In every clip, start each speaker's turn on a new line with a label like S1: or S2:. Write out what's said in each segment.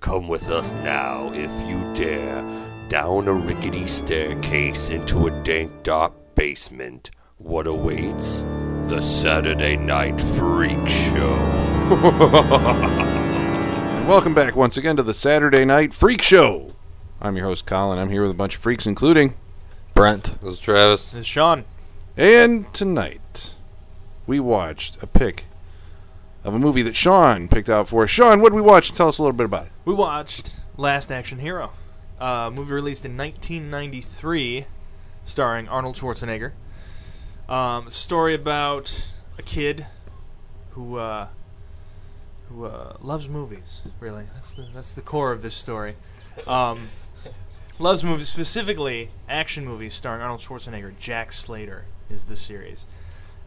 S1: Come with us now, if you dare, down a rickety staircase into a dank, dark basement. What awaits? The Saturday Night Freak Show.
S2: And welcome back once again to the Saturday Night Freak Show. I'm your host, Colin. I'm here with a bunch of freaks, including.
S3: Brent.
S4: This is Travis.
S5: It's Uh, Sean.
S2: And tonight, we watched a pick of a movie that Sean picked out for us. Sean, what did we watch? Tell us a little bit about it.
S5: We watched Last Action Hero, a movie released in 1993, starring Arnold Schwarzenegger. Um, it's a story about a kid who uh, who uh, loves movies. Really, that's the that's the core of this story. Um, loves movies, specifically action movies starring Arnold Schwarzenegger. Jack Slater is the series.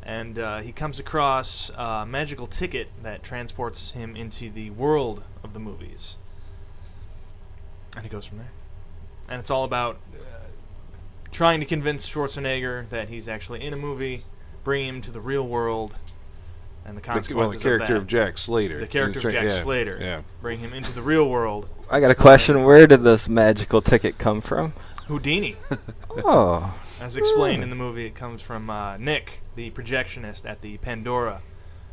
S5: And uh, he comes across a magical ticket that transports him into the world of the movies. And it goes from there. And it's all about uh, trying to convince Schwarzenegger that he's actually in a movie, bringing him to the real world, and the
S2: The, well, the
S5: consequences
S2: character
S5: of
S2: of
S5: that.
S2: Jack Slater.
S5: the character of
S2: Yeah,
S5: Jack Slater.
S2: Yeah.
S5: Bring him into the real world.
S3: I got a question. Where did this magical ticket come from?
S5: Houdini.
S3: Oh,
S5: As explained in the movie, it comes from uh, Nick, the projectionist at the Pandora,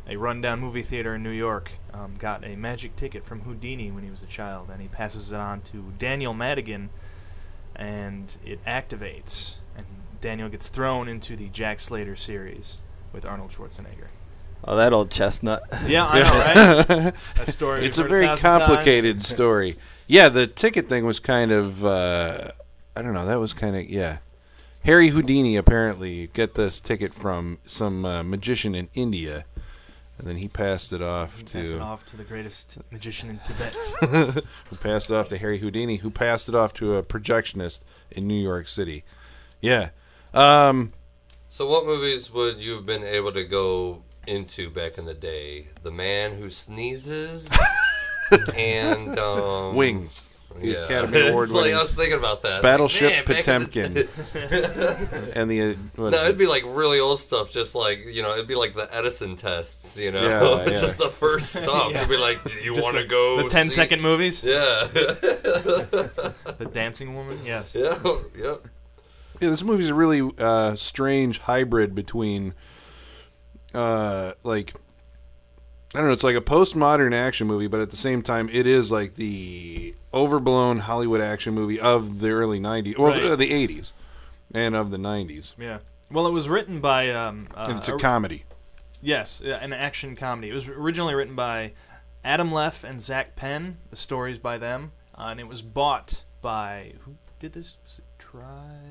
S5: a rundown movie theater in New York. Um, got a magic ticket from Houdini when he was a child, and he passes it on to Daniel Madigan, and it activates. And Daniel gets thrown into the Jack Slater series with Arnold Schwarzenegger.
S3: oh, that old chestnut.
S5: Yeah, I know, right? That story. we've
S2: it's a
S5: heard
S2: very
S5: thousand times.
S2: complicated story. Yeah, the ticket thing was kind of uh, I don't know. That was kind of yeah. Harry Houdini apparently got this ticket from some uh, magician in India, and then he passed it off to
S5: Pass it off to the greatest magician in Tibet.
S2: who passed it off to Harry Houdini, who passed it off to a projectionist in New York City. Yeah. Um,
S4: So, what movies would you have been able to go into back in the day? The Man Who Sneezes and um,
S2: Wings, the
S4: yeah.
S2: Academy Award
S4: It's like,
S2: winning
S4: I was thinking about that. It's like,
S2: Battleship
S4: man, back in the-
S2: Potemkin, and the uh, what
S4: No,
S2: is
S4: it'd
S2: it?
S4: be like really old stuff, just like you know, it'd be like the Edison tests, you know,
S2: Yeah, yeah.
S4: just the first stuff. It'd be like, you
S5: Just
S4: want to
S5: the-
S4: go
S5: The 10
S4: see-"
S5: second movies?
S4: Yeah,
S5: The dancing woman? Yes.
S4: yeah, yep.
S2: Yeah, this movie's a really uh, strange hybrid between, uh, like, I don't know, it's like a postmodern action movie, but at the same time, it is like the overblown Hollywood action movie of the early 90s, well,
S5: Right.
S2: the, the 80s, and of the 90s.
S5: Yeah. Well, it was written by um, uh,
S2: And it's a
S5: a-
S2: comedy.
S5: yes, uh, an action comedy. It was originally written by Adam Leff and Zach Penn. The stories by them, uh, and it was bought by who did this? Was it Tri?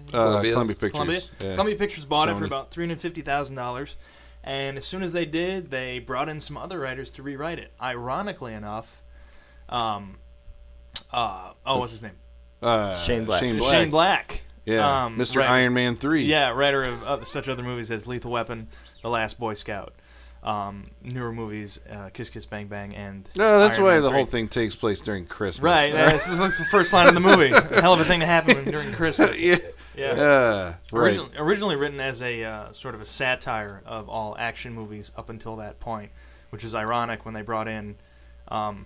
S2: Uh,
S4: Columbia.
S2: Columbia Pictures.
S5: Columbia.
S2: Yeah.
S5: Columbia Pictures bought it for
S2: Sony.
S5: about three hundred fifty thousand dollars, and as soon as they did, they brought in some other writers to rewrite it. Ironically enough, um, uh, oh, what's his name?
S2: Uh,
S3: Shane Black.
S2: Shane Black.
S5: Shane Black.
S2: Yeah.
S5: um,
S2: Mr.
S5: right.
S2: Iron Man 3.
S5: Yeah, writer of uh, such other movies as Lethal Weapon, The Last Boy Scout, um, newer movies uh, Kiss Kiss Bang Bang, and
S2: No, that's
S5: Iron
S2: why
S5: Man
S2: the
S5: 3.
S2: whole thing takes place during Christmas.
S5: Right, yeah, this is this is the first line of the movie. A hell of a thing to happen during Christmas.
S2: yeah.
S5: Yeah.
S2: Uh, right.
S5: Originally, originally written as a uh, sort of a satire of all action movies up until that point, which is ironic when they brought in um,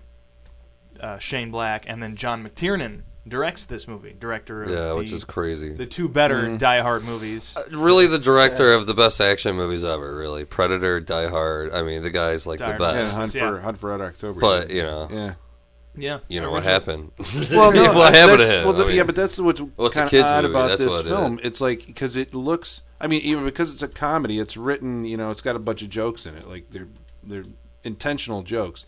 S5: uh, Shane Black and then John McTiernan directs this movie, director of
S4: yeah,
S5: the,
S4: which is crazy.
S5: the two better
S2: Mm-hmm.
S5: Die Hard movies.
S4: Uh,
S2: Uh,
S4: really the director of the best action movies ever. Really, Predator, Die Hard. I mean, the guy's like
S5: Die
S4: the
S5: Hard.
S2: Yeah,
S4: best.
S2: Hunt
S5: Yeah.
S2: for, Hunt for Red October.
S4: But you know,
S2: yeah.
S5: Yeah,
S4: you know what
S5: originally-
S4: happened.
S2: Well, no,
S4: what
S2: that's,
S4: happened to
S2: that's-
S4: him?
S2: well,
S4: I
S2: th-
S4: mean,
S2: yeah, but that's what's
S4: it's a
S2: kind of
S4: kid's
S2: odd
S4: movie,
S2: about
S4: that's
S2: this
S4: what it
S2: film. It's like because it looks. I mean, even because it's a comedy, it's written. You know, it's got a bunch of jokes in it. Like they're they're intentional jokes,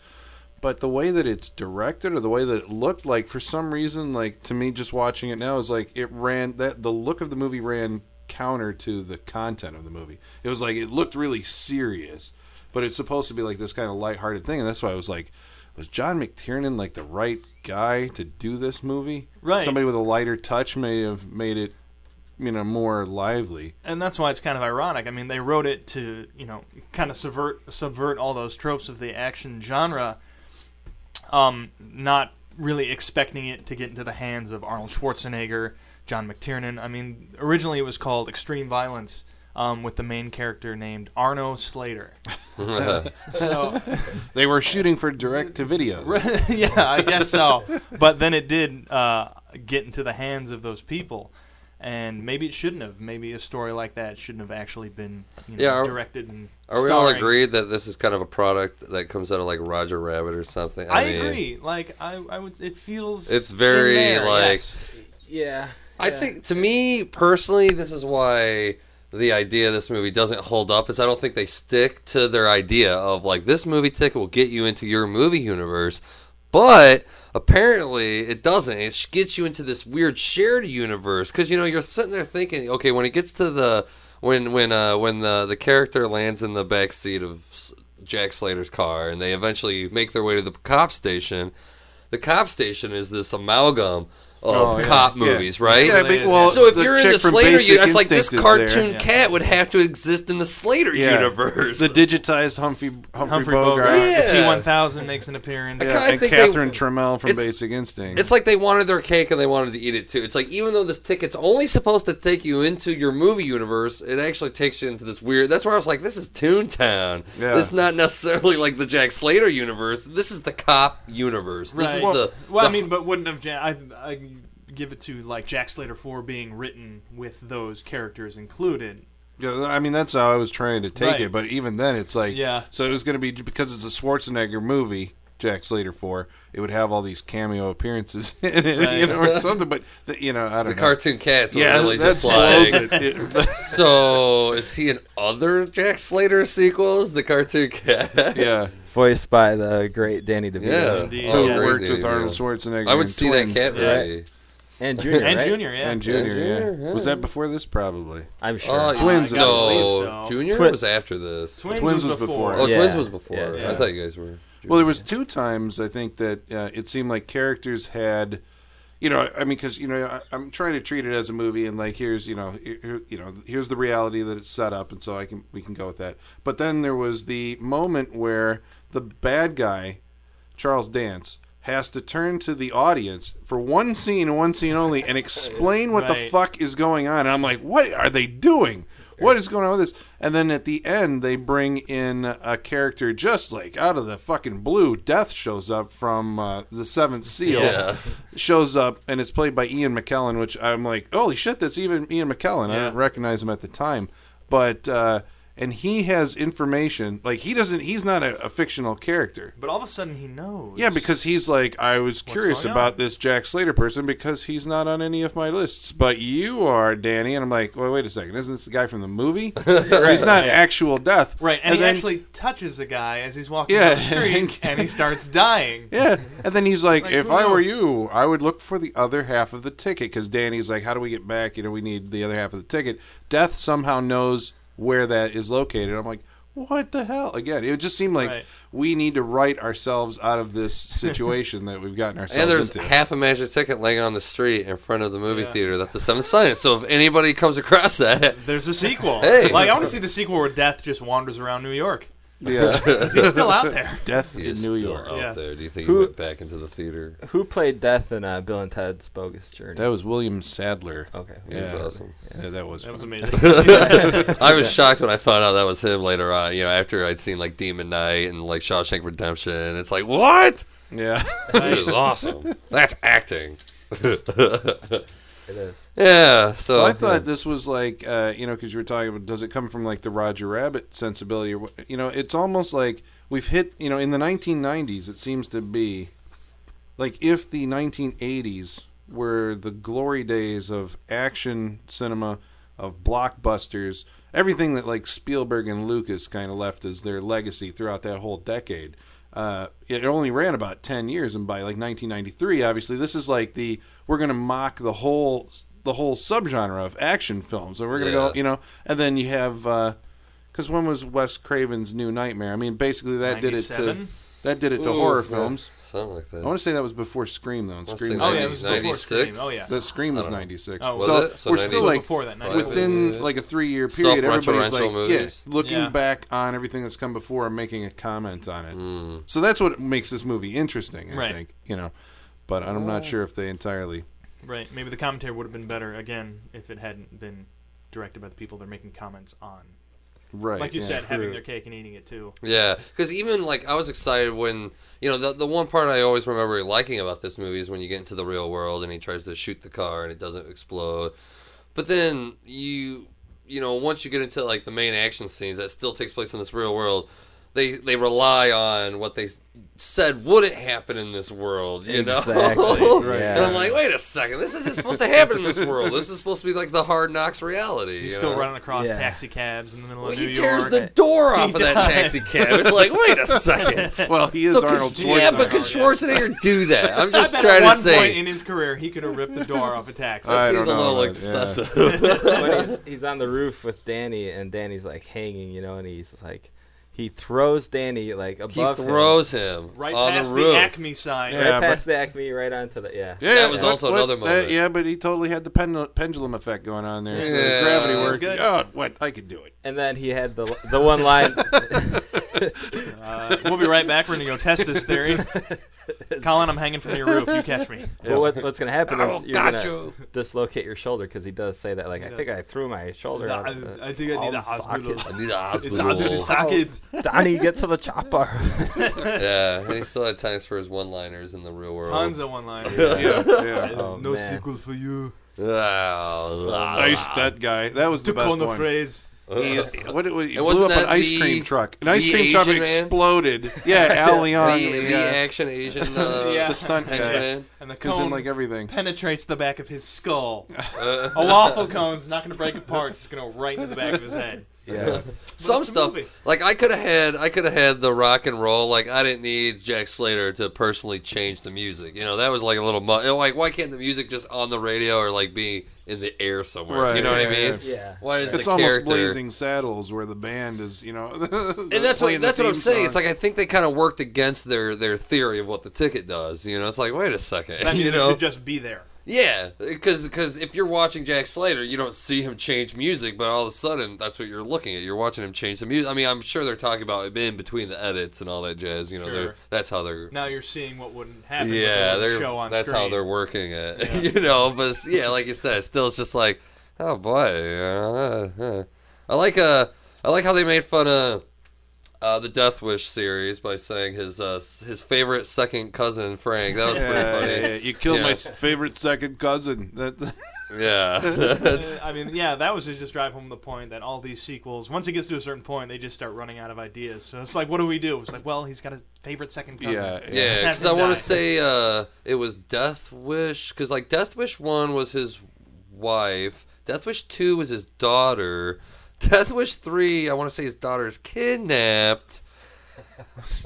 S2: but the way that it's directed or the way that it looked like, for some reason, like to me, just watching it now is like it ran that the look of the movie ran counter to the content of the movie. It was like it looked really serious, but it's supposed to be like this kind of lighthearted thing, and that's why I was like, was John McTiernan like the right guy to do this movie?
S5: Right.
S2: Somebody with a lighter touch may have made it, you know, more lively.
S5: and that's why it's kind of ironic. I mean, they wrote it to you know kind of subvert subvert all those tropes of the action genre, um, not really expecting it to get into the hands of Arnold Schwarzenegger, John McTiernan. I mean, originally it was called Extreme Violence, um, with the main character named Arno Slater. So
S2: They were shooting for direct to video.
S5: yeah, I guess so. But then it did uh, get into the hands of those people, and maybe it shouldn't have. Maybe a story like that shouldn't have actually been you know,
S4: Yeah, are-
S5: directed and
S4: Are we all
S5: starring.
S4: agreed that this is kind of a product that comes out of like Roger Rabbit or something?
S5: I,
S4: mean,
S5: agree. Like I, I would. It feels.
S4: It's very,
S5: in there,
S4: like-
S5: yes.
S3: Yeah.
S4: I think to me personally, this is why the idea of this movie doesn't hold up is I don't think they stick to their idea of like this movie ticket will get you into your movie universe, but apparently it doesn't. It sh- gets you into this weird shared universe because you know you're sitting there thinking, okay, when it gets to the when when uh, when the the character lands in the back seat of S- Jack Slater's car and they eventually make their way to the cop station. The cop station is this amalgam of
S2: Oh, yeah.
S4: cop
S2: Yeah.
S4: movies, right?
S2: Yeah,
S5: but-
S2: well,
S4: so if
S2: the
S4: you're in
S2: chick
S4: the
S2: from
S4: Slater
S2: Basic
S4: universe, like this
S2: Instinct is there.
S4: cartoon
S5: Yeah.
S4: cat would have to exist in the Slater
S2: Yeah.
S4: universe.
S2: The digitized Humphrey Humphrey,
S5: Humphrey
S2: Bogart.
S5: Bogart.
S4: Yeah.
S5: The T1000 makes an appearance.
S4: kinda
S2: Yeah, and
S4: think they-
S2: Catherine Tremell from
S4: it's-
S2: Basic Instinct.
S4: it's like they wanted their cake and they wanted to eat it too. It's like even though this ticket's only supposed to take you into your movie universe, it actually takes you into this weird. That's where I was like, this is Toontown.
S2: Yeah.
S4: This is not necessarily like the Jack Slater universe. This is the cop universe. This is
S5: Right.
S4: the
S5: Well, I
S4: the-
S5: mean, but wouldn't have Jack? I, I give it to like Jack Slater for being written with those characters included.
S2: Yeah, I mean that's how I was trying to take
S5: Right.
S2: it, but even then it's like
S5: Yeah.
S2: So it was going to be because it's a Schwarzenegger movie, Jack Slater for it would have all these cameo appearances in it, you
S5: Right.
S2: know, or something. But the, you know, I don't
S4: the
S2: know.
S4: cartoon cats were
S2: yeah,
S4: really
S2: that's
S4: just
S2: blows
S4: like
S2: it. It-
S4: So is he in other Jack Slater sequels? The cartoon cat.
S2: yeah,
S3: Voiced by the great Danny DeVito.
S4: Yeah.
S5: Indeed,
S4: Oh,
S2: who
S5: yes.
S4: great
S2: worked
S4: dude,
S2: with
S4: yeah.
S2: Arnold Schwarzenegger?
S4: I would
S2: and
S4: see
S2: twins,
S4: that cat
S5: Yeah.
S4: movie.
S3: And Junior.
S5: And
S3: right?
S5: Junior, yeah.
S2: and Junior.
S4: Junior,
S2: yeah.
S4: yeah.
S2: was that before this? Probably.
S3: I'm sure.
S4: Oh,
S2: Twins,
S4: Twins,
S2: I
S4: no.
S2: gotta
S5: believe so.
S4: Junior
S3: Twin-
S4: was after this.
S5: Twins,
S2: Twins
S5: was
S2: was
S5: before.
S2: before.
S4: Oh,
S3: Yeah.
S4: Twins was before.
S3: Yeah,
S4: I
S5: yeah.
S4: thought you guys were.
S2: Well, there was two times I think that uh, it seemed like characters had, you know, I mean, because you know, I, I'm trying to treat it as a movie, and like here's, you know, here- here, you know, here's the reality that it's set up, and so I can we can go with that. But then there was the moment where the bad guy, Charles Dance, has to turn to the audience for one scene and one scene only, and explain what the
S5: Right.
S2: fuck is going on. And I'm like, what are they doing? What is going on with this? And then at the end, they bring in a character just like out of the fucking blue. Death shows up from uh, the Seventh Seal.
S4: Yeah.
S2: Shows up and it's played by Ian McKellen, which I'm like, holy shit, that's even Ian McKellen. I
S5: Yeah.
S2: didn't recognize him at the time, but uh, and he has information like he doesn't. He's not a, a fictional character.
S5: But all of a sudden he knows.
S2: Yeah, because he's like, I was curious
S5: going
S2: about
S5: on?
S2: this Jack Slater person because he's not on any of my lists, but you are, Danny. And I'm like, well, wait a second, isn't this the guy from the movie? he's not actual death,
S5: Right, and, he actually touches a guy as he's walking
S2: Yeah,
S5: down the street,
S2: and-
S5: and he starts dying.
S2: Yeah, and then he's like,
S5: Like,
S2: if
S5: who
S2: I
S5: knew?
S2: were you, I would look for the other half of the ticket because Danny's like, how do we get back? You know, we need the other half of the ticket. Death somehow knows where that is located. I'm like. What the hell? Again, it just seemed like
S5: Right.
S2: we need to write ourselves out of this situation that we've gotten ourselves
S4: And there's
S2: into.
S4: half a magic ticket laying on the street in front of the movie theater that the Seventh Son is. So if anybody comes across that,
S5: There's a sequel.
S4: Hey.
S5: Like I want to see the sequel where Death just wanders around New York.
S2: yeah.
S5: 'Cause He's still out there.
S2: Death in
S4: he's
S2: New
S4: still
S2: York.
S4: out
S5: Yes.
S4: there. Do you think
S3: Who-
S4: he went back into the theater?
S3: Who played Death in uh, Bill and Ted's Bogus Journey?
S2: That was William Sadler.
S3: okay.
S4: Yeah.
S2: Yeah.
S4: awesome.
S2: Yeah, that was.
S5: That was
S2: fun.
S5: amazing.
S4: I was shocked when I found out that was him later on. You know, after I'd seen like Demon Knight and like Shawshank Redemption, it's like what?
S2: yeah.
S4: That is awesome. That's acting.
S3: It is.
S4: Yeah. So
S2: Well, I thought this was like, uh, you know, because you were talking about does it come from like the Roger Rabbit sensibility? Or, what- you know, it's almost like we've hit, you know, in the 1990s, it seems to be like if the 1980s were the glory days of action cinema, of blockbusters, everything that like Spielberg and Lucas kind of left as their legacy throughout that whole decade. Uh, it only ran about 10 years, and by like 1993, obviously, this is like the we're going to mock the whole the whole subgenre of action films, and we're going to
S4: Yeah.
S2: go, you know, and then you have because when was Wes Craven's New Nightmare? I mean, basically that did it
S5: 97?
S2: to that did it to
S4: Ooh,
S2: horror
S4: yeah.
S2: films.
S4: Something like that.
S2: I want to say that was before Scream though. And
S4: Let's
S2: Scream,
S4: see,
S5: Oh, yeah,
S2: was-
S5: it was before
S4: 96?
S5: Scream. Oh, yeah.
S2: that Scream was
S4: I don't know.
S2: '96.
S5: Oh,
S2: so
S4: was it? So
S2: we're still
S4: 96?
S2: like
S5: before that,
S4: Five.
S2: within
S4: Yeah.
S2: like a three-year period. Everybody's
S4: Self-referential
S2: like,
S4: movies.
S2: yeah, looking
S5: Yeah.
S2: back on everything that's come before and making a comment on
S4: Mm-hmm.
S2: it.
S4: Hmm.
S2: So that's what makes this movie interesting. I
S5: Right.
S2: think you know, but I'm not sure if they entirely.
S5: Right. Maybe the commentary would have been better again if it hadn't been directed by the people they're making comments on.
S2: Right.
S5: Like you
S2: yeah.
S5: said, having
S2: True.
S5: their cake and eating it too.
S4: Yeah, because even like I was excited when you know the the one part I always remember liking about this movie is when you get into the real world and he tries to shoot the car and it doesn't explode, but then you you know once you get into like the main action scenes that still takes place in this real world. They, they rely on what they s- said wouldn't happen in this world, you know.
S3: Exactly, Right.
S4: And I'm like, wait a second, this isn't supposed to happen in this world. This is supposed to be like the hard knocks reality.
S5: He's
S4: you
S5: still
S4: know?
S5: running across
S3: Yeah.
S5: taxi cabs in the middle
S4: Well,
S5: of New
S4: he tears
S5: York.
S4: the door
S5: He
S4: off of that
S5: does.
S4: taxi cab. It's like, wait a second.
S2: Well, he is
S4: So could-
S2: Arnold Schwarzenegger.
S4: Yeah, but could
S5: Schwar- Oh, yeah.
S4: Schwarzenegger do that? I'm
S5: I
S4: just
S5: bet
S4: trying
S5: at
S4: to
S5: one point
S4: say.
S5: in his career he could have ripped the door off a taxi.
S2: I
S4: That
S2: don't
S4: seems a
S2: know,
S4: little
S2: but, yeah.
S4: excessive.
S3: when he's, he's on the roof with Danny, and Danny's like hanging, you know, and he's like, he throws Danny like above.
S4: he
S3: him,
S4: throws him
S5: right
S4: on
S5: past
S4: the
S5: the,
S4: roof.
S5: Acme sign.
S2: Yeah.
S3: right
S2: but-
S3: past the acme, right onto the yeah.
S2: Yeah,
S4: That was also another moment.
S2: yeah, but he totally had the pen, pendulum effect going on there. So
S4: Yeah.
S2: the gravity
S4: That was
S2: worked.
S5: good.
S2: Oh, what? I could do it.
S3: And then he had the the one line.
S5: Uh, we'll be right back. We're going to go test this theory. Colin, I'm hanging from your roof. You catch me.
S3: well, what, what's gonna happen is you're
S4: got
S3: gonna
S4: you.
S3: dislocate your shoulder because he does say that. Like I
S5: does.
S3: think I threw my shoulder. out of the-
S5: think
S3: I need a hospital.
S4: I need a
S5: It's under the
S4: hospital.
S5: socket.
S3: Donnie get to the chopper.
S4: Yeah, and he still had times for his one-liners in the real world.
S5: Tons of one-liners.
S2: Yeah, yeah.
S3: Oh,
S5: no
S3: man.
S5: sequel for you.
S4: Ah,
S2: Ice that guy. That was the
S5: To
S2: best
S5: coin the
S2: one.
S5: phrase.
S2: He, what it was, he
S4: And
S2: blew up
S4: wasn't
S2: an
S4: that
S2: ice
S4: the-
S2: cream truck. An
S4: the
S2: ice cream truck
S4: Asian man?
S2: exploded. Yeah, Al Leon,
S4: the, the
S2: yeah.
S4: action Asian uh,
S5: Yeah.
S2: the stunt guy,
S4: henchman.
S5: And the
S2: goes
S5: cone
S2: in like everything.
S5: penetrates the back of his skull.
S4: Uh,
S5: A waffle cone's not going to break apart. It's going to go right into the back of his head.
S3: Yes.
S5: But
S4: some
S5: it's a
S4: stuff
S5: movie.
S4: like I could have had I could have had the rock and roll like I didn't need Jack Slater to personally change the music you know that was like a little mu- like why can't the music just on the radio or like be in the air somewhere
S2: Right,
S4: you know
S2: yeah,
S4: what I mean
S2: yeah.
S3: yeah.
S4: why is
S2: It's
S4: the
S2: almost
S4: character
S2: Blazing Saddles, where the band is, you know.
S4: and that's what that's what I'm saying it's like I think they kind of worked against their their theory of what the ticket does you know it's like wait a second
S5: That
S4: you
S5: music
S4: know
S5: should just be there.
S4: yeah because if you're watching Jack Slater you don't see him change music but all of a sudden that's what you're looking at you're watching him change the music I mean I'm sure they're talking about it in between the edits and all that jazz you know
S5: Sure.
S4: they're, that's how they're
S5: Now you're seeing what wouldn't happen.
S4: yeah,
S5: with the
S4: they're,
S5: show on
S4: that's
S5: screen.
S4: how they're working it.
S5: Yeah.
S4: you know, but it's- yeah, like you said, still it's just like, oh boy, uh, huh. I like uh, I like how they made fun of uh, the Death Wish series by saying his uh, s- his favorite second cousin Frank. That was
S2: yeah,
S4: pretty
S2: yeah,
S4: funny.
S2: yeah. you killed my
S4: Yeah.
S2: s- favorite second cousin. That,
S4: Yeah,
S5: Uh, I mean, yeah, that was to just drive home the point that all these sequels, once it gets to a certain point, they just start running out of ideas. So it's like, what do we do? It's like, well, he's got a favorite second cousin.
S2: yeah,
S4: yeah.
S5: Let's have
S4: Because
S5: him
S4: I want
S5: die.
S4: to say uh, it was Death Wish, because like Death Wish one was his wife, Death Wish two was his daughter. Death Wish 3, I want to say his daughter is kidnapped.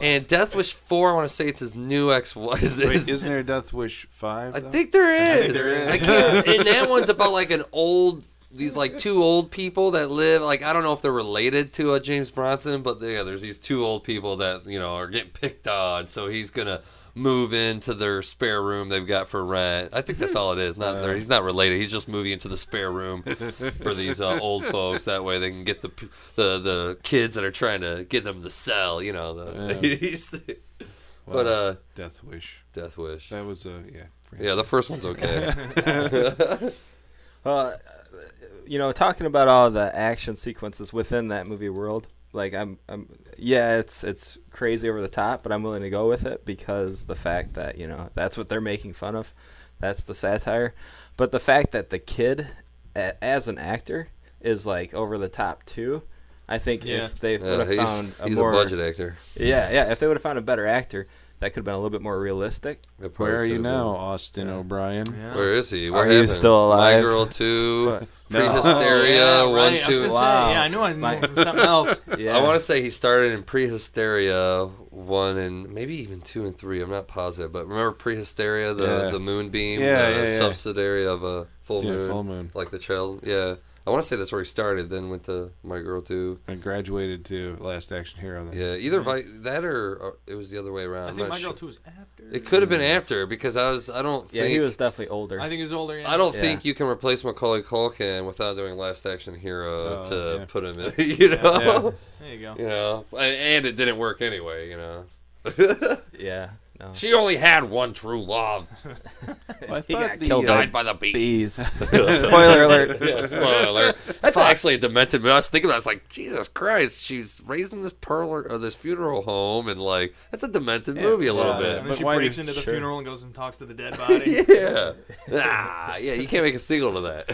S4: And Death Wish 4, I want to say it's his new ex wife.
S2: Wait, isn't there Death Wish five?
S4: I
S2: though?
S4: think there is. I,
S5: there is.
S4: can't. And that one's about like an old, these like two old people that live. Like I don't know if they're related to uh, James Bronson, but yeah, there's these two old people that you know are getting picked on. So he's gonna move into their spare room they've got for rent. I think that's all it is. Not there. He's not related. He's just moving into the spare room for these uh, old folks. That way they can get the p- the the kids that are trying to get them to sell. You know the.
S2: Yeah.
S4: he's-
S2: Wow.
S4: but uh,
S2: Death Wish.
S4: Death Wish.
S2: That was a yeah. for him.
S4: Yeah, the first one's okay.
S3: Uh, you know, talking about all the action sequences within that movie world, like I'm, I'm, yeah, it's it's crazy over the top, but I'm willing to go with it because the fact that you know that's what they're making fun of, that's the satire, but the fact that the kid, a- as an actor, is like over the top too. I think
S5: Yeah.
S3: if they
S4: Yeah,
S3: would have
S4: Uh, he's,
S3: found a
S4: he's
S3: more,
S4: budget actor.
S3: yeah, yeah, if they would have found a better actor, that could have been a little bit more realistic.
S4: It probably
S2: Where are you
S4: could've
S2: now, Austin O'Brien?
S4: been. Where is he? What
S3: Are you
S4: happened?
S3: still
S4: My
S3: alive?
S4: Girl 2,
S2: No.
S4: Prehysteria,
S5: Oh, yeah,
S4: one,
S5: right. I was
S4: two.
S5: gonna say,
S3: Wow.
S5: yeah, I knew I knew
S3: My-
S5: him from something else.
S3: Yeah,
S4: I want to say he started in Prehysteria 1 and maybe even 2 and 3. I'm not positive, but remember Prehysteria, the,
S2: Yeah.
S4: the moonbeam,
S2: Yeah,
S4: the
S2: yeah, yeah.
S4: subsidiary of a full
S2: Yeah,
S4: moon?
S2: Full Moon.
S4: Like the child? Yeah. I want to say that's where he started, then went to My Girl 2.
S2: I graduated to Last Action Hero. Then.
S4: Yeah, either vi- that or, or it was the other way around.
S5: I
S4: I'm
S5: think
S4: not
S5: my
S4: sure.
S5: girl too is after.
S4: It could have been after because I was, I don't
S3: yeah,
S4: think.
S3: he was definitely older.
S5: I think he's older. Yeah.
S4: I don't
S3: Yeah.
S4: think you can replace Macaulay Culkin without doing Last Action Hero
S2: Oh,
S4: to
S2: yeah.
S4: put him in. You know,
S5: There you go.
S4: you know, and and it didn't work anyway. You know,
S3: yeah, no. Oh.
S4: She only had one true love.
S2: I
S3: He got
S2: thought the
S3: killed
S2: uh,
S4: Died by the bees.
S3: Bees. Spoiler alert.
S4: Yeah, spoiler alert. That's actually a demented. But I was thinking about, it, I was like, Jesus Christ, she's raising this perler or this funeral home, and like, that's a demented movie a little
S2: yeah,
S5: And
S4: bit.
S5: then
S2: But
S5: she
S2: why
S5: breaks
S2: did-
S5: into the
S3: sure.
S5: funeral and goes and talks to the dead body.
S4: Yeah. Ah, yeah, you can't make a sequel to that.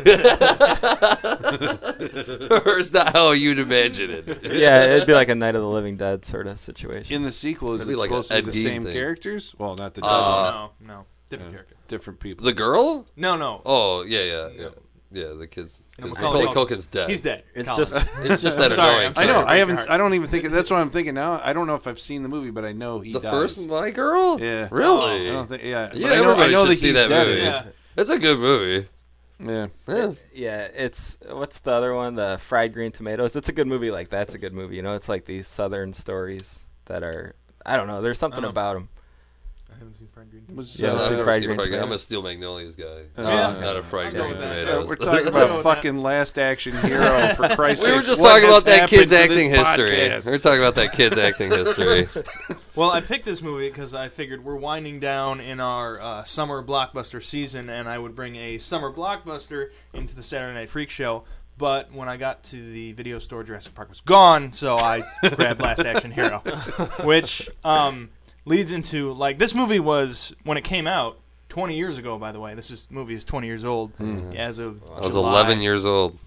S4: or is that how you'd imagine it?
S3: Yeah, it'd be like a Night of the Living Dead sort of situation.
S2: in the sequel is
S4: That'd be
S2: it
S4: like
S2: supposed
S4: a
S2: to be the
S4: Ed Gein
S2: same
S4: thing.
S2: characters? Well, not the dead
S4: Uh,
S2: one,
S5: no, no, different character.
S2: different people.
S4: The girl?
S5: No, no,
S4: Oh, yeah, yeah, yeah. Yeah, the kid's.
S5: No,
S4: Macaulay
S5: Macaulay Culkin.
S4: Culkin's dead.
S5: he's dead.
S3: it's
S5: Colin.
S3: just
S4: It's just that
S5: I'm sorry,
S4: annoying.
S5: I'm
S2: I know.
S5: sorry.
S2: I haven't.
S5: Hard.
S2: I don't even think. That's what I'm thinking now. I don't know if I've seen the movie, but I know he
S4: The
S2: dies.
S4: first My Girl?
S2: Yeah.
S4: Really?
S5: Oh,
S2: I don't think. Yeah. but
S4: Yeah,
S2: I know, I
S4: everybody
S2: know
S4: should
S2: that
S4: see
S2: he's
S4: that
S2: dead.
S4: movie.
S5: yeah.
S4: It's a good movie.
S2: Yeah.
S4: Yeah.
S3: yeah, it's what's the other one? The Fried Green Tomatoes. It's a good movie. Like that's a good movie. You know, it's like these Southern stories that are I don't know. There's something
S5: I know.
S3: about 'em. about
S5: I haven't seen Fried Green.
S2: Was,
S3: Yeah,
S4: No, I've
S3: it's like
S4: never
S3: fried
S4: seen
S3: green
S4: fried green. I'm a
S3: tomatoes.
S4: Steel Magnolias guy.
S2: uh,
S5: Yeah.
S4: Not a fried
S5: I'm
S4: green
S5: going with that.
S2: yeah,
S4: tomatoes.
S2: we're talking
S5: Yeah,
S2: about
S5: with that.
S2: fucking last action hero for Christ's sake.
S4: We were just talking about that kid's acting history. We were talking about that kid's acting history.
S5: Well, I picked this movie because I figured we're winding down in our uh, summer blockbuster season, and I would bring a summer blockbuster into the Saturday Night Freak Show. But when I got to the video store, Jurassic Park was gone, so I grabbed Last Action Hero, which um, leads into like this movie was when it came out 20 years ago. By the way, this is movie is 20 years old as of
S4: I was
S5: July
S4: 11 years old.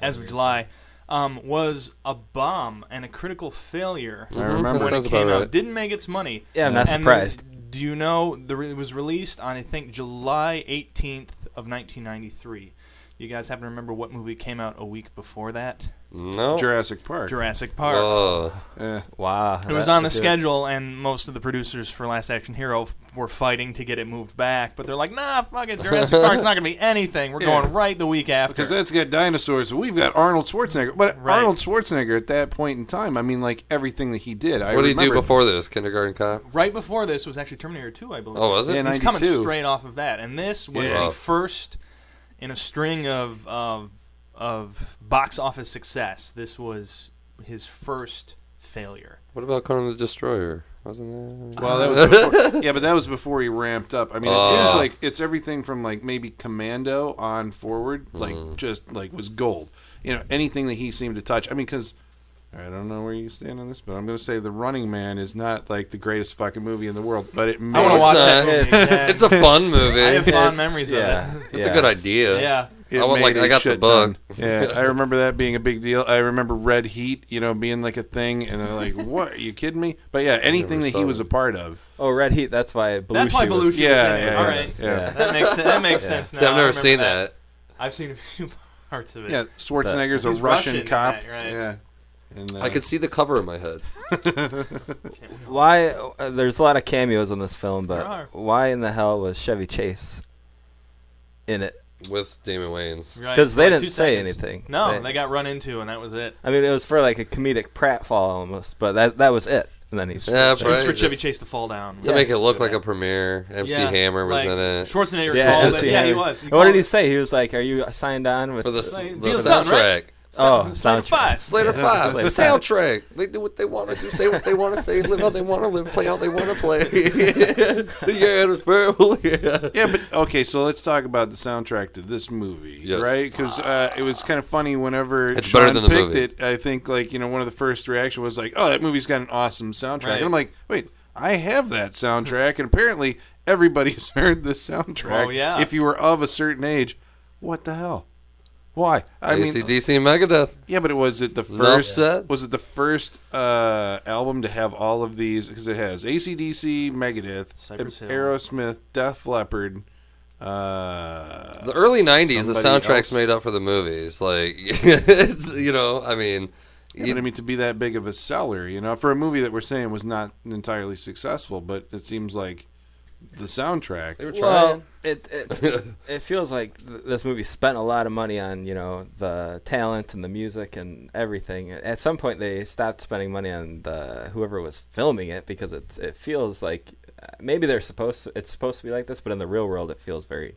S5: as of July, um, was a bomb and a critical failure
S2: I remember.
S5: when
S4: Sounds
S5: it came
S4: about
S5: out.
S4: right.
S5: Didn't make its money.
S3: Yeah, I'm not
S5: And
S3: surprised.
S5: do you know the re- it was released on I think July 18th of 1993. You guys happen to remember what movie came out a week before that?
S4: No.
S2: Jurassic Park.
S5: Jurassic Park.
S4: Oh,
S2: Yeah.
S3: Wow.
S5: It was
S3: that
S5: on the
S3: would do
S5: schedule, and most of the producers for Last Action Hero f- were fighting to get it moved back. But they're like, "Nah, fuck it. Jurassic Park's not gonna be anything. We're
S2: Yeah.
S5: going right the week after."
S2: Because that's got dinosaurs. We've got Arnold Schwarzenegger. But
S5: Right.
S2: Arnold Schwarzenegger at that point in time, I mean, like everything that he did. I
S4: what did he do
S2: remember.
S4: before this? Kindergarten Cop?
S5: right before this was actually Terminator 2, I believe.
S4: Oh, was it?
S2: Yeah,
S5: He's coming
S2: 92.
S5: straight off of that, and this was
S2: Yeah.
S5: the first in a string of, of of box office success. This was his first failure.
S4: What about Conan the Destroyer? Wasn't that?
S2: Well, that was before, yeah, but that was before he ramped up. I mean, it seems
S4: Oh.
S2: like it's everything from like maybe Commando on forward, like
S4: Mm-hmm.
S2: just like was gold. You know, anything that he seemed to touch. I mean, because I don't know where you stand on this, but I'm going to say The Running Man is not like the greatest fucking movie in the world, but it
S5: I want
S2: made
S5: to
S4: it's
S5: watch
S4: not.
S5: that movie. again.
S4: It's a fun
S5: I have
S4: movie.
S5: fond
S3: It's-
S5: memories
S3: yeah,
S5: of it.
S4: It's
S3: yeah.
S4: a good idea.
S5: Yeah,
S2: it
S4: I want,
S2: made
S4: like, I
S2: a
S4: got the
S2: shit
S4: bug.
S2: ton. Yeah, I remember that being a big deal. I remember Red Heat, you know, being like a thing, and they're like, "What? Are you kidding me?" But yeah, anything that
S4: saw
S2: he was a
S4: it.
S2: part of.
S3: Oh, Red Heat. That's why Belushi.
S5: that's why Belushi
S3: was-
S5: was in
S2: Yeah,
S5: it.
S2: yeah,
S5: All
S2: yeah,
S5: right,
S2: yeah.
S5: that makes sense. That makes
S3: Yeah.
S5: sense. Now.
S4: See, I've
S5: I
S4: never
S5: remember
S4: seen
S5: that.
S4: that.
S5: I've seen a few parts of it.
S2: Yeah, Schwarzenegger's
S5: He's
S2: a Russian,
S5: Russian in
S2: cop.
S5: that, right.
S2: Yeah, and, uh,
S4: I could see the cover in my head.
S3: Why? Uh, there's a lot of cameos in this film,
S5: There are.
S3: but why in the hell was Chevy Chase in it?
S4: with Damon Wayans.
S5: Right,
S3: Because
S5: for
S3: they
S5: like
S3: didn't
S5: two
S3: say
S5: seconds.
S3: anything.
S5: No,
S3: They-
S5: they got run into, and that was it.
S3: I mean, it was for like a comedic pratfall almost, but that that was it. And then he's
S4: Yeah,
S5: It was for
S4: probably
S5: Chevy
S4: just
S5: Chase to fall down.
S4: To make it look like a premiere, MC
S5: Yeah,
S4: Hammer was
S5: like,
S4: in it
S5: Schwarzenegger
S3: yeah,
S5: called
S3: MC
S5: it. Yeah, he
S3: Hammer.
S5: was. He
S3: And what did
S5: called
S3: he
S5: it.
S3: say? He was like, "Are you signed on with
S4: for the,
S3: the-
S4: the
S5: Deal's
S4: soundtrack.
S5: done, right?
S3: Oh,
S5: Slater
S3: soundtrack.
S5: Five.
S4: Slater Five, the
S3: Slater
S4: soundtrack. They do what they want to do, say what they want to say, live how they want to live, play how they want to play. yeah, it was terrible. Yeah.
S2: Yeah, but okay, so let's talk about the soundtrack to this movie,
S4: Yes.
S2: right? Because uh, it was kind of funny whenever
S4: It's
S2: Sean
S4: better than the
S2: picked
S4: movie.
S2: it. I think like you know one of the first reaction was like, "Oh, that movie's got an awesome soundtrack,"
S5: Right.
S2: and I'm like, "Wait, I have that soundtrack," and apparently everybody's heard the soundtrack.
S5: Oh, yeah.
S2: If you were of a certain age, what the hell? Why? I mean,
S4: ACDC and Megadeth.
S2: yeah, but it was it the
S4: Enough
S2: first
S4: said.
S2: was it the first uh, album to have all of these because it has ACDC, Megadeth,
S5: Cypress Hill.
S2: Aerosmith, Def Leppard. Uh,
S4: The early '90s, the
S2: Somebody
S4: soundtracks
S2: else.
S4: made up for the movies. Like, it's, you know, I mean,
S2: you know what I mean? To be that big of a seller, you know, for a movie that we're saying was not entirely successful, but it seems like the
S4: they
S2: soundtrack.
S4: were
S3: Well,
S4: trying.
S3: it it's, it feels like th- this movie spent a lot of money on you know the talent and the music and everything. At some point, they stopped spending money on the whoever was filming it because it's it feels like uh, maybe they're supposed to, it's supposed to be like this, but in the real world, it feels very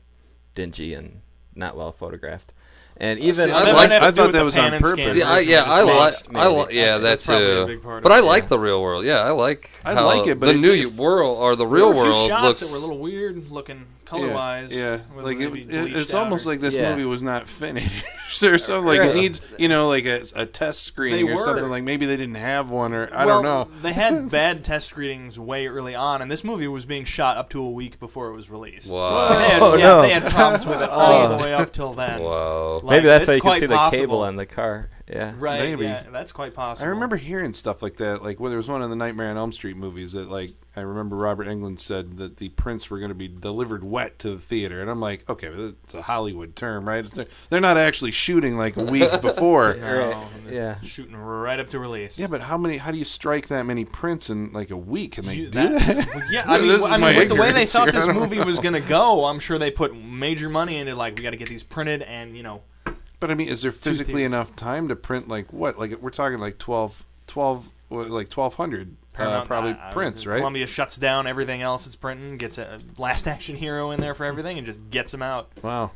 S3: dingy and not well photographed. And
S5: Oh,
S3: even
S4: I
S5: That
S4: like-
S5: might have
S2: I
S5: to do
S2: thought
S5: with
S2: that
S5: the
S2: was on
S5: pan and scan
S2: purpose.
S4: See, I,
S5: version
S4: yeah,
S5: that
S4: I
S5: was
S4: like,
S5: made.
S4: I li- yeah, that
S5: That's probably a
S4: too.
S5: big part of
S4: But
S5: it,
S4: I like
S5: yeah.
S4: the real world. Yeah, I like.
S2: I
S4: how
S2: like it, but
S4: the
S2: it
S4: new
S2: did-
S4: world or the
S5: There
S4: real
S5: were a few
S4: world
S5: shots
S4: looks.
S5: that were a little weird looking color
S2: yeah,
S5: wise.
S2: yeah.
S5: whether
S2: Like
S5: they
S2: it,
S5: be
S2: it,
S5: bleached
S2: it's
S5: out
S2: almost
S5: or-
S2: like this
S3: Yeah.
S2: movie was not finished. There's something like it
S3: Yeah.
S2: needs, you know, like a, a test screening or
S5: were.
S2: something. Like maybe they didn't have one, or I
S5: well,
S2: don't know.
S5: they had bad test screenings way early on, and this movie was being shot up to a week before it was released.
S4: Wow.
S5: They had,
S3: Oh,
S5: yeah,
S3: no.
S5: they had problems with it all
S3: Oh.
S5: the way up till then.
S4: Wow.
S5: Like,
S3: maybe
S5: it's
S3: that's how you can
S5: quite
S3: see the
S5: possible.
S3: cable on the car. Yeah.
S5: Right,
S2: Maybe.
S5: yeah, that's quite
S2: I
S5: possible.
S2: remember hearing stuff like that. Like, well, there was one of the Nightmare on Elm Street movies that, like, I remember Robert Englund said that the prints were going to be delivered wet to the theater, and I'm like, okay, but it's a Hollywood term, right? It's, they're not actually shooting like a week before.
S5: No,
S3: Right,
S5: and they're
S3: yeah.
S5: shooting right up to release.
S2: Yeah, but how many? How do you strike that many prints in like a week? Can they
S5: You-
S2: do
S5: that-
S2: that?
S5: well, yeah, I mean,
S2: This
S5: well, I
S2: is
S5: mean,
S2: my
S5: with the way they
S2: ignorance
S5: thought
S2: here.
S5: this
S2: I don't
S5: movie was gonna go, I'm sure they put major money into like we got to get these printed and you know
S2: Uh, But I mean, is there physically
S5: theaters.
S2: enough time to print like what? Like we're talking like 12, 12 well, like twelve hundred uh,
S5: Paramount,
S2: probably
S5: uh, uh,
S2: prints, right?
S5: Columbia shuts down everything else it's printing, gets a Last Action Hero in there for everything, and just gets them out.
S2: Wow.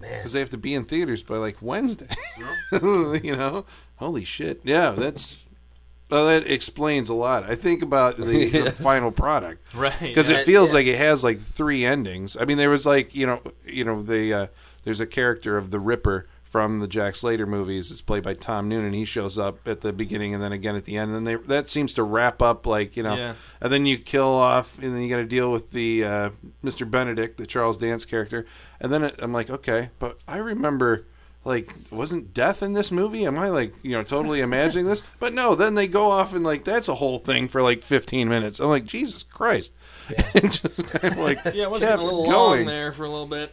S2: Because they have to be in theaters by like Wednesday. you know? Holy shit. Yeah, that's. Well, that explains a lot. I think about the, the final product
S5: Right.
S2: because
S5: yeah.
S2: it feels like it has like three endings. I mean, there was like you know, you know, the uh, there's a character of the Ripper from the Jack Slater movies. It's played by Tom Noonan. He shows up at the beginning and then again at the end, and they, that seems to wrap up like you know,
S5: Yeah.
S2: and then you kill off, and then you got to deal with the uh, Mr. Benedict, the Charles Dance character, and then it, I'm like, okay, but I remember. Like wasn't death in this movie? Am I like you know totally imagining this? But no, then they go off and like that's a whole thing for like 15 minutes. I'm like Jesus Christ, and just kind of like
S5: yeah, it was
S2: kept
S5: getting a little long
S2: going.
S5: there for a little bit.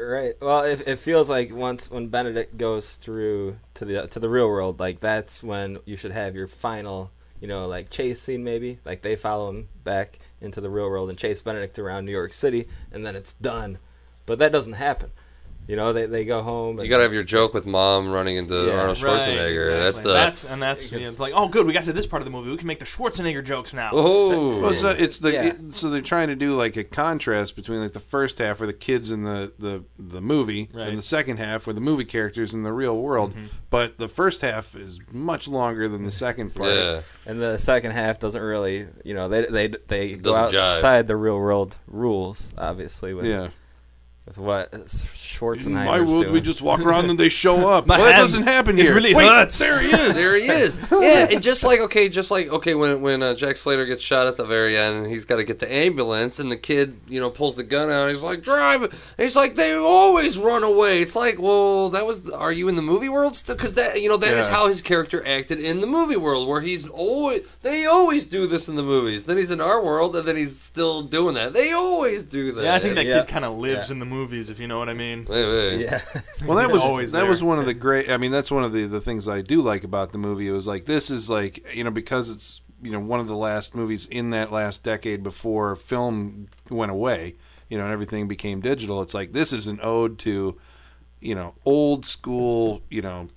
S3: Right. Well, it, it feels like once when Benedict goes through to the to the real world, like that's when you should have your final, you know, like chase scene maybe. Like they follow him back into the real world and chase Benedict around New York City, and then it's done. But that doesn't happen. You know, they, they go home. And,
S4: You gotta have your joke with mom running into
S3: Yeah.
S4: Arnold Schwarzenegger.
S5: Right,
S4: That's
S5: exactly.
S4: the.
S5: that's and that's yeah,
S3: Because-
S5: it's like oh good, we got to this part of the movie. We can make the Schwarzenegger jokes now.
S4: oh.
S2: Well, it's, uh it's the
S3: Yeah.
S2: it- so they're trying to do like a contrast between like the first half where the kids in the the the movie
S5: Right. Mm-hmm.
S2: and the second half where the movie characters in the real world. But the first half is much longer than the second part.
S4: yeah.
S3: and the second half doesn't really, you know, they they they go
S4: Doesn't jive.
S3: outside the real world rules, obviously. With,
S2: Yeah.
S3: with what Schwarzenegger's
S2: Why would
S3: doing.
S2: we just walk around and they show up?
S5: My
S2: well, that
S5: hand-
S2: doesn't happen
S5: it
S2: here.
S5: really
S2: Wait,
S5: hurts.
S2: There he is.
S4: There he is. Yeah, and just like okay, just like okay, when when uh, Jack Slater gets shot at the very end, and he's got to get the ambulance, and the kid you know pulls the gun out, and he's like, "Drive!" it." And he's like, "They always run away." It's like, well, that was. Are you in the movie world still? Because that you know that is
S2: Yeah.
S4: how his character acted in the movie world, where he's always they always do this in the movies. Then he's in our world, and then he's still doing that. They always do that.
S5: yeah, I think that
S3: Yeah.
S5: kid kind of lives
S3: Yeah.
S5: in the movies, if you know what I mean.
S4: Wait, wait.
S3: Yeah.
S2: Well, that
S5: He's
S2: was
S5: always
S2: that
S5: there.
S2: was one of the great. I mean, that's one of the the things I do like about the movie. It was like this is like you know because it's you know one of the last movies in that last decade before film went away. You know, and everything became digital. It's like this is an ode to you know old school you know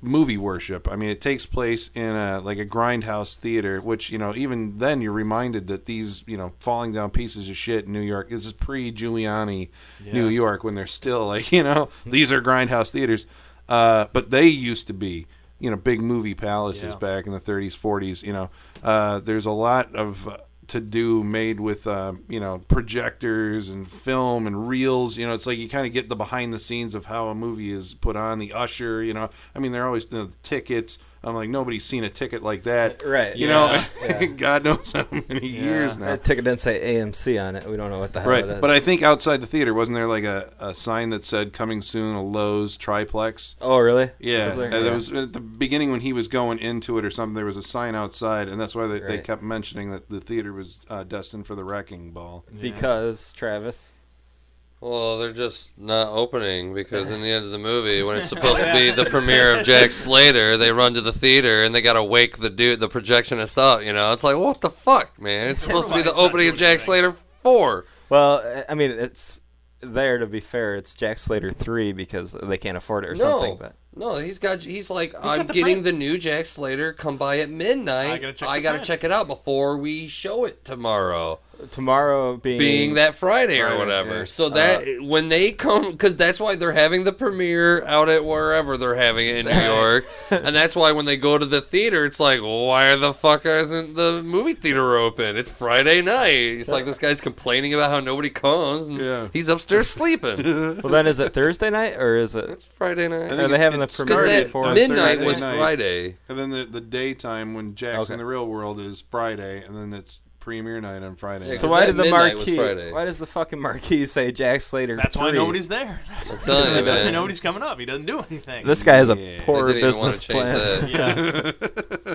S2: movie worship. I mean, it takes place in a like a grindhouse theater, which you know even then you're reminded that these you know falling down pieces of shit in New York. This is pre Giuliani New York when they're still like you know these are grindhouse theaters, uh, but they used to be you know big movie palaces
S5: Yeah.
S2: back in the 30s 40s. You know uh, there's a lot of uh, to do made with um, you know projectors and film and reels. You know, it's like you kind of get the behind the scenes of how a movie is put on. The usher, you know, I mean, they're always you know, the tickets. I'm like nobody's seen a ticket like that,
S3: Right,
S2: You know, God knows how many years now.
S3: That ticket didn't say AMC on it. We don't know what the hell
S2: Right,
S3: it is.
S2: but I think outside the theater wasn't there like a, a sign that said "Coming soon, a Lowe's triplex."
S3: oh, really?
S2: Yeah,
S3: Was there?
S2: uh, there was at the beginning when he was going into it or something. There was a sign outside, and that's why they, they
S3: Right.
S2: kept mentioning that the theater was uh, destined for the wrecking ball.
S3: because Travis.
S4: Well, they're just not opening because in the end of the movie, when it's supposed to be the premiere of Jack Slater, they run to the theater and they gotta wake the dude, the projectionist up. You know, it's like what the fuck, man? It's supposed to be the
S5: Everybody's not
S4: opening of
S5: doing
S4: Jack Slater four.
S3: Well, I- I mean, it's there to be fair. It's Jack Slater three because they can't afford it or
S4: No,
S3: something. But
S4: No, he's got. He's like, I'm
S5: got the
S4: getting
S5: print."
S4: the new Jack Slater. Come by at midnight.
S5: I gotta check the print."
S4: check it out before we show it tomorrow,
S3: Tomorrow being,
S4: being that Friday,
S2: Friday,
S4: or whatever.
S2: yeah.
S4: So that when they come, because that's why they're having the premiere out at wherever they're having it in New York, and that's why when they go to the theater, it's like, why the fuck isn't the movie theater open? It's Friday night. It's like this guy's complaining about how nobody comes. And
S2: Yeah.
S4: he's upstairs sleeping.
S3: Well, then is it Thursday night or is it?
S4: it's Friday night.
S2: And
S3: Are they having the
S2: It's
S3: premiere
S4: Because
S2: Thursday-
S4: that
S3: before?
S2: on
S4: midnight
S2: Thursday
S4: was
S2: night.
S4: Friday.
S2: And then the, the daytime when Jack's
S3: Okay.
S2: in the real world is Friday, and then it's premiere night on Friday.
S4: Yeah,
S2: night.
S3: So
S4: Because
S3: why
S4: that
S3: did the
S4: midnight was
S3: marquee?
S4: Friday.
S3: Why does the fucking marquee say Jack Slater?
S5: That's why
S3: 3?
S5: nobody's there. That's,
S4: I'm telling you,
S5: that's why
S4: man.
S5: nobody's coming up. He doesn't do anything.
S3: This guy has a
S2: Yeah.
S4: They
S3: poor
S4: didn't even want
S3: business
S4: to change
S3: plan.
S4: that.
S5: yeah.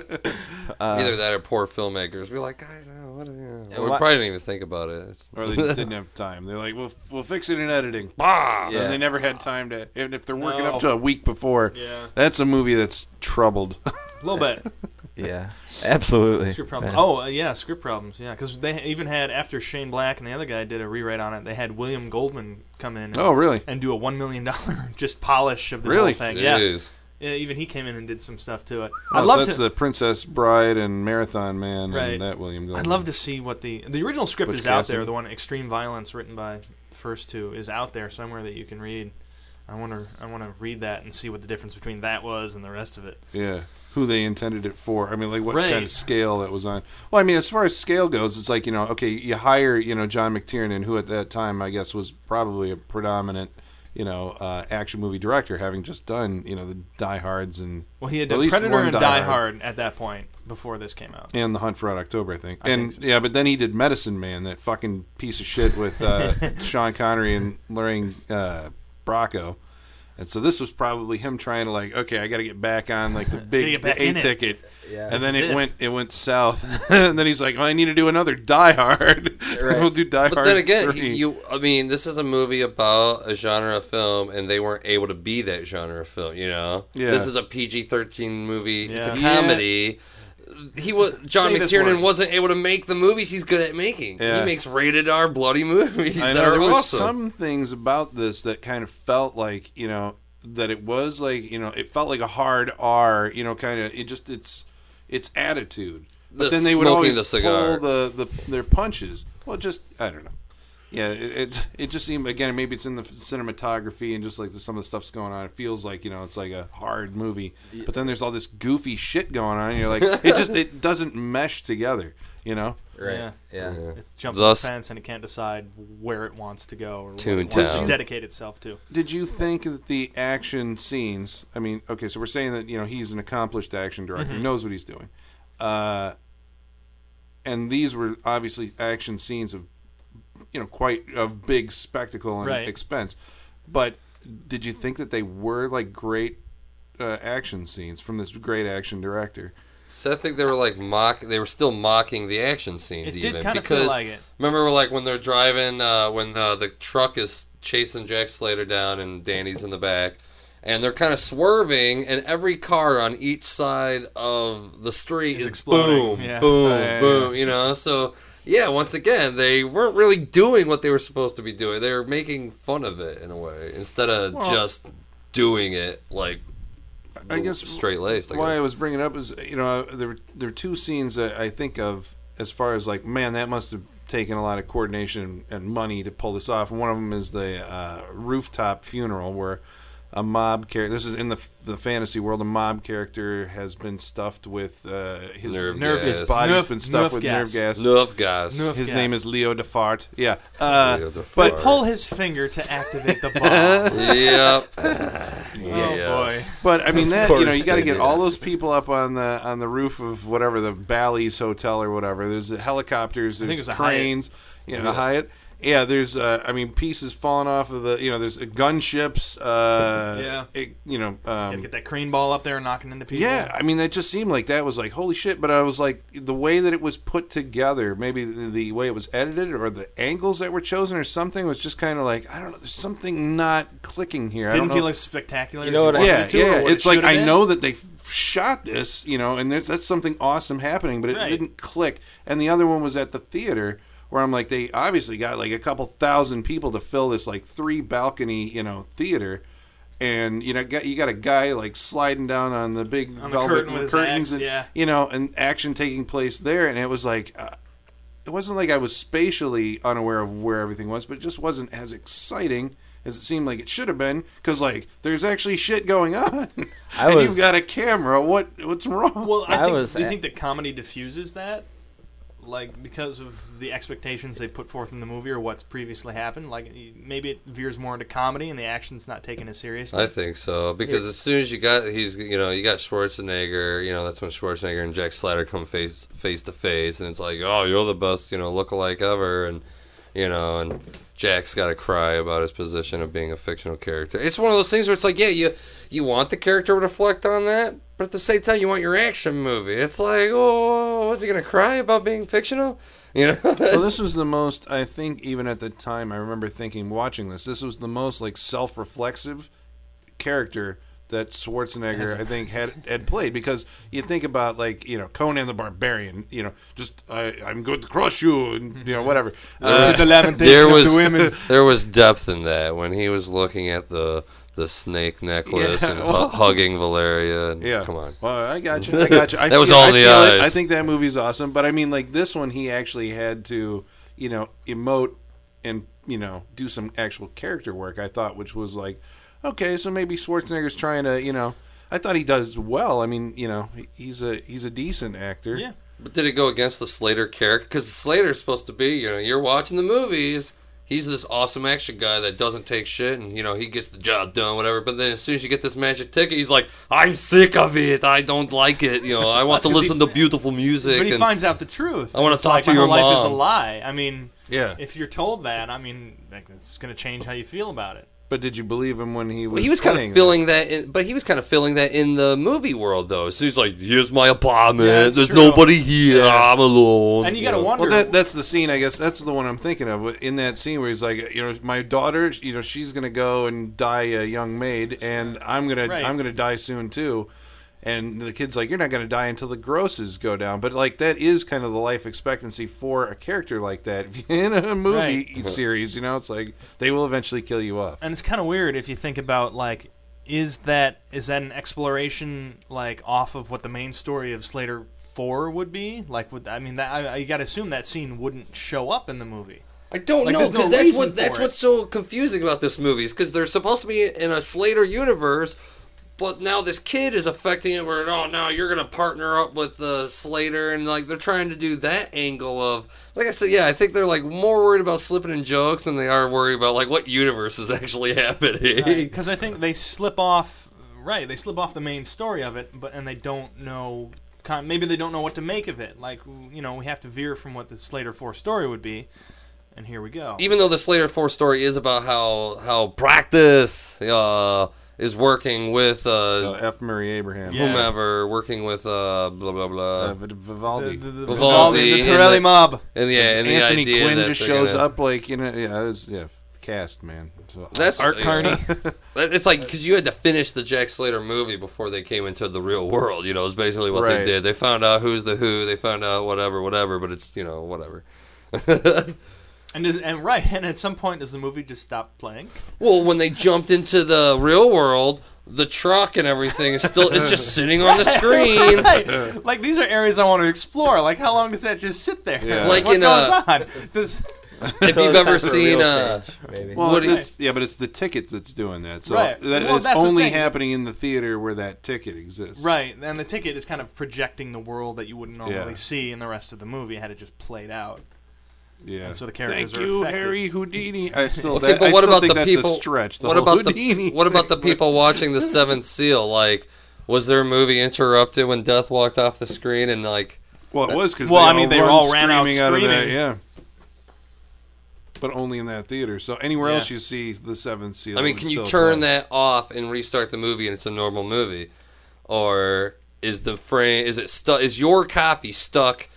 S4: Either that or poor filmmakers. Be like, guys, oh, what? Are you?
S3: Yeah,
S4: we
S3: why-
S4: probably didn't even think about it. It's-
S2: or they just didn't have time. They're like, we'll, we'll fix it in editing.
S1: Bah!
S3: Yeah.
S2: And they never had time to. And if they're working
S5: No.
S2: up to a week before,
S5: Yeah.
S2: that's a movie that's troubled.
S5: A little bit.
S3: Yeah, absolutely.
S5: Script problems.
S3: Man.
S5: Oh, uh, yeah, script problems. Yeah, because they even had after Shane Black and the other guy did a rewrite on it. They had William Goldman come in. And,
S2: oh, really?
S5: and do a one million dollar just polish of the
S2: Really?
S5: whole thing. Yeah.
S4: Jeez.
S5: yeah, even he came in and did some stuff to it.
S2: Oh,
S5: I'd
S2: so
S5: love
S2: that's
S5: to.
S2: the Princess Bride and Marathon Man
S5: Right.
S2: and that William Goldman.
S5: I'd love to see what the the original script
S2: Butch
S5: is out
S2: Cassidy.
S5: there. The one Extreme Violence, written by the first two, is out there somewhere that you can read. I wonder. I want to read that and see what the difference between that was and the rest of it.
S2: Yeah. Who they intended it for. I mean, like what
S5: Right.
S2: kind of scale that was on. Well, I mean, as far as scale goes, it's like, you know, okay, you hire, you know, John McTiernan, who at that time, I guess, was probably a predominant, you know, uh, action movie director, having just done, you know, the Die Hards and,
S5: Well, he had
S2: At
S5: done
S2: least
S5: Predator
S2: one
S5: and
S2: Die
S5: Die
S2: Hard.
S5: Hard at that point before this came out.
S2: and The Hunt for Red October, I think.
S5: I
S2: and,
S5: think so.
S2: yeah, but then he did Medicine Man, that fucking piece of shit with uh, Sean Connery and Lorraine uh, Bracco. And so this was probably him trying to like, okay, I got to get back on like the big
S5: get back
S2: A
S5: in it.
S2: ticket,
S3: Yeah.
S2: and then
S5: is
S2: it,
S5: it.
S2: went it went south, and then he's like, oh, I need to do another Die Hard.
S3: Right.
S2: we'll do Die
S4: But
S2: Hard.
S4: then again,
S2: 3.
S4: you. I mean, this is a movie about a genre of film, and they weren't able to be that genre of film. You know,
S2: Yeah.
S4: this is a PG-13 movie. It's a
S5: Yeah.
S2: Yeah.
S4: comedy. He was John
S5: Say this
S4: McTiernan
S5: word.
S4: wasn't able to make the movies he's good at making.
S2: Yeah.
S4: He makes rated R bloody movies
S2: I
S4: that
S2: know
S4: are
S2: there was
S4: awesome.
S2: some things about this that kind of felt like you know that it was like you know it felt like a hard R, you know, kind of it just it's it's attitude. But
S4: The
S2: then they would
S4: smoking
S2: always
S4: the cigar.
S2: pull the, the their punches. Well, just I don't know. Yeah, it, it it just seemed again maybe it's in the cinematography and just like the, some of the stuff's going on. It feels like you know it's like a hard movie, but then there's all this goofy shit going on. And you're like it just it doesn't mesh together, you know.
S3: Right.
S5: Yeah.
S3: yeah.
S5: It's jumping
S4: Thus-
S5: the fence and it can't decide where it wants to go or what
S4: Toontown.
S5: it wants to dedicate itself to.
S2: Did you think that the action scenes? I mean, okay, so we're saying that you know he's an accomplished action director, he knows what he's doing, uh, and these were obviously action scenes of, you know, quite of big spectacle and
S5: Right.
S2: expense. But did you think that they were like great uh, action scenes from this great action director?
S4: So I think they were like mock. They were still mocking the action
S5: It
S4: scenes. even
S5: did kind of
S4: because
S5: feel like it.
S4: remember, like when they're driving, uh, when uh, the truck is chasing Jack Slater down, and Danny's in the back, and they're kind of swerving, and every car on each side of the street
S5: Is
S4: is
S5: exploding,
S4: boom,
S5: yeah.
S4: boom,
S2: Yeah, yeah,
S4: boom. You know, so yeah. Once again, they weren't really doing what they were supposed to be doing. They were making fun of it in a way instead of
S2: Well-
S4: just doing it like
S2: I guess
S4: straight laced. I
S2: why I
S4: guess.
S2: was bringing up is you know there were, there were two scenes that I think of as far as like man that must have taken a lot of coordination and money to pull this off. And one of them is the uh, rooftop funeral where a mob character. This is in the the fantasy world. A mob character has has been stuffed with uh, his
S4: Nerve
S2: his
S4: gas.
S2: body's
S5: Nerve-
S2: been stuffed
S5: nerve
S2: with
S5: gas.
S2: nerve gas.
S4: Nerf gas.
S5: Nerf
S2: his
S5: gas.
S2: name is Leo Defart. Yeah, uh,
S4: Leo Defart.
S2: but
S4: Sorry.
S5: Pull his finger to activate the bomb.
S4: yep.
S5: Oh
S2: But I mean that you know
S3: course
S2: you got to
S3: they
S2: get
S3: did.
S2: all those people up on the on the roof of whatever the Bally's hotel or whatever. There's the helicopters.
S5: think
S2: There's
S5: it was a
S2: cranes. You know, Hyatt. Yeah, there's uh, I mean pieces falling off of the you know there's uh, gunships. Uh,
S5: Yeah.
S2: it- you know.
S5: Gotta
S2: Um,
S5: get that crane ball up there and knocking into people.
S2: yeah, I mean that just seemed like that was like holy shit. But I was like the way that it was put together, maybe the, the way it was edited or the angles that were chosen or something was just kind of like I don't know. There's something not clicking here. I don't
S5: Didn't
S2: know
S5: feel as spectacular.
S3: You know
S5: as
S3: what I-
S5: wanted
S2: yeah,
S5: it to or
S2: yeah.
S5: what it
S2: It's like
S5: should've
S2: I
S5: been.
S2: know that they f- shot this, you know, and there's, that's something awesome happening, but it
S5: Right.
S2: didn't click. And the other one was at the theater where I'm like, they obviously got like a couple thousand people to fill this like three balcony, you know, theater. and you know got- you got a guy like sliding down on the big
S5: On the
S2: velvet
S5: curtain with his
S2: curtains
S5: axe,
S2: and
S5: yeah.
S2: you know and action taking place there and it was like uh, it wasn't like I was spatially unaware of where everything was but it just wasn't as exciting as it seemed like it should have been because like there's actually shit going on
S3: I
S2: and
S3: was-
S2: you've got a camera what what's wrong
S5: Well, I,
S3: I
S5: think,
S3: was
S5: do you
S3: at-
S5: think that comedy diffuses that? Like, because of the expectations they put forth in the movie or what's previously happened? Like, y- maybe it veers more into comedy and the action's not taken as seriously.
S4: I think so because as soon as you got he's you know you got Schwarzenegger you know that's when Schwarzenegger and Jack Slater come face face to face and it's like oh you're the best you know lookalike ever and you know and Jack's got to cry about his position of being a fictional character. It's one of those things where it's like yeah you you want the character to reflect on that but at the same time you want your action movie. It's like oh was he gonna cry about being fictional? You know
S2: well, this was the most I think even at the time I remember thinking watching this. This was the most like self-reflexive character that Schwarzenegger I think had had played because you think about like you know Conan the Barbarian, you know, just I I'm going to crush you and you know whatever. Uh,
S5: the lamentation
S4: there
S5: of
S4: was
S5: the women.
S4: there was depth in that when he was looking at the the snake necklace
S2: Yeah,
S4: and
S2: well-
S4: hu- hugging Valeria. And,
S2: yeah,
S4: come on.
S2: Well, I got you. I got you. I
S4: That was
S2: feel-
S4: all
S2: I
S4: the
S2: feel it.
S4: eyes.
S2: I think that movie's awesome, but I mean, like this one, he actually had to, you know, emote and you know do some actual character work. I thought, which was like, okay, so maybe Schwarzenegger's trying to, you know, I thought he does well. I mean, you know, he- he's a he's a decent actor.
S5: Yeah.
S4: But did it go against the Slater character? Because Slater's supposed to be, you know, you're watching the movies. He's this awesome action guy that doesn't take shit, and you know he gets the job done, whatever. But then as soon as you get this magic ticket, he's like, "I'm sick of it. I don't like it. You know, I want to
S5: 'Cause he-
S4: listen to beautiful music."
S5: But he
S4: and
S5: finds out the truth.
S4: I wanna
S5: It's
S4: talk
S5: like,
S4: to
S5: my
S4: your
S5: whole life is a
S4: mom.
S5: lie. I mean,
S2: Yeah.
S5: if you're told that, I mean, like, it's going to change how you feel about it.
S2: But did you believe him when he was?
S4: Well, he was kind
S2: playing
S4: of filling that, in, but he was kind of filling that in the movie world, though. So he's like, "Here's my apartment.
S5: Yeah, that's
S4: There's
S5: true.
S4: nobody here.
S5: Yeah.
S4: I'm alone."
S5: And you got to
S4: know.
S5: wonder.
S2: Well, that, that's the scene. I guess that's the one I'm thinking of. In that scene where he's like, you know, my daughter, you know, she's gonna go and die a young maid, and I'm gonna,
S5: Right.
S2: I'm gonna die soon too. And the kid's like, you're not gonna die until the grosses go down. But like that is kind of the life expectancy for a character like that in a movie
S4: Uh-huh.
S5: Right.
S2: series. You know, it's like they will eventually kill you off.
S5: and it's kind of weird if you think about like is that is that an exploration like off of what the main story of Slater 4 would be like would I mean that I, I got to assume that scene wouldn't show up in the movie
S4: I don't
S5: Like,
S4: know
S5: there's no
S4: because that's
S5: reason
S4: what that's
S5: for it.
S4: what's so confusing about this movie is because they're supposed to be in a Slater universe, but now this kid is affecting it. Where oh, now you're gonna partner up with uh, Slater, and like they're trying to do that angle of, like I said, yeah, I think they're like more worried about slipping in jokes than they are worried about like what universe is actually happening.
S5: because I think they slip off right they slip off the main story of it but and they don't know kind- maybe they don't know what to make of it like you know we have to veer from what the Slater 4 story would be and here we go
S4: even though the Slater Four story is about how how practice uh, is working with
S2: So
S4: uh,
S2: F. Murray Abraham,
S5: Yeah.
S4: whomever, working with uh, blah blah blah,
S2: uh, Vid-
S5: the,
S2: Vivaldi.
S5: the, the,
S4: Vivaldi
S5: Vivaldi, the
S4: and
S5: Torelli
S4: the-
S5: mob
S4: and yeah, and the
S2: Anthony
S4: idea
S2: Quinn
S4: that
S2: just
S4: they're
S2: shows
S4: gonna-
S2: up like you know, yeah, it was, yeah, cast man. So-
S4: That's
S5: Art
S4: yeah.
S5: Carney.
S4: That- It's like because you had to finish the Jack Slater movie before they came into the real world. You know, is basically what
S2: Right.
S4: they did. They found out who's the who. They found out whatever, whatever. But it's you know whatever.
S5: and is, and right and at some point does the movie just stop playing
S4: Well, when they jumped into the real world, the truck and everything is still it's just sitting on the screen.
S5: Right. Like these are areas I want to explore. Like how long does that just sit there?
S2: Yeah.
S4: Like
S5: what
S4: in
S5: goes
S4: a-
S5: on? Does
S4: If
S3: Till
S4: you've
S3: it's time
S4: ever
S3: for a real
S4: seen uh,
S3: change, maybe.
S2: Well,
S4: What do you-
S2: that's, yeah, but it's the tickets that's doing that. So
S5: Right.
S2: that
S5: Well,
S2: is
S5: that's the
S2: only
S5: thing.
S2: happening in the theater where that ticket exists.
S5: right, and the ticket is kind of projecting the world that you wouldn't normally
S2: Yeah.
S5: see in the rest of the movie had it just played out.
S2: Yeah.
S5: And so the characters
S2: Thank
S5: are
S2: you,
S5: affected.
S2: Harry Houdini. I still.
S4: Okay,
S2: that,
S4: but
S2: I
S4: what
S2: still
S4: about
S2: think
S4: the
S2: that's
S4: people?
S2: A stretch. The
S4: what
S2: whole
S4: about
S2: Houdini?
S4: the What about the people watching the Seventh Seal? Like, was their movie interrupted when Death walked off the screen? And like,
S2: Well, it was because
S5: Well,
S2: they
S5: I mean, they
S2: run
S5: all ran out
S2: screaming of that,
S5: screaming.
S2: yeah. But only in that theater. So anywhere
S5: Yeah.
S2: else you see the seventh seal.
S4: I mean,
S2: would
S4: can you
S2: still
S4: turn
S2: play.
S4: that off and restart the movie and it's a normal movie, or is the frame is it stuck? Is your copy stuck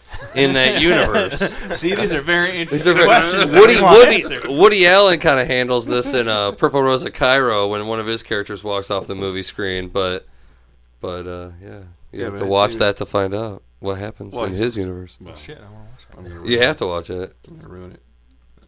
S4: in that universe?
S5: See, these are very interesting
S4: These are very-
S5: questions. I
S4: Woody,
S5: didn't want to
S4: Woody,
S5: answer.
S4: Woody Allen kind of handles this in uh, Purple Rose of Cairo when one of his characters walks off the movie screen, but but uh, yeah, you
S2: Yeah,
S4: have
S2: but
S4: to
S2: I
S4: watch
S2: see-
S4: that to find out what happens
S2: Well,
S4: in his universe.
S2: Well,
S5: Shit, I wanna watch
S2: I'm gonna ruin,
S4: You have to watch it.
S2: I'm gonna ruin it.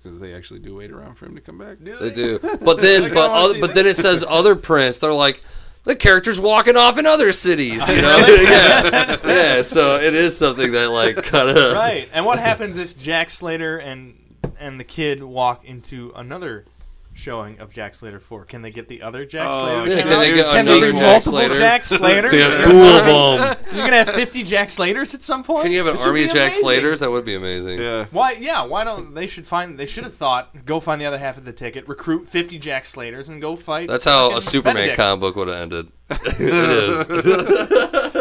S2: 'Cause because they actually do wait around for him to come back.
S4: They do. But then, but
S2: wanna
S4: other,
S2: see
S4: but then it says other prints. They're like the characters walking off in other cities. You know? yeah, yeah. So it is something that like kind of
S5: Right. And what happens if Jack Slater and and the kid walk into another showing of Jack Slater 4? Can they get the other Jack
S2: Oh,
S5: Slater?
S4: Yeah,
S5: Can,
S4: can they get
S5: can there
S4: another
S5: be
S4: Jack
S5: multiple
S4: Slater?
S5: Jack Slaters?
S4: There's two of them.
S5: You're gonna have 50 Jack Slaters at some point.
S4: Can you have an
S5: This would
S4: army
S5: be
S4: of Jack
S5: amazing.
S4: Slaters? That would be amazing.
S2: Yeah.
S5: Why? Yeah. Why don't they should find? They should have thought. Go find the other half of the ticket. Recruit 50 Jack Slaters and go fight.
S4: That's how a
S5: fucking
S4: Superman
S5: Benedict.
S4: comic book would have ended. it is.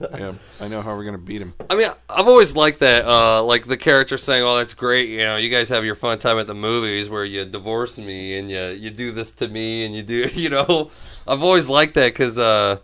S2: Yeah. I know how we're gonna beat him.
S4: I mean, I've always liked that. Uh, like the character saying, "Oh, that's great. You know, you guys have your fun time at the movies where you divorce me and you you do this to me and you do you know." I've always liked that because. Uh,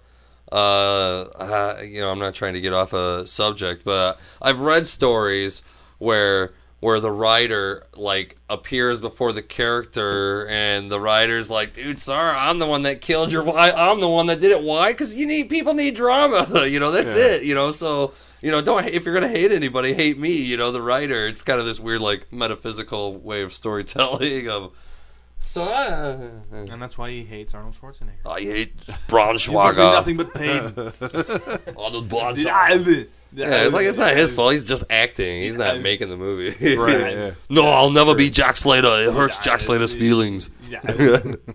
S4: uh, uh, you know, I'm not trying to get off a subject, but I've read stories where where the writer like appears before the character, and the writer's like, "Dude, sorry, I'm the one that killed your wife. I'm the one that did it. Why? Because you need people need drama. you know, that's
S2: Yeah.
S4: it. You know, so." You know, don't if you're gonna hate anybody, hate me. You know, the writer. It's kind of this weird, like, metaphysical way of storytelling. Of so, uh,
S5: And that's why he hates Arnold Schwarzenegger.
S1: I hate
S5: You would be
S1: Braunschweiger.
S5: nothing but pain.
S1: Arnold Braunschweiger.
S4: Yeah, it's like it's not his fault. He's just acting. He's not making the movie.
S2: Right. Yeah.
S1: No, I'll never be Jack Slater. It hurts Jack Slater's feelings.
S2: There was something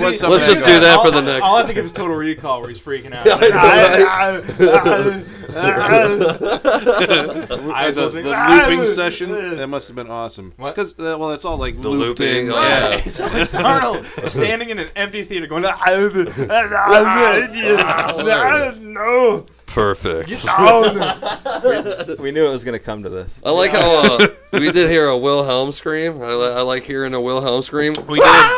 S4: Let's just do that for the next.
S5: All I think of is Total Recall, where he's freaking out.
S2: I,
S5: Eyes
S2: the,
S5: closing.
S2: the looping session. That must have been awesome.
S5: What?
S2: Because uh, well, that's all like
S4: The
S2: looped
S4: looping,
S2: in.
S4: oh,
S2: Yeah.
S4: yeah.
S5: it's, it's Arnold standing in an empty theater going. no.
S4: Perfect.
S3: We knew it was gonna come to this.
S4: I like how uh, we did hear a Wilhelm scream. I, li- I like hearing a Wilhelm scream.
S5: We did.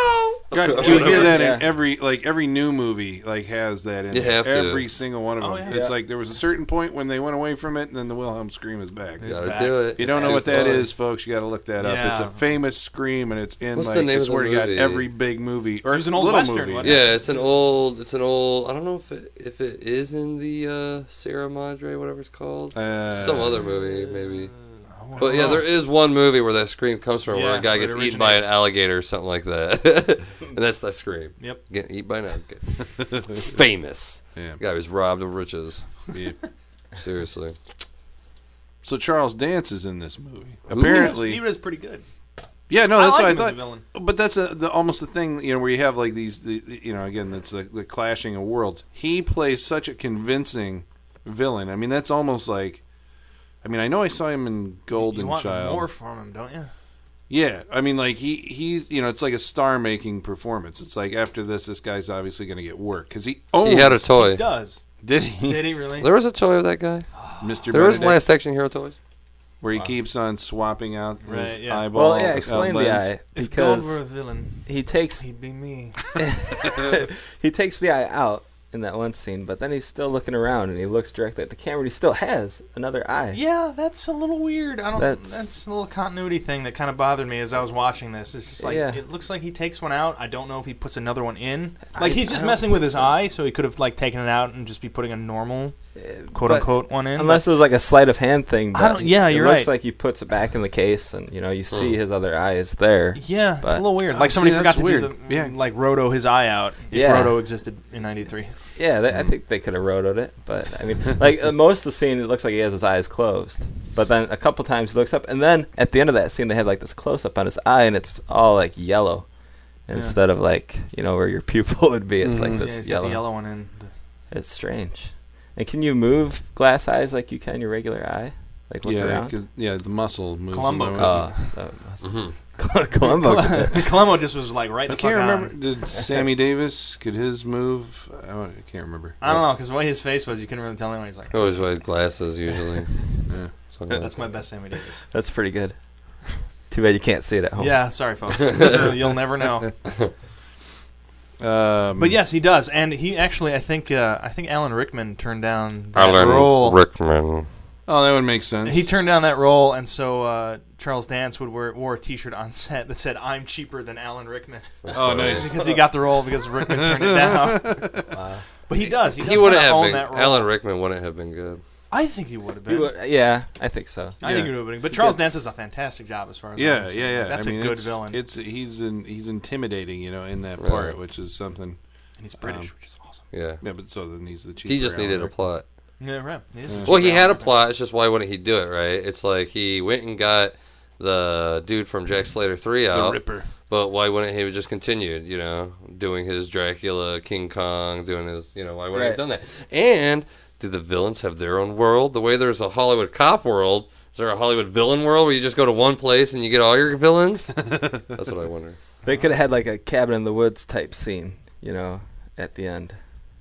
S2: God, you hear that in
S3: Yeah.
S2: every like every new movie like has that in
S4: You
S2: there.
S4: have to.
S2: every single one of them.
S5: Oh, yeah.
S2: It's
S3: Yeah.
S2: like there was a certain point when they went away from it, and then the Wilhelm scream is back.
S5: It's
S4: Gotta
S5: bad.
S4: do it.
S2: If you don't know
S4: It's
S2: what that
S4: fun.
S2: is, folks, you got to look that up. It's a
S5: Yeah.
S2: famous scream, and it's in
S4: What's
S2: like
S4: the name
S2: it's
S4: of the
S2: where you
S4: movie?
S2: got every big movie or
S5: It was an old
S2: little
S5: Western,
S2: movie.
S5: wasn't
S4: Yeah, it's an old. It's an old. I don't know if it, if it is in the uh, Sierra Madre, whatever it's called.
S2: Uh,
S4: Some other movie, maybe.
S2: don't
S4: But yeah, there is one movie where that scream comes from, where
S5: Yeah,
S4: a guy
S5: where it
S4: gets eaten by an
S5: originates.
S4: alligator or something like that, and that's that scream.
S5: Yep.
S4: Getting eaten by an alligator. Famous.
S2: Yeah.
S4: Guy was robbed of riches.
S2: Yeah.
S4: Seriously.
S2: So Charles Dance is in this movie.
S5: he
S2: Apparently,
S5: was pretty good.
S2: yeah.
S3: Oh,
S2: No,
S5: I
S2: that's
S5: like
S2: what
S5: him as
S2: I
S5: a
S2: thought.
S5: villain.
S2: But that's a, the, almost the thing, you know, where you have like these, the, the- you know, again, that's the, the clashing of worlds. He plays such a convincing villain. I mean, that's almost like, I mean, I know I saw him in Golden
S5: you want
S2: Child.
S5: more from him, don't you?
S2: Yeah, I mean, like he he's you know, it's like a star-making performance. It's like after this, this guy's obviously going to get work because he owns.
S4: He had a toy.
S5: He does.
S2: did
S3: Hmm.
S2: he,
S5: Did he really?
S4: There was a toy of that guy.
S2: Mr.
S4: There was
S2: Benedict,
S4: Last Action Hero toys.
S2: where he keeps on swapping out his
S5: Right, yeah.
S2: eyeball.
S3: Well, yeah,
S2: uh,
S3: explain the
S2: lens.
S3: eye
S5: if God were a
S3: because
S5: villain,
S3: he takes
S5: he'd be me.
S3: he takes the eye out in that one scene, but then he's still looking around and he looks directly at the camera. and He still has another eye.
S5: Yeah, that's a little weird. I don't. That's,
S3: That's-
S5: a little continuity thing that kind of bothered me as I was watching this. It's just like
S3: Yeah.
S5: it looks like he takes one out. I don't know if he puts another one in. Like
S3: I-
S5: he's
S3: I
S5: just
S3: don't
S5: messing with
S3: think
S5: his
S3: so.
S5: eye, so he could have like taken it out and just be putting a normal, quote
S3: Uh, but-
S5: unquote, one in.
S3: Unless it was like a sleight of hand thing. But
S5: I don't- yeah,
S3: it
S5: you're
S3: looks
S5: right.
S3: like he puts it back in the case, and you know you see
S5: Hmm.
S3: his other eye is there.
S5: But- yeah, it's a
S3: but-
S5: little weird.
S2: Oh,
S5: Like somebody
S2: see,
S5: forgot
S2: that's
S5: to do
S2: weird.
S5: the mm,
S2: Yeah.
S5: like roto his eye out. If
S3: Yeah.
S5: roto existed in '93.
S3: Yeah,
S5: Hmm.
S3: they, I think they could have rotoed it, but I mean, like uh, most of the scene, it looks like he has his eyes closed. But then a couple times he looks up, and then at the end of that scene, they had like this close up on his eye, and it's all like yellow instead of like you know where your pupil would be. It's like
S5: Yeah,
S3: this
S5: he's got
S3: yellow.
S5: the yellow one in. The,
S3: It's strange. And can you move glass eyes like you can your regular eye? Like look
S2: Yeah,
S3: around.
S2: 'cause- yeah, the muscle moves.
S5: Columbo
S2: around.
S5: could-
S3: Uh, that must-
S4: Mm-hmm.
S3: Columbo. did it.
S5: Columbo just was like right.
S2: I
S5: The
S2: can't
S5: fuck on.
S2: remember. Did Sammy Davis could his move? I, don't- I can't remember.
S5: I don't know because the way his face was, you couldn't really tell anyone. He's like,
S4: I always wear glasses usually.
S5: "That's my best Sammy Davis."
S3: That's pretty good. Too bad you can't see it at home.
S5: Yeah, sorry, folks. You'll never know.
S2: Um,
S5: But yes, he does, and he actually, I think, uh, I think Alan Rickman turned down that
S4: Alan
S5: role.
S4: Rickman.
S2: oh, that would make sense.
S5: he turned down that role, and so uh, Charles Dance would wear, wore a T-shirt on set that said "I'm cheaper than Alan Rickman"
S2: oh, nice.
S5: because he got the role because Rickman turned it down. But he does. He,
S4: He
S5: does
S4: wouldn't
S5: kinda
S4: have
S5: own
S4: been.
S5: that role.
S4: Alan Rickman wouldn't have been good.
S5: I think he would have been.
S3: You would- yeah, I think so.
S5: I
S2: Yeah.
S5: think he would have been. But Charles
S3: gets-
S5: Dance is a fantastic job as far as I'm
S2: Yeah,
S5: concerned.
S2: yeah, yeah.
S5: That's
S2: I mean,
S5: a good
S2: it's,
S5: villain,
S2: It's he's in, he's intimidating, you know, in that
S4: Right.
S2: part, which is something.
S5: and he's British, which is awesome.
S4: Yeah.
S2: Yeah, but so then he's the chief.
S4: He just needed a
S2: Railroader.
S4: plot.
S5: Yeah, right. He is
S4: Well, he had a
S5: Brown.
S4: plot. It's just why wouldn't he do it, right? It's like he went and got the dude from Jack Slater 3
S2: The
S4: out,
S2: Ripper.
S4: but why wouldn't he have just continued, you know, doing his Dracula, King Kong, doing his, you know, why wouldn't he have done that? And do the villains have their own world? The way there's a Hollywood cop world, is there a Hollywood villain world where you just go to one place and you get all your villains? That's what I wonder.
S3: They could have had like a cabin in the woods type scene, you know, at the end.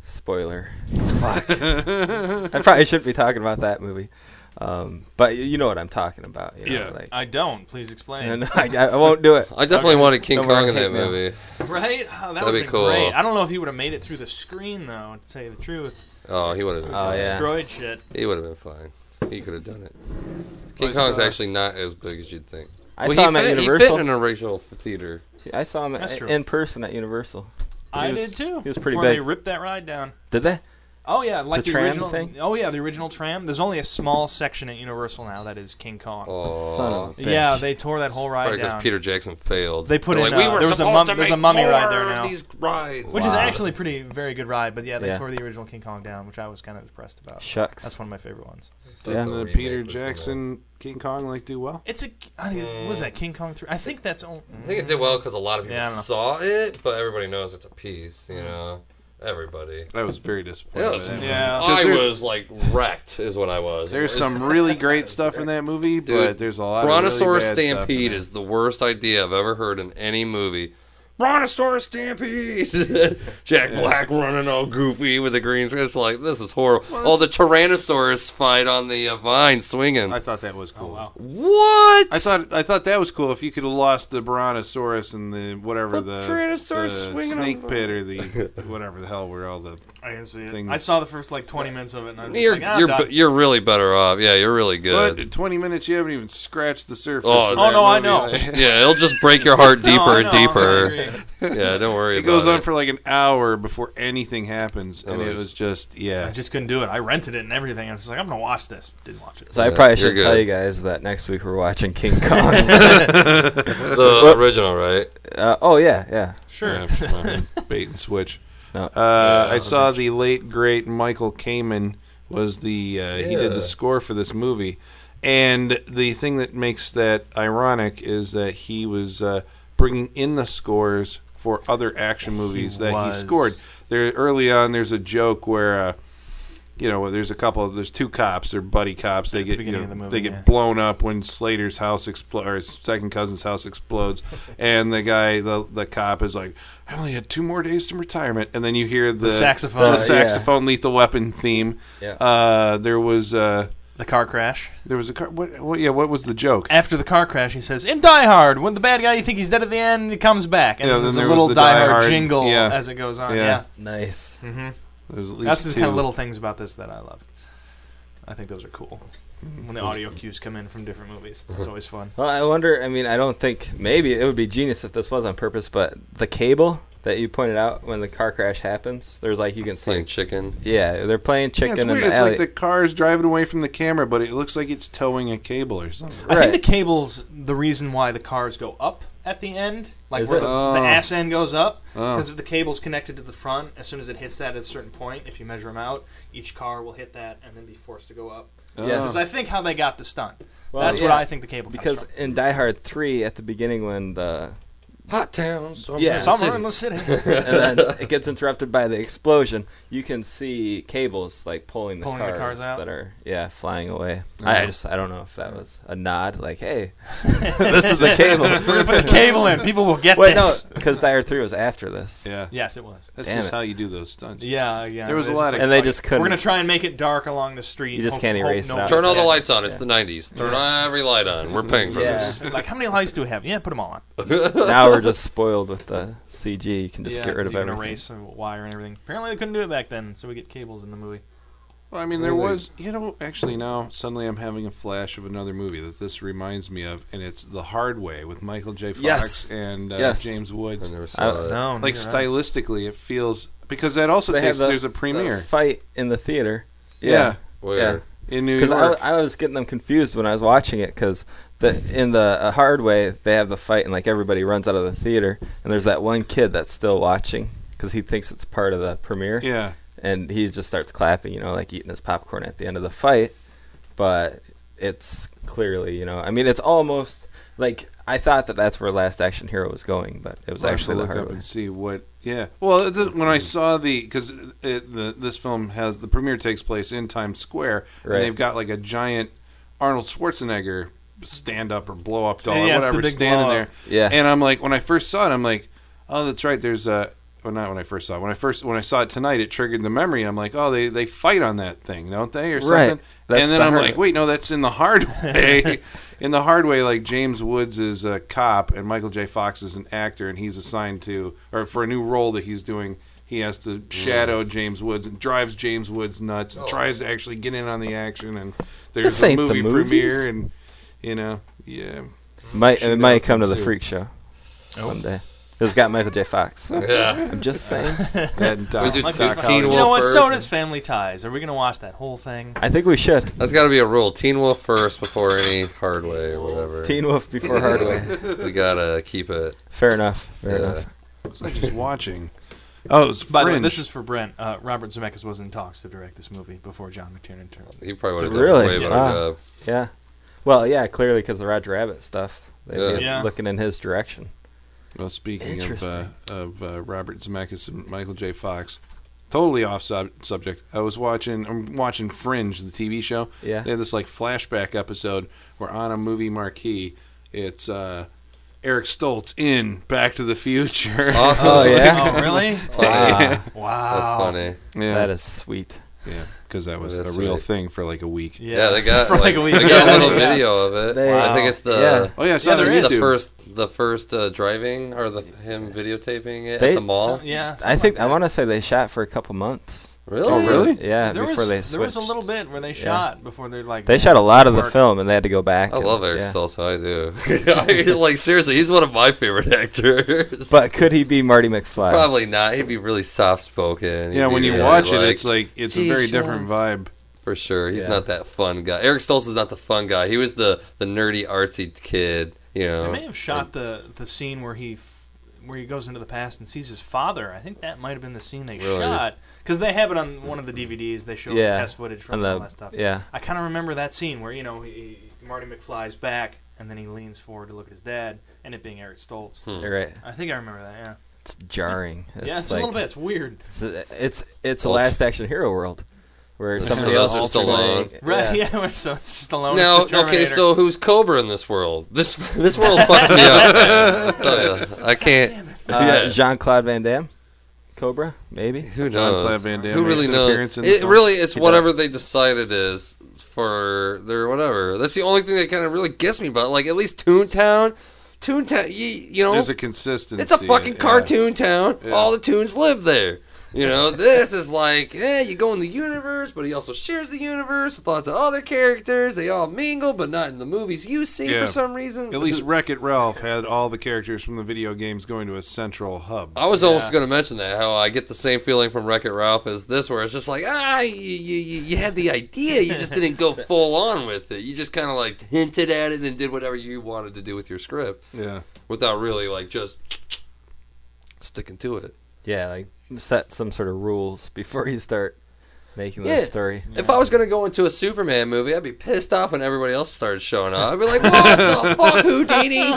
S3: Spoiler. Fuck. I probably shouldn't be talking about that movie, um, but you- you know what I'm talking about. You know,
S2: Yeah.
S3: Like,
S5: I don't. Please explain.
S3: and I, I won't do it.
S4: I definitely wanted King
S3: Don't worry,
S4: Kong in
S3: I
S4: that
S3: hate mail.
S4: movie.
S5: Right? Oh,
S4: That'd
S5: that would
S4: be
S5: have been
S4: cool.
S5: great. I don't know if he would have made it through the screen though. To tell you the truth,
S4: Oh, he would have been
S3: Oh,
S4: fine.
S3: yeah.
S5: destroyed shit.
S4: He would have been fine. He could have done it. King
S2: Was,
S4: Kong's
S2: uh,
S4: actually not as big as you'd think.
S3: I
S4: Well,
S3: saw
S4: he
S3: him at
S4: fit- He
S3: Universal.
S4: fit in a racial theater.
S3: I saw him
S5: That's
S3: a-
S5: true.
S3: in person at Universal.
S5: I
S3: was-
S5: did too.
S3: he was pretty
S5: before they
S3: big.
S5: ripped that ride down.
S3: Did they?
S5: Oh yeah, like the,
S3: The tram
S5: original
S3: thing?
S5: Oh yeah, the original tram. There's only a small section at Universal now that is King Kong.
S4: Oh,
S3: Son of a bitch.
S5: yeah, they tore that whole ride
S4: Probably because
S5: down.
S4: Peter Jackson failed.
S5: They put
S4: They're
S5: in,
S4: Like,
S5: uh,
S4: we were
S5: there was a
S4: supposed
S5: mum-
S4: to
S5: there's a
S4: make
S5: mummy ride there
S4: more of
S5: now.
S4: These rides.
S5: Which is
S3: Wow.
S5: actually pretty very good ride, but yeah, they
S3: Yeah.
S5: tore the original King Kong down, which I was kind of depressed about.
S3: Shucks.
S5: That's one of my favorite ones.
S3: Yeah.
S2: Didn't the
S4: Remake
S2: Peter
S4: was the
S2: Jackson King Kong like do well?
S5: It's a I think it's- what was that King Kong three? I think that's mm. only,
S4: I think it did well because a lot of people
S5: Yeah, I don't know.
S4: saw it, but everybody knows it's a piece. You know, everybody.
S2: I was very disappointed.
S4: It
S2: in
S4: was,
S2: that movie.
S5: Yeah.
S4: Uh, I
S2: 'Cause there's-
S4: was like wrecked, is what I was.
S2: There's
S4: It was-
S2: some really great stuff in that movie, but there's a lot.
S4: Brontosaurus
S2: of really bad
S4: Stampede
S2: stuff
S4: is the worst idea I've ever heard in any movie. Brontosaurus Stampede! Jack Black running all goofy with the greens. It's like, this is horrible. oh, the Tyrannosaurus fight on the uh, vine swinging.
S2: in it. I thought that was cool.
S5: Oh, wow.
S4: what?
S2: I thought I thought that was cool. If you could have lost the Brontosaurus and the whatever
S4: But
S2: the,
S4: Tyrannosaurus
S2: the
S4: swinging
S2: snake
S4: on-
S2: pit or the whatever the hell where all the
S5: I didn't see it.
S2: Things-
S5: I saw the first like 20 minutes of it, and I was just
S4: you're,
S5: like, ah, I'm
S4: you're,
S5: done.
S4: be- you're really better off. Yeah, you're really good.
S2: But in 20 minutes, you haven't even scratched the surface.
S4: Oh,
S2: of
S4: Oh,
S2: that
S5: no, I
S2: movie.
S5: know.
S2: Like,
S4: yeah, it'll just break your heart deeper
S5: No, I
S4: and
S5: know, I
S4: deeper.
S5: agree.
S4: Yeah, don't worry
S2: It
S4: about
S2: goes on
S4: it.
S2: for like an hour before anything happens, and it
S4: was-
S2: was just yeah.
S5: I just couldn't do it. I rented it and everything. and I was just like, I'm gonna watch this. Didn't watch it.
S3: So I
S4: Yeah,
S3: probably
S4: you're
S3: should tell
S4: good.
S3: you guys that next week we're watching King Kong.
S4: the original, right?
S3: uh, oh yeah, yeah.
S5: Sure.
S2: Yeah, fucking bait and switch.
S3: No.
S2: Uh, I saw the late great Michael Kamen was the uh, he did the score for this movie, and the thing that makes that ironic is that he was uh, bringing in the scores for other action movies that
S5: was.
S2: he scored. There early on, there's a joke where. Uh, you know, there's a couple. There's two cops. They're buddy cops. They
S5: At the
S2: get you
S5: beginning
S2: know,
S5: of the movie,
S2: they get
S5: yeah.
S2: blown up when Slater's house explodes, or his second cousin's house explodes, and the guy, the the cop, is like, "I only had two more days to retirement," and then you hear the,
S5: saxophone.
S2: the
S5: Uh, yeah.
S2: saxophone Lethal Weapon theme.
S3: Yeah.
S2: Uh, there was uh,
S5: The car crash.
S2: there was a car. What, what? Yeah. What was the joke?
S5: After the car crash, he says, "In Die Hard, when the bad guy you think he's dead at the end, he comes back, and
S2: Yeah, then
S5: then there's
S2: there
S5: a
S2: was
S5: little
S2: the
S5: Die,
S2: Die
S5: Hard
S2: Hard,
S5: jingle
S2: yeah.
S5: as it goes on."
S2: Yeah.
S5: Yeah,
S3: Nice.
S2: There was at least
S5: that's the
S2: two.
S5: kind of little things about this that I love. I think those are cool. When
S2: Mm-hmm.
S5: the audio cues come in from different movies, it's
S3: Mm-hmm.
S5: always fun.
S3: Well, I wonder. I mean, I don't think maybe it would be genius if this was on purpose, but the cable that you pointed out when the car crash happens, there's like you can see.
S4: Playing chicken.
S3: Yeah, they're playing
S2: Yeah,
S3: chicken
S2: it's
S3: in
S2: weird.
S3: the
S2: It's
S3: alley.
S2: like the car's driving away from the camera, but it looks like it's towing a cable or something.
S5: I think
S3: Right.
S5: the cable's the reason why the cars go up at the end, like
S3: Is
S5: where
S3: it?
S5: the,
S2: Oh.
S5: the ass end goes up,
S2: Oh.
S5: because if the cable's connected to the front, as soon as it hits that at a certain point, if you measure them out, each car will hit that and then be forced to go up.
S3: Yes.
S5: That's
S2: Oh.
S5: I think how they got the stunt.
S3: Well,
S5: That's what
S3: yeah,
S5: I think the cable comes
S3: because
S5: from.
S3: in Die Hard three, at the beginning when the
S4: Hot town. Summer
S3: Yeah.
S4: in the
S5: summer
S4: city.
S5: in the city.
S3: and then it gets interrupted by the explosion, you can see cables like pulling the
S5: Pulling the
S3: cars,
S5: cars out.
S3: that are yeah flying away. I just I don't know if that was a nod like hey, this is the cable.
S5: We're gonna put the cable in. People will get
S3: Wait no,
S5: this.
S3: because Die Hard three was after this.
S2: Yeah.
S5: Yes, it was.
S2: That's
S3: Damn
S2: just
S3: it.
S2: how you do those stunts.
S5: Yeah, yeah.
S2: There was a
S5: It's
S2: lot
S5: just
S2: of-
S5: like,
S3: And they
S5: fuck
S3: just
S5: it.
S3: couldn't-
S5: We're gonna try and make it dark along the street.
S3: You just can't erase it out.
S4: Turn all the
S5: Yeah.
S4: lights on. It's the 90s. Turn every light on. We're paying for
S3: Yeah.
S4: this.
S5: Like how many lights do we have? Yeah, put them all on.
S3: now we're just spoiled with the CG. You can just
S5: yeah,
S3: get rid
S5: 'cause
S3: of
S5: you can
S3: everything.
S5: erase and wire and everything. Apparently they couldn't do it back then, so we get cables in the movie.
S2: Well, I mean, there
S4: Really?
S2: was, you know, actually now suddenly I'm having a flash of another movie that this reminds me of, and it's The Hard Way with Michael J. Fox
S3: Yes.
S2: and uh,
S3: Yes.
S2: James
S4: I
S2: Woods.
S4: never saw it.
S5: No,
S2: Like stylistically, it feels because that also
S3: They have
S2: takes
S3: the-
S2: there's a
S3: The
S2: premiere.
S3: fight in the theater.
S2: yeah.
S4: Where?
S3: Yeah.
S2: in New
S3: Because
S2: York.
S3: I, I was getting them confused when I was watching it. Because the in the uh, hard way, they have the fight and like everybody runs out of the theater, and there's that one kid that's still watching because he thinks it's part of the premiere,
S2: yeah,
S3: and he just starts clapping, you know, like eating his popcorn at the end of the fight. But it's clearly, you know, I mean, it's almost like I thought that that's where Last Action Hero was going, but it was
S2: I'll have
S3: actually
S2: to
S3: the
S2: look
S3: hard
S2: up
S3: way.
S2: and see what. Yeah, well, it, did- when I saw the because the this film has the premiere takes place in Times Square,
S3: Right.
S2: and they've got like a giant Arnold Schwarzenegger stand up or blow up doll,
S5: Yeah,
S2: or
S5: it's the
S2: whatever,
S5: big
S2: standing
S5: blow
S2: there.
S5: up.
S3: Yeah.
S2: And I'm like, when I first saw it, I'm like, oh, that's right. There's a. Well, not when I first saw it. When I first when I saw it tonight, it triggered the memory. I'm like, oh, they they fight on that thing, don't they, or
S3: Right.
S2: something?
S3: That's
S2: and then
S3: the
S2: I'm
S3: hard
S2: like,
S3: way.
S2: wait, no, that's in the hard way. in the hard way, like James Woods is a cop and Michael J. Fox is an actor, and he's assigned to or for a new role that he's doing. He has to
S3: Mm.
S2: shadow James Woods and drives James Woods nuts and tries to actually get in on the action. And there's
S3: This
S2: a
S3: ain't the
S2: movie
S3: movies.
S2: premiere, and you know, yeah.
S3: Might it might come to the
S2: Shootouts
S3: freak show someday. It's got Michael J. Fox. so
S4: Yeah.
S3: I'm just saying.
S2: That and Doc-
S4: We did
S2: Doc
S4: Teen
S2: Holliday.
S5: You
S4: Wolf
S5: know what? So
S4: first.
S5: does Family Ties. Are we gonna watch that whole thing?
S3: I think we should.
S4: That's got to be a rule. Teen Wolf first before any hard way or whatever.
S3: Teen Wolf before Hardway.
S4: we gotta keep it.
S3: Fair enough. Fair
S4: Yeah.
S3: enough.
S2: was I just watching? Oh, it was
S5: By the way,
S2: Fringe.
S5: this is for Brent. Uh, Robert Zemeckis was in talks to direct this movie before John McTiernan turned.
S4: He probably would have done
S3: Really?
S4: way better
S3: Yeah.
S4: job.
S3: Yeah. Well, yeah, clearly because the Roger Rabbit stuff. They'd be
S5: Yeah. Yeah.
S3: looking in his direction.
S2: well, speaking of uh,
S3: Interesting.
S2: of uh, Robert Zemeckis and Michael J. Fox, totally off sub- subject. I was watching I'm watching Fringe, the TV show.
S3: Yeah.
S2: They had this like flashback episode where on a movie marquee, it's uh, Eric Stoltz in Back to the Future.
S4: Awesome.
S3: Oh, yeah?
S5: Oh, really?
S4: yeah.
S5: wow.
S4: That's funny.
S2: yeah,
S3: That is sweet.
S2: yeah, because that was
S4: That's
S2: a real
S4: right.
S2: thing for like a week.
S4: Yeah, they got
S5: For
S4: like,
S5: like a week.
S4: they got a little
S5: Yeah.
S4: video of it.
S3: They-
S4: I think it's the
S3: Yeah.
S2: Oh yeah, I saw
S5: Yeah,
S2: that
S5: there
S2: on
S5: is.
S4: the
S2: YouTube.
S4: first the first uh, driving or the him videotaping it
S3: They-
S4: at the mall.
S5: So- yeah.
S3: I
S5: something
S3: think
S5: like
S3: I
S5: that.
S3: want to say they shot for a couple months.
S4: Really?
S2: Oh, really?
S3: Yeah,
S5: There
S3: before
S5: was
S3: they switched.
S5: there was a little bit where they shot before they're like
S3: They
S5: "Man,
S3: shot a
S5: this
S3: lot of
S5: didn't
S3: the
S5: work."
S3: film, and they had to go back.
S4: I
S3: and-
S4: love Eric
S3: yeah.
S4: Stoltz. I do. I- like seriously, he's one of my favorite actors.
S3: But could he be Marty McFly?
S4: probably not. He'd be really soft spoken.
S2: Yeah, when you watch it, it's like it's a very
S4: "Jeez,
S2: different vibe.
S4: for sure. He's
S3: Yeah.
S4: not that fun guy. Eric Stoltz is not the fun guy. He was the the nerdy artsy kid. You
S5: They
S4: know.
S5: may have shot the the scene where he f- where he goes into the past and sees his father. I think that might have been the scene they
S4: Really?
S5: shot because they have it on one of the DVDs. They show
S3: Yeah.
S5: the test footage from
S3: And
S5: and all
S3: the-
S5: that stuff.
S3: yeah.
S5: I kind of remember that scene where you know he, Marty McFly's back and then he leans forward to look at his dad and it being Eric Stoltz.
S3: You're right.
S5: I think I remember that. Yeah,
S3: It's jarring. Hmm. It's
S5: yeah, it's
S3: like,
S5: a little bit. It's weird.
S3: It's it's, it's a
S4: Well-
S3: last action hero world, where somebody
S4: those
S3: else
S4: are still
S3: alternating-
S5: Right? Yeah. we're so it's just alone.
S4: Now,
S5: as the
S4: okay,
S5: Terminator.
S4: so who's Cobra in this world? This this world fucks me up. man. I tell ya, I can't.
S3: Uh,
S4: Yeah.
S3: Jean Claude Van Damme, Cobra, maybe.
S4: Who
S2: John
S4: knows?
S2: Claude Van Damme
S4: Who
S2: makes
S4: really
S2: an
S4: knows?
S2: appearance in the
S4: It
S2: film.
S4: really, it's
S3: He
S4: whatever
S3: does.
S4: they decide it is for their whatever. That's the only thing that kind of really gets me about. Like at least Toontown, Toontown, you, you know,
S2: There's a consistency.
S4: Oh. it's a fucking
S2: yeah.
S4: cartoon town.
S2: Yeah.
S4: All the toons live there. You know, this is like, eh, you go in the universe, but he also shares the universe with lots of other characters. They all mingle, but not in the movies you see
S2: Yeah.
S4: for some reason.
S2: At least Wreck It Ralph had all the characters from the video games going to a central hub.
S4: I was almost going to mention that how I get the same feeling from Wreck It Ralph as this, where it's just like ah, you, you, you you had the idea, you just didn't go full on with it. You just kind of like hinted at it and did whatever you wanted to do with your script
S2: Yeah.
S4: without really like just sticking to it.
S3: Yeah, like set some sort of rules before you start making the
S4: Yeah.
S3: story.
S4: If I was going to go into a Superman movie, I'd be pissed off when everybody else started showing up. I'd be like, what the fuck, Houdini?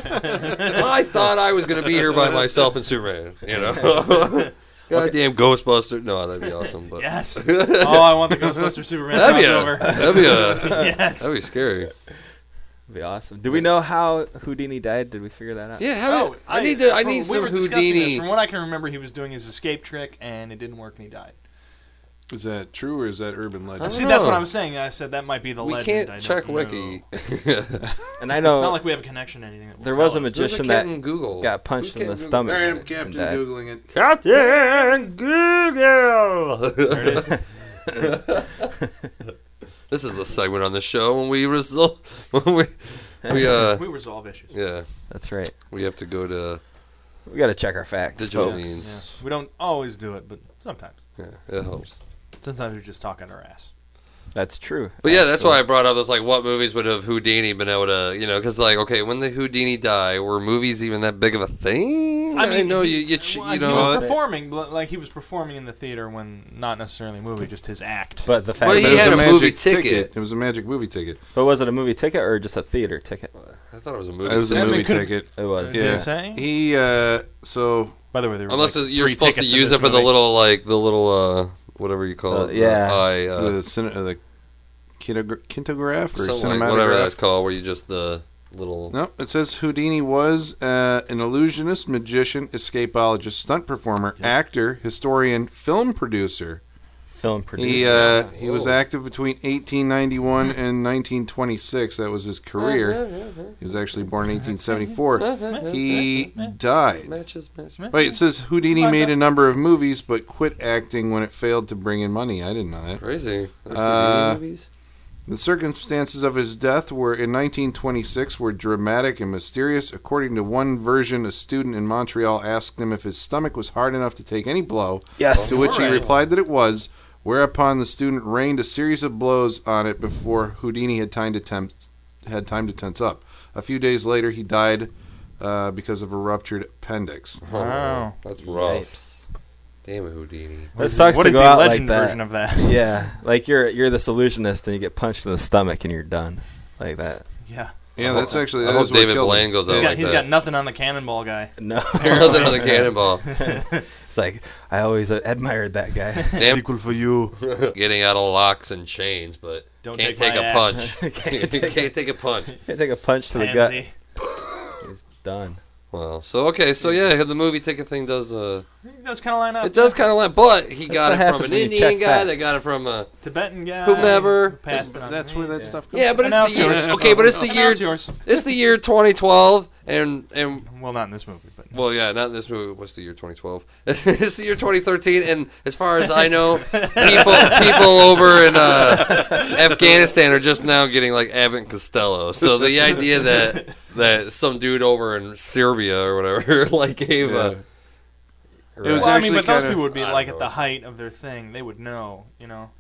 S4: I thought I was going to be here by myself in Superman, you know? Goddamn Ghostbuster. No, that'd be awesome. But
S5: yes. oh, I want the Ghostbuster Superman
S4: That'd be, a,
S5: crossover.
S4: that'd, be a,
S5: yes.
S4: that'd be scary.
S3: It'd be awesome. Do we know how Houdini died? Did we figure that out?
S4: Yeah, how oh, I, need to. I
S5: from-
S4: need
S5: we
S4: some
S5: were discussing This.
S4: Houdini.
S5: From what I can remember, he was doing his escape trick, and it didn't work, and he died.
S2: Is that true or is that urban legend?
S5: See,
S4: don't
S5: that's what
S4: know.
S5: I'm saying. I said that might be the
S4: We
S5: legend. I
S4: can't
S5: don't
S4: check
S5: know.
S4: Wiki.
S3: And I
S5: It's
S4: Oh.
S3: know
S5: not like we have a connection to anything. That will
S3: there
S5: tell
S3: was a
S5: us.
S3: magician that
S4: Captain Google
S3: got punched in the stomach.
S2: I am
S3: and
S2: Captain
S3: died.
S2: Googling it.
S4: Captain Google.
S5: There it is.
S4: This is the segment on the show when we resol when we we uh
S5: we resolve issues.
S4: yeah
S3: That's right.
S4: we have to go to
S3: We got to check our facts,
S4: digital
S3: folks.
S5: Yeah.
S4: means.
S5: We don't always do it, but sometimes.
S4: Yeah, it helps.
S5: Sometimes we just talk out our ass.
S3: That's true.
S4: But yeah, that's why I brought up. It's like, what movies would have Houdini been able to, you know? Because like, okay, when did Houdini die? Were movies even that big of a thing? I, know you,
S5: he-
S4: you, ch-
S5: well,
S4: you
S5: he was
S4: know.
S5: performing li- like he was performing in the theater when not necessarily a movie, just his act.
S3: But the fact,
S4: Well,
S3: that
S4: he
S2: It was
S3: it
S4: had
S3: was,
S4: a movie ticket.
S2: It was a magic movie ticket.
S3: but was it a movie ticket or just a theater ticket?
S4: I thought it was a movie.
S2: It was a
S5: And they
S2: movie
S5: could've-
S2: ticket.
S3: It was.
S5: Did it
S2: Yeah.
S5: say?
S2: He uh, so
S5: By the way, there were
S4: Unless
S5: like
S4: it- you're
S5: three
S4: supposed to
S5: tickets in
S4: use
S5: this
S4: it for the
S5: movie.
S4: little like the little uh whatever you call
S3: Uh,
S4: it. the
S3: yeah.
S4: eye, uh,
S2: the cine- uh, the kinogra- kintograph or
S4: something like-
S2: cinematograph.
S4: whatever that's called, where you just the little.
S2: No, it says Houdini was uh, an illusionist, magician, escapologist, stunt performer, actor, historian, film producer.
S3: Film producer.
S2: He uh, he was active between 1891 and 1926. That was his career. He was actually born in 1874. He died.
S4: Matches, matches.
S2: Wait, it says Houdini made a number of movies, but quit acting when it failed to bring in money. I didn't know that.
S4: Crazy. That's
S2: Uh,
S4: Houdini movies.
S2: The circumstances of his death were in 1926 were dramatic and mysterious. According to one version, a student in Montreal asked him if his stomach was hard enough to take any blow,
S3: yes.
S2: to which he
S5: Alright.
S2: replied that it was. Whereupon the student rained a series of blows on it before Houdini had time to tense, had time to tense up. A few days later, he died uh, because of a ruptured appendix.
S5: Wow.
S4: That's rough.
S3: Yipes.
S4: Damn it, Houdini.
S3: That sucks
S5: What
S3: to
S5: is
S3: go
S5: the
S3: out
S5: legend
S3: like that.
S5: version of that?
S3: Yeah, like you're you're this illusionist and you get punched in the stomach and you're done, like that.
S5: Yeah,
S2: Yeah, that's actually
S4: I
S2: that
S4: hope
S2: is what
S4: David
S2: killed him.
S4: Blaine goes out
S5: he's got
S4: like
S5: he's
S4: that.
S5: got nothing on the cannonball guy.
S3: No,
S4: Nothing on the cannonball.
S3: it's like I always admired that guy.
S4: Damn,
S5: Equal for you.
S4: getting out of locks and chains, but
S5: Don't
S4: can't
S5: take
S4: take,
S5: my
S4: a
S3: ass.
S4: punch.
S3: Can't take
S4: can't take a punch.
S3: Can't take a punch to the gut.
S5: Pansy.
S3: He's done.
S4: Well, so okay, so yeah, the movie ticket thing does uh,
S5: It does kind of line up.
S4: it does kind of like, but he got
S3: what
S4: it from
S3: happens
S4: an
S3: when you
S4: Indian
S3: check
S4: guy.
S3: facts.
S4: They got it from uh, a
S5: Tibetan guy.
S4: Whomever.
S5: who Passed it on
S2: That's
S5: to
S2: where
S5: me.
S2: that stuff comes.
S4: yeah, but it's
S5: Announce
S4: the
S5: yours.
S4: year okay, but it's the
S5: Announce
S4: year
S5: yours.
S4: it's the year 2012, and and
S5: Well, not in this movie, but
S4: well, yeah, not in this movie. What's the year 2012? it's the year 2013, and as far as I know, people people over in uh, Afghanistan are just now getting like Abbott and Costello. So the idea that that some dude over in Serbia or whatever like gave
S2: Yeah.
S4: a
S2: It was
S5: well, I mean,
S2: actually
S5: but those
S2: kinda-
S5: people would be
S4: I don't
S5: like
S4: know.
S5: at the height of their thing. They would know, you know.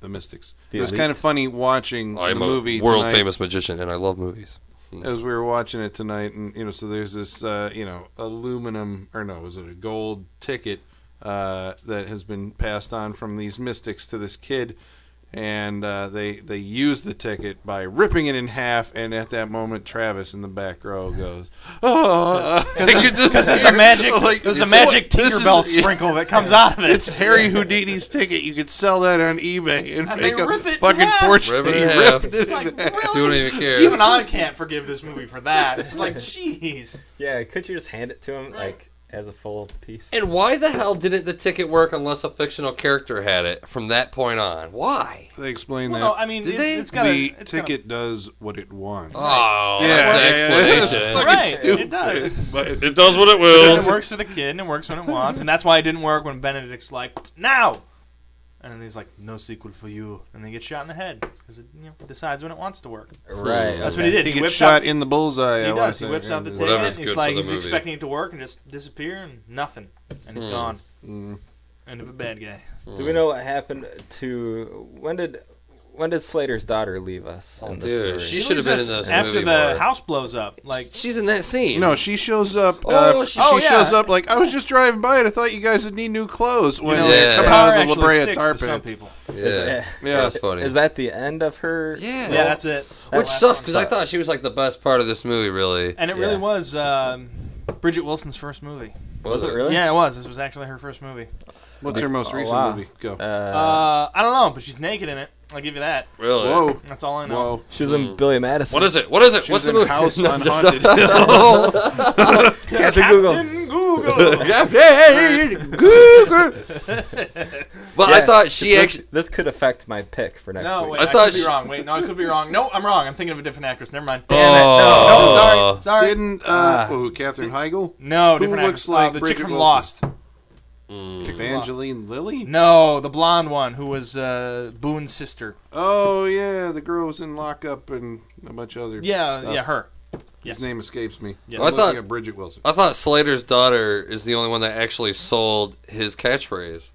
S2: The Mystics.
S3: The
S2: it was
S3: Elite.
S2: kind of funny watching
S4: I'm
S2: the
S4: a
S2: movie.
S4: world
S2: tonight.
S4: famous magician, and I love movies.
S2: as we were watching it tonight, and you know, so there's this, uh, you know, aluminum or no, was it a gold ticket uh, that has been passed on from these mystics to this kid, and uh, they they use the ticket by ripping it in half, and at that moment, Travis in the back row goes, "Oh,
S5: Because there's a magic, there's a magic
S2: This
S5: Tinkerbell
S2: is-
S5: sprinkle that comes out of it.
S2: It's Harry Houdini's ticket. You could sell that on eBay and,
S5: And they
S2: make a
S5: rip it in
S2: fucking
S5: half.
S2: fortune."
S4: Rip it
S2: He
S4: in
S2: ripped
S4: half.
S2: it
S5: It's like
S2: in half.
S4: Dude, I
S5: really.
S4: don't even care.
S5: Even I can't forgive this movie for that. It's like, jeez.
S3: Yeah, could you just hand it to him like as a full piece?
S4: and why the hell didn't the ticket work unless a fictional character had it from that point on? Why?
S2: They explain
S5: Well,
S2: that.
S5: no, I mean,
S4: Did
S5: it's,
S4: they-
S5: it's got
S2: the
S5: a
S2: ticket does what it wants.
S4: Oh,
S2: Yeah,
S4: that's
S2: yeah, yeah,
S4: an
S2: yeah.
S4: explanation.
S2: Fucking
S5: Right,
S2: stupid.
S5: it does.
S2: But
S4: It does what it
S5: And it
S4: will.
S5: works for the kid, and it works when it wants, and that's why it didn't work when Benedict's like, now. And then he's like, no sequel for you, and they get shot in the head because it you know, decides when it wants to work.
S3: right.
S5: That's
S3: okay.
S5: what he did.
S2: he,
S5: he
S2: gets
S5: whips
S2: shot
S5: out,
S2: in the bullseye.
S5: He
S2: I
S5: does.
S2: wanna
S5: He whips
S2: say.
S5: out the ticket.
S4: Whatever's
S5: and
S4: good
S5: He's
S4: for
S5: like,
S4: the
S5: he's
S4: movie.
S5: expecting it to work and just disappear and nothing, and he's gone.
S2: Mm.
S5: End of a bad guy.
S3: Do we know what happened to when did when did Slater's daughter leave us
S4: Oh,
S3: in the
S4: dude,
S3: story?
S4: she- should've been
S5: leaves
S4: in
S5: us
S4: this
S5: after
S4: movie
S5: the
S4: more.
S5: house blows up. Like,
S4: She's in that scene.
S2: No, she shows up.
S4: Oh,
S2: uh,
S4: she-
S2: she,
S5: Oh, yeah.
S2: shows up like I was just driving by and I thought you guys would need new clothes when
S5: you know,
S2: they
S4: Yeah.
S2: come
S5: tar
S2: out of the La
S5: actually
S2: Brea
S5: sticks
S2: tar
S5: to some
S2: pits.
S5: people.
S4: Yeah.
S2: Yeah.
S4: That's funny.
S3: Is that the end of her?
S4: yeah.
S5: Yeah, that's it.
S4: Which
S3: last
S4: sucks
S3: one
S4: because I
S3: sucks.
S4: thought she was like the best part of this movie, really.
S5: And it really
S3: Yeah.
S5: was um, Bridget Wilson's first movie.
S3: Was it really?
S5: Yeah, it was. This was actually her first movie.
S2: What's her most
S3: Oh,
S2: recent
S3: wow.
S2: movie? Go.
S3: Uh,
S5: Uh, I don't know, but she's naked in it. I'll give you that.
S4: Really?
S2: Whoa,
S5: That's all I know.
S2: whoa.
S3: she was in Billy Madison.
S4: mm. What is it? What is it?
S2: She was
S4: What's the
S2: in
S4: movie?
S2: House
S4: No,
S2: on
S4: just-
S2: Haunted
S3: Captain Google.
S5: Captain Google.
S4: Captain Google. But I
S3: Yeah,
S4: thought she
S3: this,
S4: actually.
S3: This could affect my pick for next
S5: No,
S3: week.
S5: wait,
S4: I
S5: I,
S4: thought
S5: could be
S4: she-
S5: wrong. Wait, no, I could be wrong. No, I'm wrong. I'm thinking of a different actress. Never mind.
S4: Damn it.
S5: No,
S4: Oh.
S5: sorry. Sorry.
S2: Didn't uh,
S3: Ah.
S2: oh, Catherine Heigl,
S5: no,
S2: Who
S5: different
S2: looks
S5: actress.
S2: like
S5: Uh, the
S2: Bridget
S5: chick from
S2: Wilson?
S5: Lost. Chick from Lost.
S2: Evangeline Lilly?
S5: No, the blonde one who was uh, Boone's sister.
S2: Oh yeah, the girl was in lockup and a bunch of other
S5: Yeah,
S2: stuff.
S5: yeah, her.
S2: His name escapes me.
S5: Yeah.
S2: I'm
S5: I
S2: looking
S4: thought-
S2: at Bridget Wilson.
S4: I thought Slater's daughter is the only one that actually sold his catchphrase.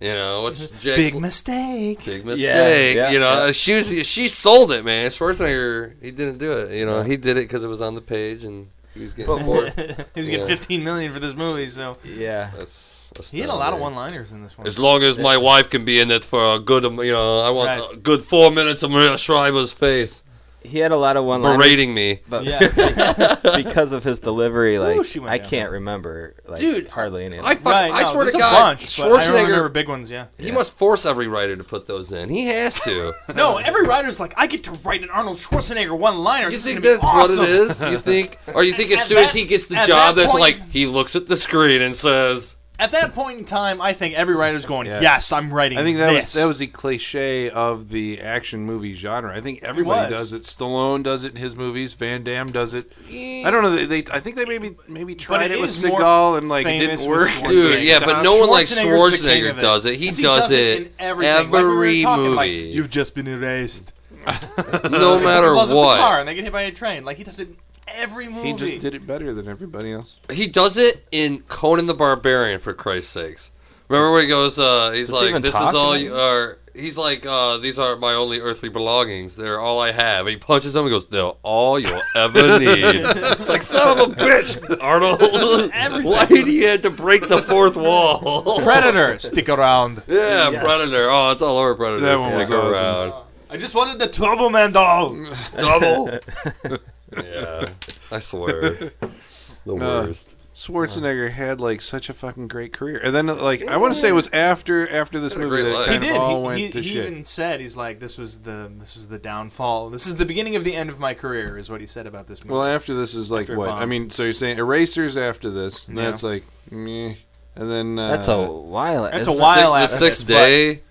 S4: You know, what's
S2: Mm-hmm.
S4: Jake's
S5: Big mistake.
S4: big
S3: Yeah,
S4: mistake.
S3: yeah,
S4: you know,
S3: yeah.
S4: she was she sold it, man. Schwarzenegger, he didn't do it. You know, he did it because it was on the page and he was getting bored.
S5: he was
S4: Yeah.
S5: getting 15 million for this movie, so
S3: Yeah.
S4: That's, that's
S5: he had a
S4: down
S5: lot of
S4: there.
S5: one-liners in this one.
S4: As long as my wife can be in it for a good, um, you know, I want
S5: Right.
S4: a good four minutes of Maria Shriver's face
S3: He had a lot of one
S4: berating me.
S3: but
S5: yeah,
S3: because of his delivery, like
S5: she went
S3: I
S5: down.
S3: can't remember, like,
S4: Dude,
S3: hardly any. Of
S4: I
S3: them.
S4: fuck,
S5: right.
S4: I
S5: no,
S4: swear
S5: there's
S4: to
S5: a
S4: God,
S5: bunch, but I don't remember
S4: Schwarzenegger,
S5: big ones. Yeah.
S4: he must force every writer to put those in. He has to.
S5: No, every writer's like, I get to write an Arnold Schwarzenegger one-liner.
S4: You
S5: This
S4: think
S5: is
S4: that's
S5: gonna be awesome.
S4: what it is? You think, or you think
S5: At
S4: as soon as
S5: that-
S4: he gets the
S5: at
S4: job,
S5: that
S4: that's
S5: point-
S4: like he looks at the screen and says,
S5: At that point in time, I think every writer's going,
S2: Yeah.
S5: "Yes, I'm writing."
S2: I think that
S5: this.
S2: was that was the cliche of the action movie genre. I think everybody
S5: was.
S2: does it. Stallone does it in his movies. Van Damme does it. I don't know. They, they I think they maybe maybe tried
S5: it
S2: it, with
S5: is more
S2: Seagal and like it
S5: famous
S2: didn't
S5: with
S2: work.
S5: Schwarzenegger.
S4: "Dude, yeah, but no one like
S5: Schwarzenegger's the king of
S4: Schwarzenegger
S5: it.
S4: does it. He,
S5: Yes,
S4: does,
S5: he does it
S4: it,
S5: in everything. Like, we were
S4: every
S5: talking, like,
S4: movie,
S5: You've just been erased.
S4: no matter
S5: blows up the car
S4: what.
S5: and they get hit by a train. Like he does it in every movie.
S2: He just did it better than everybody else.
S4: He does it in Conan the Barbarian, for Christ's sakes. Remember where he goes? Uh, he's
S3: Does he
S4: like,
S3: even
S4: "This
S3: talk
S4: is all
S3: to
S4: you are." He's like, uh, "These are my only earthly belongings. They're all I have." And he punches him and goes, "They're all you'll ever need." it's like, son of a bitch, Arnold. Why did he had to break the fourth wall?
S5: Predator, stick around.
S4: Yeah,
S3: Yes.
S4: Predator. Oh, it's all over Predator.
S2: That one was
S4: Stick
S2: awesome.
S5: I just wanted the Turbo Man doll.
S4: Double. yeah, I swear. The
S3: Uh,
S4: worst.
S2: Schwarzenegger had like such a fucking great career, and then like I want to say it was after after this
S4: Had a
S2: movie
S4: great
S2: that it
S4: life.
S2: kind
S5: He
S2: of
S5: did.
S2: all
S5: he
S2: went
S5: he-
S2: to
S5: he
S2: shit.
S5: even said he's like, "This was the this was the downfall. This is the beginning of the end of my career." Is what he said about this movie.
S2: Well, after this is like
S5: After
S2: what?
S5: Bond.
S2: I mean, so you're saying Erasers after this? And
S5: Yeah.
S2: That's like meh. And then uh,
S3: that's a while.
S5: that's a
S3: it's-
S5: while
S4: the
S5: after
S4: sixth
S5: this,
S4: day.
S5: But,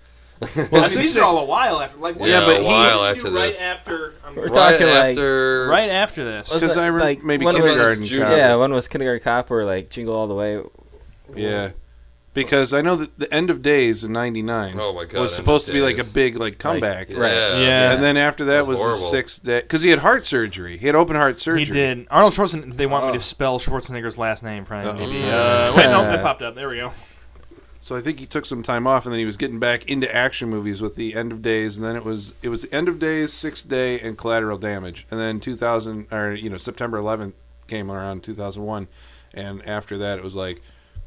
S5: I mean,
S2: six
S5: these
S2: day-
S5: are all a while after. Like, what
S4: Yeah,
S5: did
S2: but
S5: you
S2: he-
S4: while
S5: do
S4: after
S5: right
S4: this.
S5: after. um, I'm
S3: We're
S5: right,
S4: Right
S3: talking like-
S4: after.
S5: right after this.
S3: wasn't
S2: 'Cause
S3: it,
S2: I rem-
S3: like,
S2: maybe
S3: one was-
S2: Kindergarten
S4: Junior.
S2: Cop.
S3: Yeah, one was kindergarten cop or like jingle all the way.
S2: Yeah. Because I know that the end of days in '99
S4: Oh my God, End of
S2: was supposed to be like a
S4: Days.
S2: big like comeback,
S4: Yeah.
S3: Right.
S5: Yeah.
S2: And then after that
S4: That's
S2: was, the
S4: horrible.
S2: sixth day because he had heart surgery. He had open heart surgery.
S5: He did. Arnold Schwarzenegger. They want me
S2: Oh.
S5: to spell Schwarzenegger's last name from IMDb. Uh, wait, no, it popped up. There we go.
S2: So I think he took some time off, and then he was getting back into action movies with the End of Days, and then it was it was the End of Days, Sixth Day, and Collateral Damage, and then 2000 or you know September 11th came around 2001, and after that it was like,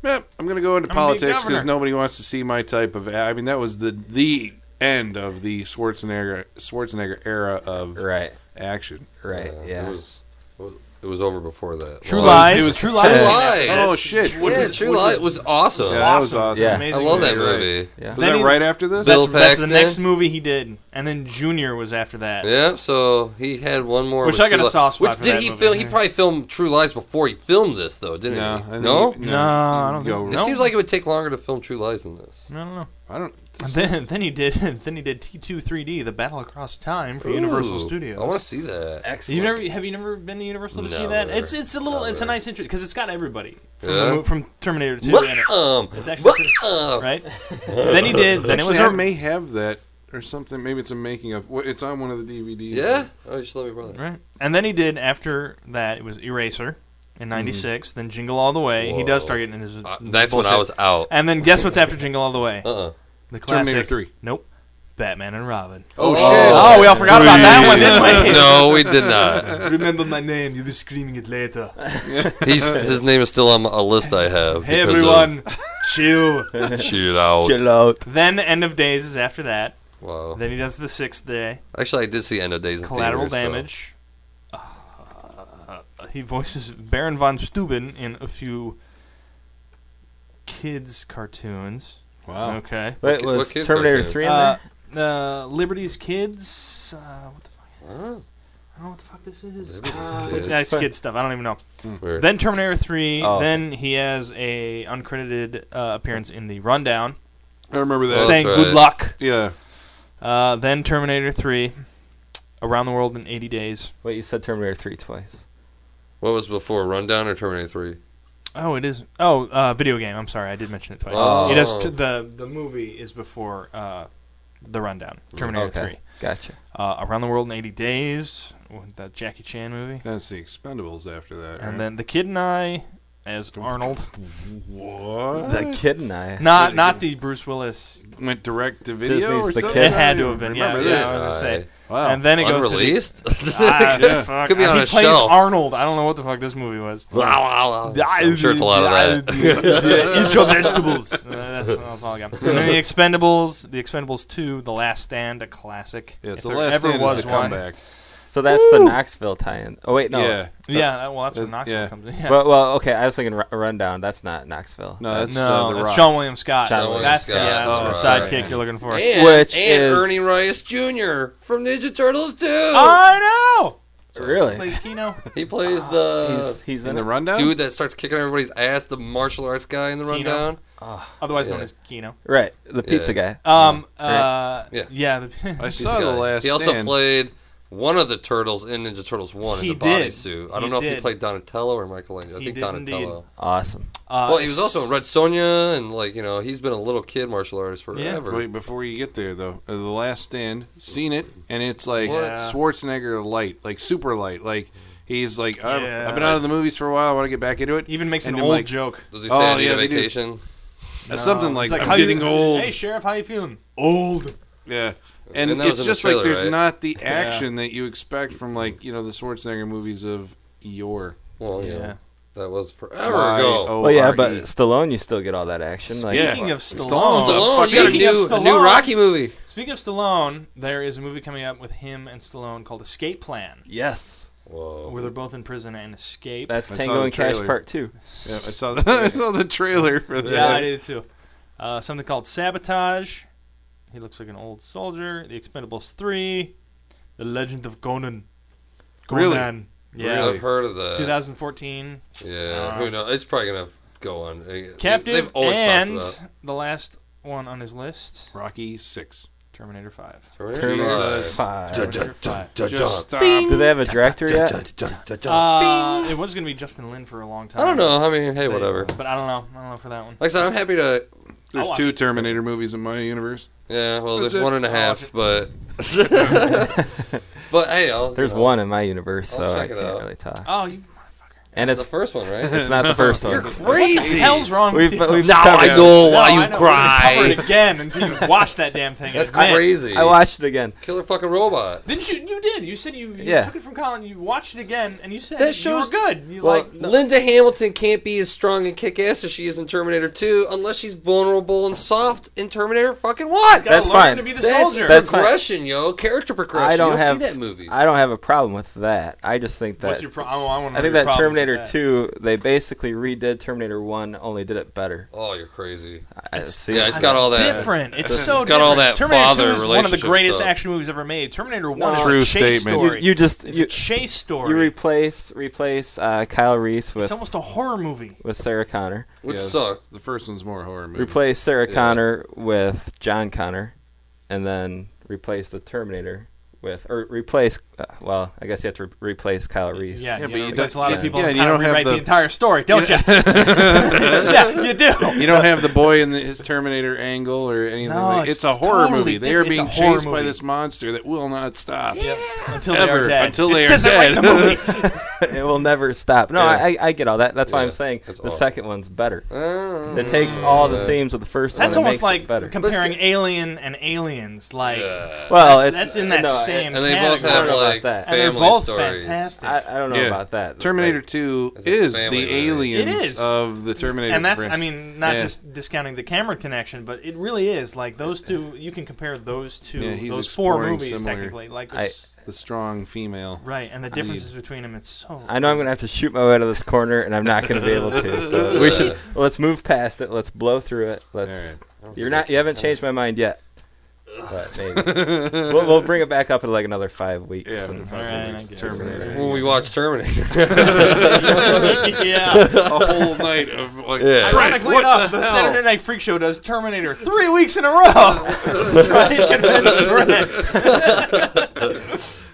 S2: eh, I'm gonna go into
S5: I'm gonna be
S2: politics
S5: governor."
S2: because nobody wants to see my type of. I mean that was the the end of the Schwarzenegger Schwarzenegger era of
S3: Right.
S2: action.
S3: Right. Yeah.
S4: It was. it was- It was over before that.
S5: True
S4: Well,
S5: Lies.
S2: it was-
S5: True
S4: True
S5: Lies.
S4: Lies.
S2: Oh shit!
S4: Yeah, True Lies was awesome.
S2: Yeah, that was
S5: Awesome.
S2: awesome.
S3: Yeah.
S4: I
S5: Amazing
S4: love that
S2: You're right.
S4: movie.
S3: Yeah.
S2: Was
S5: Then
S2: that
S5: he-
S2: right after this?
S4: Bill
S5: That's, that's the
S4: Paxton.
S5: next movie he did, and then Junior was after that.
S4: Yeah, so he had one more.
S5: Which
S4: with
S5: I got
S4: True
S5: a
S4: Li-
S5: soft spot
S4: Which
S5: for
S4: did
S5: that
S4: he
S5: movie,
S4: film? He
S5: yeah.
S4: probably filmed True Lies before he filmed this, though, didn't
S2: No, I
S4: he?
S2: think-
S4: no,
S5: No, I don't
S2: Go
S5: think.
S4: It
S5: No,
S4: seems like it would take longer to film True Lies than this.
S5: I don't know.
S2: I don't.
S5: And then, then he did. Then he did T two three D, the Battle Across Time for Universal
S4: Ooh,
S5: Studios.
S4: I want to see that.
S3: Excellent.
S5: You never have you never been to Universal to see that?
S4: Never.
S5: It's it's a little it's a
S4: Never.
S5: nice interest because it's got everybody from,
S4: Yeah.
S5: the, mo- from Terminator Two, in it,
S4: Um,
S5: It's actually pretty- right? then he did. Then it
S2: Actually,
S5: was
S2: I
S5: our,
S2: may have that or something. Maybe it's a making of. Wh- It's on one of the DVDs.
S4: yeah. Oh, you should let me brother.
S5: right, and then he did after that it was Eraser in '96. Then Jingle All the Way. He does
S4: Mm-hmm. Whoa.
S5: start getting his.
S4: Uh, that's when I
S5: bullshit.
S4: was out.
S5: And then guess what's after Jingle All the Way?
S4: Uh. uh
S5: The classic.
S2: Terminator 3.
S5: Nope. Batman and Robin.
S2: Oh,
S4: Oh.
S2: shit!
S5: Oh, we all forgot about that one, didn't we?
S4: no, we did not.
S5: Remember my name. You'll be screaming it later.
S4: He's his name is still on a list I have.
S5: Hey
S4: because
S5: everyone, chill.
S4: of- Chill out.
S3: chill out.
S5: then End of Days is after that.
S4: Wow.
S5: Then he does the sixth day.
S4: Actually, I did see End of Days. in
S5: Collateral
S4: theaters, so-
S5: Damage. Uh, he voices Baron von Steuben in a few kids cartoons.
S2: Wow.
S5: Okay.
S3: Wait,
S4: ki-
S3: was
S4: what kids
S3: Terminator
S4: cartoon?
S3: three in
S5: Uh,
S3: there?
S5: uh, Liberty's Kids. Uh, what the fuck?
S4: Huh?
S5: I don't know what the fuck this is.
S4: Liberty's
S5: Uh,
S4: Kids.
S5: That's kid stuff. I don't even know.
S4: Weird.
S5: Then Terminator 3.
S3: Oh.
S5: Then he has a uncredited uh, appearance in the Rundown,
S2: I remember that.
S4: that's
S5: saying
S4: right.
S5: "Good luck."
S2: Yeah.
S5: Uh, then Terminator 3. Around the world in 80 days.
S3: Wait, you said Terminator three twice.
S4: What was before Rundown or Terminator Three?
S5: Oh, it is. Oh, uh, video game. I'm sorry, I did mention it twice.
S4: Oh.
S5: It is t- the the movie is before uh, the rundown.
S4: Mm,
S5: Terminator
S3: okay.
S5: Three,
S3: Gotcha.
S5: uh, Around the World in 80 Days, with that Jackie Chan movie,
S2: That's the Expendables after that.
S5: and
S2: right?
S5: then The Kid and I, as Arnold.
S2: What?
S3: The Kid and I.
S5: Not not the Bruce Willis.
S2: Went direct to video
S3: Disney's
S2: or
S3: The
S2: something?
S3: Kid.
S5: It had to have been. Yeah,
S2: Remember
S5: yeah,
S2: this.
S5: I was gonna say.
S2: Wow.
S5: And then it goes to the-
S4: Oh, Unreleased?
S5: Ah,
S2: Yeah.
S5: fuck.
S4: Could be on
S5: he
S4: a
S5: plays
S4: shelf.
S5: Arnold. I don't know what the fuck this movie was.
S4: I'm sure it's a lot of that.
S5: Yeah, eat your vegetables. Uh, that's, that's all I got. And then the Expendables, the Expendables Two, The Last Stand, a classic.
S2: Yeah,
S5: If
S2: so
S5: there
S2: last
S5: ever
S2: stand
S5: was
S2: is the
S5: one.
S2: comeback.
S3: So that's the Knoxville tie-in. Oh wait, no.
S2: Yeah.
S5: Yeah, that- well, that's where
S2: That's-
S5: Knoxville
S2: yeah.
S5: comes in. Yeah.
S3: Well, well, okay. I was thinking Ru- Rundown. That's not Knoxville.
S2: No, that's
S5: no,
S2: uh, the
S5: that's
S2: rock.
S5: Sean William Scott.
S3: Sean William
S5: that's
S4: Scott.
S5: yeah, that's
S4: Oh,
S5: the
S4: right.
S5: sidekick you're looking for.
S4: And,
S3: Which
S4: and
S3: is-
S4: Ernie Reyes Jr. from Ninja Turtles 2.
S5: Ah! I know.
S3: really.
S5: Plays Kino.
S4: he plays the
S3: he's he's
S2: in
S3: in
S2: the
S3: it?
S2: rundown.
S4: dude that starts kicking everybody's ass, the martial arts guy in the rundown.
S5: Otherwise known
S4: Yeah.
S5: as Kino.
S3: Right, the pizza guy.
S5: Um. Uh.
S4: Yeah.
S2: I
S5: Yeah. the,
S2: saw the
S4: Guy.
S2: last
S4: he also
S2: stand.
S4: played one of the turtles in Ninja Turtles 1
S5: He
S4: in the body
S5: did.
S4: suit. I
S5: He
S4: don't know if he
S5: did.
S4: played Donatello or Michelangelo. I
S5: He
S4: think
S5: did
S4: Donatello.
S5: indeed.
S3: Awesome.
S5: uh,
S4: Well, he was also in Red Sonja, and like you know, he's been a little kid martial artist forever.
S2: Wait, before you get there though, uh, the last stand, seen it, and it's like
S5: What?
S2: Schwarzenegger light, like super light, like he's like I've,
S5: Yeah.
S2: I've been out of the movies for a while. I want to get back into it.
S5: Even makes
S2: And
S5: an
S2: then,
S5: old
S2: like,
S5: joke.
S4: Does he say
S2: Oh,
S4: I need
S2: yeah,
S4: a
S2: they do.
S4: vacation?
S2: uh, something
S5: Um,
S2: like,
S5: it's
S2: I'm
S5: how you-
S2: getting old.
S5: Hey, sheriff, how you feeling? Old.
S2: yeah. And,
S4: And that was
S2: it's
S4: in the
S2: just like
S4: trailer,
S2: there's
S4: right?
S2: not the action that you expect from like you know the Schwarzenegger movies of yore.
S4: Well, yeah.
S5: Yeah.
S4: that was forever
S2: Y
S4: ago.
S2: O
S3: Well, yeah,
S2: R E.
S3: but Stallone, you still get all that action. Like,
S2: Yeah.
S5: Speaking of
S2: Stallone.
S5: Stallone,
S4: Stallone, you got a
S5: Speaking
S4: new,
S5: of
S4: a new
S5: Stallone-
S4: Rocky movie.
S5: Speaking of Stallone, there is a movie coming up with him and Stallone called Escape Plan,
S3: Yes,
S5: where they're both in prison and escape.
S3: that's
S2: I saw
S3: Tango
S2: the
S3: and Cash
S2: trailer.
S3: Part Two.
S2: Yeah, I saw the, I saw the trailer for that.
S5: yeah, I did too. Uh, something called Sabotage. He looks like an old soldier. The Expendables Three, The Legend of Conan.
S2: Really?
S5: Conan. Yeah.
S2: Really? Uh-huh.
S4: I've heard of that.
S5: 2014.
S4: Yeah, who knows? It's probably gonna go on. They-
S5: Captive
S4: They've always
S5: and
S4: talked about
S5: the last one on his list,
S2: Rocky Six.
S5: Terminator Five.
S4: Terminator
S3: Terminator
S4: Five.
S3: Five.
S5: Terminator Five.
S2: Just stop.
S3: Do they have a director yet?
S5: Uh, it was gonna be Justin Lin for a long
S4: Oh.
S5: time.
S4: I don't know. I mean, hey,
S5: They-
S4: whatever.
S5: But I don't know. I don't know for that one.
S4: Like I said, I'm happy to.
S2: There's
S5: I'll
S2: two
S5: watch it.
S2: Terminator movies in my universe.
S4: Yeah, well,
S2: That's
S4: there's
S2: it.
S4: one and a
S2: I'll
S4: half, but but hey, I'll,
S3: There's
S4: you know,
S3: one in my universe, so
S4: I'll
S3: I
S4: check it
S3: can't
S4: out.
S3: really talk.
S5: Oh, you motherfucker!
S3: And
S4: The
S3: it's
S4: first one, right?
S3: it's not the first one.
S5: What the hell's wrong
S3: We've,
S5: with you?
S3: we've
S4: now
S3: covered
S4: I
S3: it.
S4: know
S5: No,
S4: why
S5: I
S4: you
S5: know, we're gonna cover
S4: cry.
S5: it again until you watch that damn thing.
S4: That's
S5: I-
S4: crazy.
S3: I watched it again.
S4: Killer fucking robot.
S5: Didn't you? You did. You said you, you
S3: Yeah.
S5: took it from Colin. You watched it again, and you said
S4: That
S5: that
S4: shows-
S5: shows you were good. You
S4: Well,
S5: like
S4: Linda Hamilton can't be as strong and kick ass as she is in Terminator 2 unless she's vulnerable and soft in Terminator fucking what?
S5: gotta
S3: that's
S5: learn
S3: fine.
S5: to be the
S4: That's
S5: soldier.
S3: that's fine.
S4: progression, yo. Character progression.
S3: I don't
S4: you don't
S3: have
S4: see that movie.
S3: I don't have a problem with that. I just think
S5: What's
S3: that
S5: your pro- oh, I, want
S3: I think that Terminator Two they basically redid Terminator One, only did it better.
S4: oh, you're crazy.
S3: I see.
S4: yeah, it's got all that.
S5: Different. It's so
S4: It's got all
S5: different.
S4: that
S5: Terminator
S4: father
S5: 2 is one of the
S4: relationship
S5: greatest
S4: stuff.
S5: action movies ever made. Terminator One is
S2: True
S5: a
S2: statement.
S5: chase story.
S3: you just
S5: it's
S3: you,
S5: a chase story.
S3: you replace replace uh, Kyle Reese with
S5: it's almost a horror movie.
S3: with Sarah Connor.
S4: Which
S2: Yeah.
S4: sucked.
S2: The first one's more horror movie.
S3: Replace Sarah
S4: Yeah.
S3: Connor with John Connor, and then replace the Terminator with or replace. Uh, well, I guess you have to re- replace Kyle Reese.
S5: Yeah,
S2: Yeah, but
S5: you know,
S2: you
S5: replace a
S2: don't-
S5: lot
S2: yeah.
S5: of people
S2: Yeah,
S5: and
S2: you
S5: kind of
S2: don't have
S5: rewrite the,
S2: the-
S5: entire story, don't you? yeah, you do.
S2: You don't have the boy in the, his Terminator angle or anything.
S5: No,
S2: like.
S5: it's-
S2: It's, a
S5: it's
S2: horror
S5: totally
S2: movie. They are
S5: different.
S2: being
S5: It's a horror
S2: chased by
S5: movie.
S2: this monster that will not stop.
S5: Until they
S2: Ever,
S5: are dead.
S2: until
S5: It
S2: they are
S5: says it right in the
S2: dead.
S5: movie.
S3: it will never stop. No, I, I get all that. That's why
S4: Yeah,
S3: I'm saying the
S4: that's awesome.
S3: second one's better.
S4: Uh,
S3: It takes all the themes of the first
S5: That's
S3: one. and
S5: almost
S3: makes it
S5: like
S3: better.
S5: comparing Alien and Aliens. Like
S4: yeah.
S3: well,
S5: that's,
S3: it's
S5: that's in that
S3: no, I-
S5: same
S4: And they both
S5: category.
S4: have
S3: know about
S4: like
S3: that.
S5: and
S4: family
S5: they're both
S4: stories.
S5: fantastic.
S3: I, I don't know
S2: Yeah.
S3: about that.
S2: Terminator 2
S4: It's a
S2: is the
S4: family movie.
S2: aliens
S5: It is.
S2: of the Terminator.
S5: and that's
S2: brand.
S5: I mean not
S2: Yeah.
S5: just discounting the camera connection, but it really is like those two. You can compare those two,
S2: Yeah, he's
S5: those four
S2: exploring
S5: movies
S2: similar-
S5: technically. Like
S3: I-
S5: this,
S2: the strong female.
S5: right, and the differences between them. It's so.
S3: I know I'm gonna have to shoot my way out of this corner, and I'm not gonna be able to. So we should let's move past it. Let's blow through it. Let's.
S2: All right.
S3: You're not. You haven't changed my mind yet. But maybe. we'll, we'll bring it back up in like another five weeks.
S2: Yeah,
S3: and-
S2: five
S5: Alright, I guess.
S2: Terminator.
S4: When we watch Terminator.
S5: yeah.
S2: a whole night of like.
S4: Yeah.
S5: Ironically
S2: what
S5: enough, the,
S2: the hell?
S5: Saturday Night Freak Show does Terminator three weeks in a row. Try and convince Brett.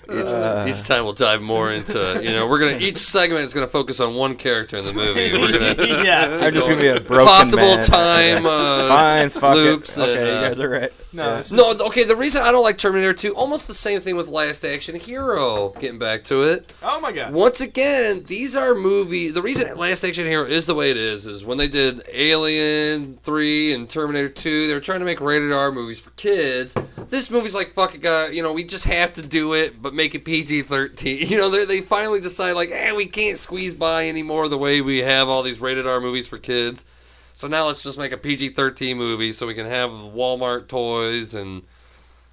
S3: Uh.
S4: each time we'll dive more into, you know, we're gonna each segment is gonna focus on one character in the movie. We're gonna
S5: yeah.
S3: I'm just gonna be a broken
S4: possible
S3: man.
S4: time. Uh,
S3: Fine. Fuck
S4: loops
S3: it. Okay,
S4: and, uh,
S3: you guys are right. No, it's
S4: No, okay. The reason I don't like Terminator 2, almost the same thing with Last Action Hero. Getting back to it,
S5: Oh my god.
S4: once again, these are movie. The reason Last Action Hero is the way it is is when they did Alien Three and Terminator Two, they were trying to make rated R movies for kids. This movie's like fuck it, guy. You know, we just have to do it, but make it PG thirteen. You know, they, they finally decide like, eh, we can't squeeze by anymore the way we have all these rated R movies for kids. So now let's just make a PG thirteen movie so we can have Walmart toys and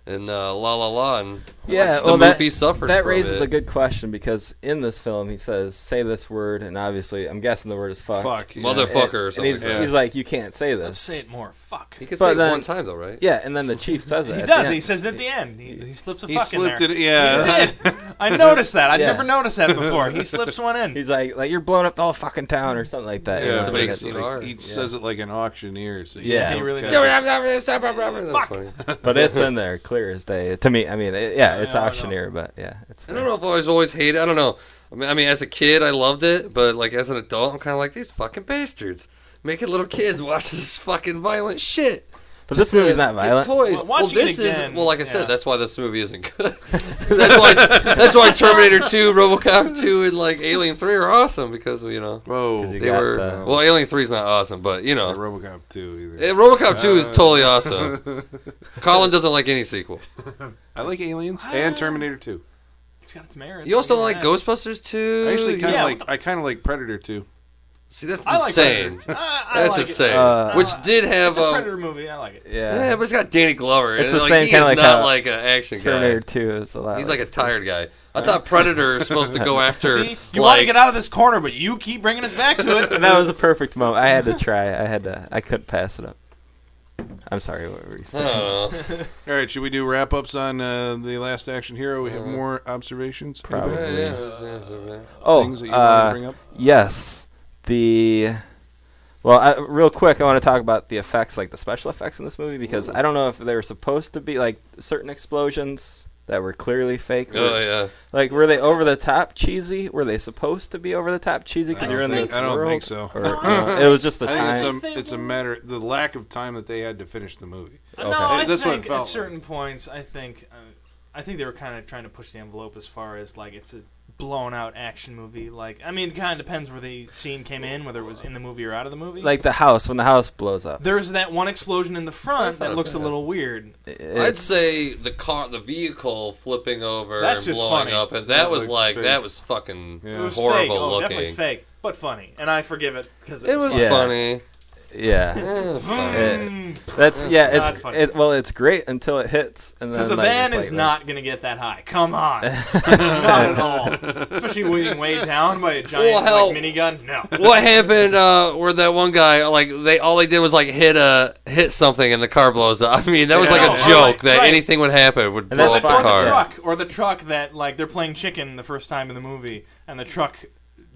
S4: and uh, la la la and
S3: Yeah,
S4: the
S3: well, that,
S4: movie suffered.
S3: that
S4: from
S3: raises
S4: it.
S3: a good question because in this film he says, "Say this word," and obviously, I'm guessing the word is "fuck."
S2: Fuck. yeah.
S4: motherfucker or
S3: And
S4: something.
S3: he's,
S4: like that.
S2: that.
S3: he's like, "You can't say
S5: Let's
S3: this."
S5: say it more. Fuck.
S4: He could
S3: But
S4: say it
S3: then-
S4: one time though, right?
S3: Yeah, and then the chief says it.
S5: He
S3: at
S5: does.
S3: the
S5: He
S3: end.
S5: says at the end. He, he slips a
S2: He
S5: fuck
S2: slipped
S5: in there.
S2: it. Yeah.
S5: I noticed that. I'd
S3: Yeah.
S5: never noticed that before. He slips one in.
S3: He's like, "Like you're blowing up the whole fucking town" or something like that. you
S2: Yeah.
S3: know,
S2: To
S4: make
S3: like,
S4: it
S3: like-
S4: hard.
S2: he says it like an auctioneer. So you
S3: Yeah.
S2: don't
S5: He really
S2: catch it.
S5: does.
S4: That's funny.
S3: but it's in there, clear as day. To me, I mean, it, yeah, it's
S5: Yeah, I know.
S3: auctioneer, but yeah, it's.
S4: I don't know if I was always hated. I don't know. I mean, I mean, as a kid, I loved it, but like as an adult, I'm kind of like these fucking bastards making little kids watch this fucking violent shit.
S3: But this
S4: to
S3: movie's not
S4: get
S3: violent.
S4: Toys.
S5: Well,
S4: Well,
S5: watching it
S4: this is
S5: again,
S4: well, like I
S5: yeah.
S4: said, that's why this movie isn't good. that's why that's why Terminator 2, RoboCop 2, and like Alien 3 are awesome because you know
S2: Whoa.
S3: 'Cause he
S4: they
S3: got
S4: were.
S3: the-
S4: Well, Alien 3 is not awesome, but you know,
S2: Not RoboCop 2 either.
S4: Eh, RoboCop 2
S3: Uh.
S4: is totally awesome. Colin doesn't like any sequel.
S2: I like Aliens
S5: Ah.
S2: and Terminator 2.
S5: It's got its merits.
S4: You also don't like
S5: Look at that.
S4: Ghostbusters 2?
S2: I actually kind of
S5: yeah,
S2: like I kind of like Predator 2.
S4: See, that's
S5: I like
S4: insane.
S5: Predators. I, I
S4: That's
S5: like
S4: insane.
S5: It.
S3: Uh,
S4: Which did have
S5: It's a
S4: um,
S5: predator movie. I like it.
S3: Yeah,
S4: yeah, but it's got Danny Glover.
S3: It's
S4: and,
S3: the
S4: like,
S3: same
S4: he
S3: kinda
S4: is
S3: like
S4: not
S3: how
S4: like an action
S3: Terminator
S4: guy.
S3: Two is a lot.
S4: He's like a tired guy. I thought Predator is supposed to go after.
S5: See, you want
S4: like,
S5: to get out of this corner, but you keep bringing us back to it.
S3: that was a perfect moment. I had to try. I had to. I couldn't pass it up. I'm sorry. What were you
S4: I
S3: saying?
S4: don't know.
S2: All right, should we do wrap ups on uh, the Last Action Hero? We have more observations.
S3: Probably.
S4: Yeah,
S2: Anybody?
S4: yeah.
S3: Oh,
S2: Things that you
S3: uh,
S2: want to bring up.
S3: yes. The well, I, real quick, I want to talk about the effects, like the special effects in this movie, because I don't know if they were supposed to be like certain explosions that were clearly fake. Were-
S4: Oh yeah.
S3: Like, were they over the top cheesy? Were they supposed to be over the top cheesy? Because
S2: I
S3: you're in
S2: don't think-
S3: this
S2: I don't
S3: world?
S2: think so.
S3: Or, no, it was just the
S2: I
S3: time.
S2: think it's a it's a matter the lack of time that they had to finish the movie.
S5: No, I
S2: This one
S5: think
S2: felt
S5: at
S2: like-
S5: certain points, I think, uh, I think they were kind of trying to push the envelope as far as like it's a blown out action movie. Like, I mean, it kind of depends where the scene came in, whether it was in the movie or out of the movie.
S3: like the house when the house blows up.
S5: there's that one explosion in the front
S4: That's not
S5: that looks a
S4: bad.
S5: little weird.
S4: I'd say the car, the vehicle flipping over
S5: That's
S4: and
S5: just
S4: blowing
S5: funny.
S4: up, and that,
S2: That
S4: was
S2: looked
S4: like
S2: fake.
S4: that was fucking
S2: Yeah.
S5: It was fake.
S4: horrible
S5: Oh, definitely
S4: looking.
S5: fake, but funny, and I forgive it because it,
S4: It was
S3: Yeah.
S4: funny.
S3: yeah,
S4: Eh,
S5: funny.
S3: it- that's yeah.
S5: Nah,
S3: It's
S5: it's Mm. funny.
S3: it, well, it's great until it hits, and then
S5: Because a
S3: like,
S5: van
S3: it's
S5: is
S3: like
S5: not going to get that high. Come on. not at all. Especially weighing way down by a giant
S4: Well, hell.
S5: like, minigun. No.
S4: what happened uh where that one guy like they all they did was like hit a hit something and the car blows up i mean that was
S2: Yeah.
S4: like
S2: Oh,
S4: a joke
S5: right,
S4: that
S5: right.
S4: anything would happen would
S3: And
S4: blow
S3: that's
S4: up the
S5: or
S3: fine.
S5: the
S4: car
S5: truck. Or the truck that, like, they're playing chicken the first time in the movie, and the truck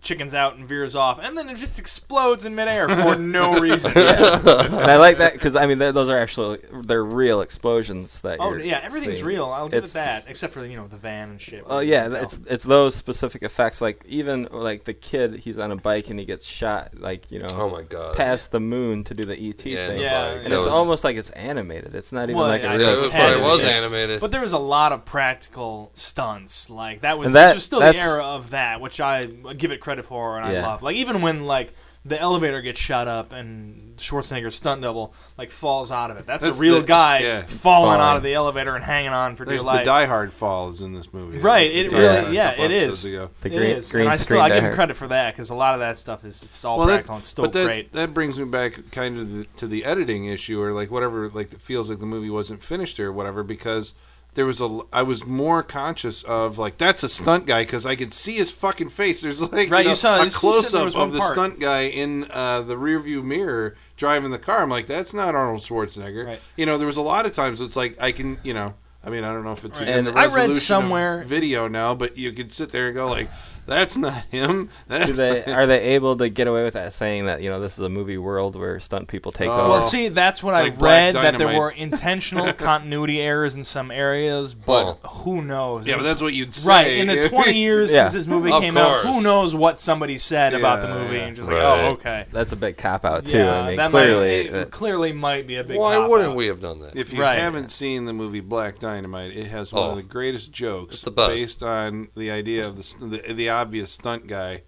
S5: chickens out and veers off, and then it just explodes in midair for no reason.
S3: this. And I like that because I mean th- those are actually they're real explosions that.
S5: Oh,
S3: you're
S5: yeah, everything's
S3: seeing.
S5: real. I'll give
S3: It's-
S5: it that. Except for, you know, the van and shit.
S3: Oh yeah, it's it's those specific effects. Like even like the kid, he's on a bike and he gets shot. Like you know,
S4: oh my god
S3: past the moon to do the ET
S4: yeah,
S3: thing.
S4: the
S5: Yeah,
S4: bike.
S3: And
S4: That
S3: it's
S4: was-
S3: almost like it's animated. It's not even
S5: Well,
S3: like a
S5: yeah,
S4: yeah,
S3: real
S4: it was
S5: had
S4: probably
S5: to
S4: was
S5: be.
S4: animated
S5: But there was a lot of practical stunts. Like that was
S3: And that-
S5: this was still the
S3: that's-
S5: era of that, which I give it credit for and I
S3: Yeah.
S5: love. Like even when like the elevator gets shot up and Schwarzenegger's stunt double like falls out of it. That's,
S2: That's
S5: a real
S2: the-
S5: guy
S2: yeah.
S5: falling,
S3: Falling.
S5: out of the elevator and hanging on for
S2: There's
S5: dear life.
S2: the Die Hard falls in this movie.
S5: Right, it
S2: Die
S3: really-
S2: Hard a
S5: yeah,
S2: couple
S5: it
S2: episodes
S5: is.
S2: ago.
S3: the
S5: It
S3: green,
S5: is,
S3: green
S5: and I still
S3: screen.
S5: I give
S3: there.
S5: him credit for that because a lot of that stuff is it's all
S2: Well,
S5: practical and still
S2: but that,
S5: great.
S2: that brings me back kind of the, to the editing issue, or like whatever, like it feels like the movie wasn't finished or whatever, because there was a. l- I was more conscious of like that's a stunt guy because I could see his fucking face. There's like
S5: Right, you
S2: know,
S5: saw- you
S2: a
S5: said there was
S2: close up
S5: one
S2: of the
S5: part.
S2: stunt guy in uh, the rearview mirror driving the car. I'm like, that's not Arnold Schwarzenegger.
S5: Right.
S2: You know, there was a lot of times it's like I can, you know. I mean, I don't know if it's
S5: Right.
S2: in
S3: And
S2: the
S5: I read
S2: resolution of
S5: somewhere-
S2: video now, but you could sit there and go like, That's not him. That's
S3: Do they are they able to get away with that saying that you know this is a movie world where stunt people take
S2: Oh.
S5: Uh, Well,
S3: over?
S5: see, that's what
S2: Like
S5: I
S2: Black
S5: read that there
S2: Dynamite.
S5: were intentional continuity errors in some areas, but who knows?
S2: yeah, but that's what you'd say.
S5: right. In the 20 years
S3: Yeah.
S5: since this movie
S4: Of
S5: came out, who
S4: course.
S5: knows what somebody said about the
S2: Yeah,
S5: movie?
S2: yeah.
S5: And just like,
S4: Right.
S5: oh, okay.
S3: That's a big cop out too.
S5: yeah,
S3: I mean,
S5: that
S3: clearly,
S5: might, it
S3: that's-
S5: clearly might be a big.
S4: Why
S5: cop-out.
S4: wouldn't we have done that?
S2: If you
S5: Right.
S2: haven't seen the movie Black Dynamite, it has one
S4: Oh.
S2: of the greatest jokes
S4: It's the best.
S2: based on the idea of the, st- the the obvious stunt guy,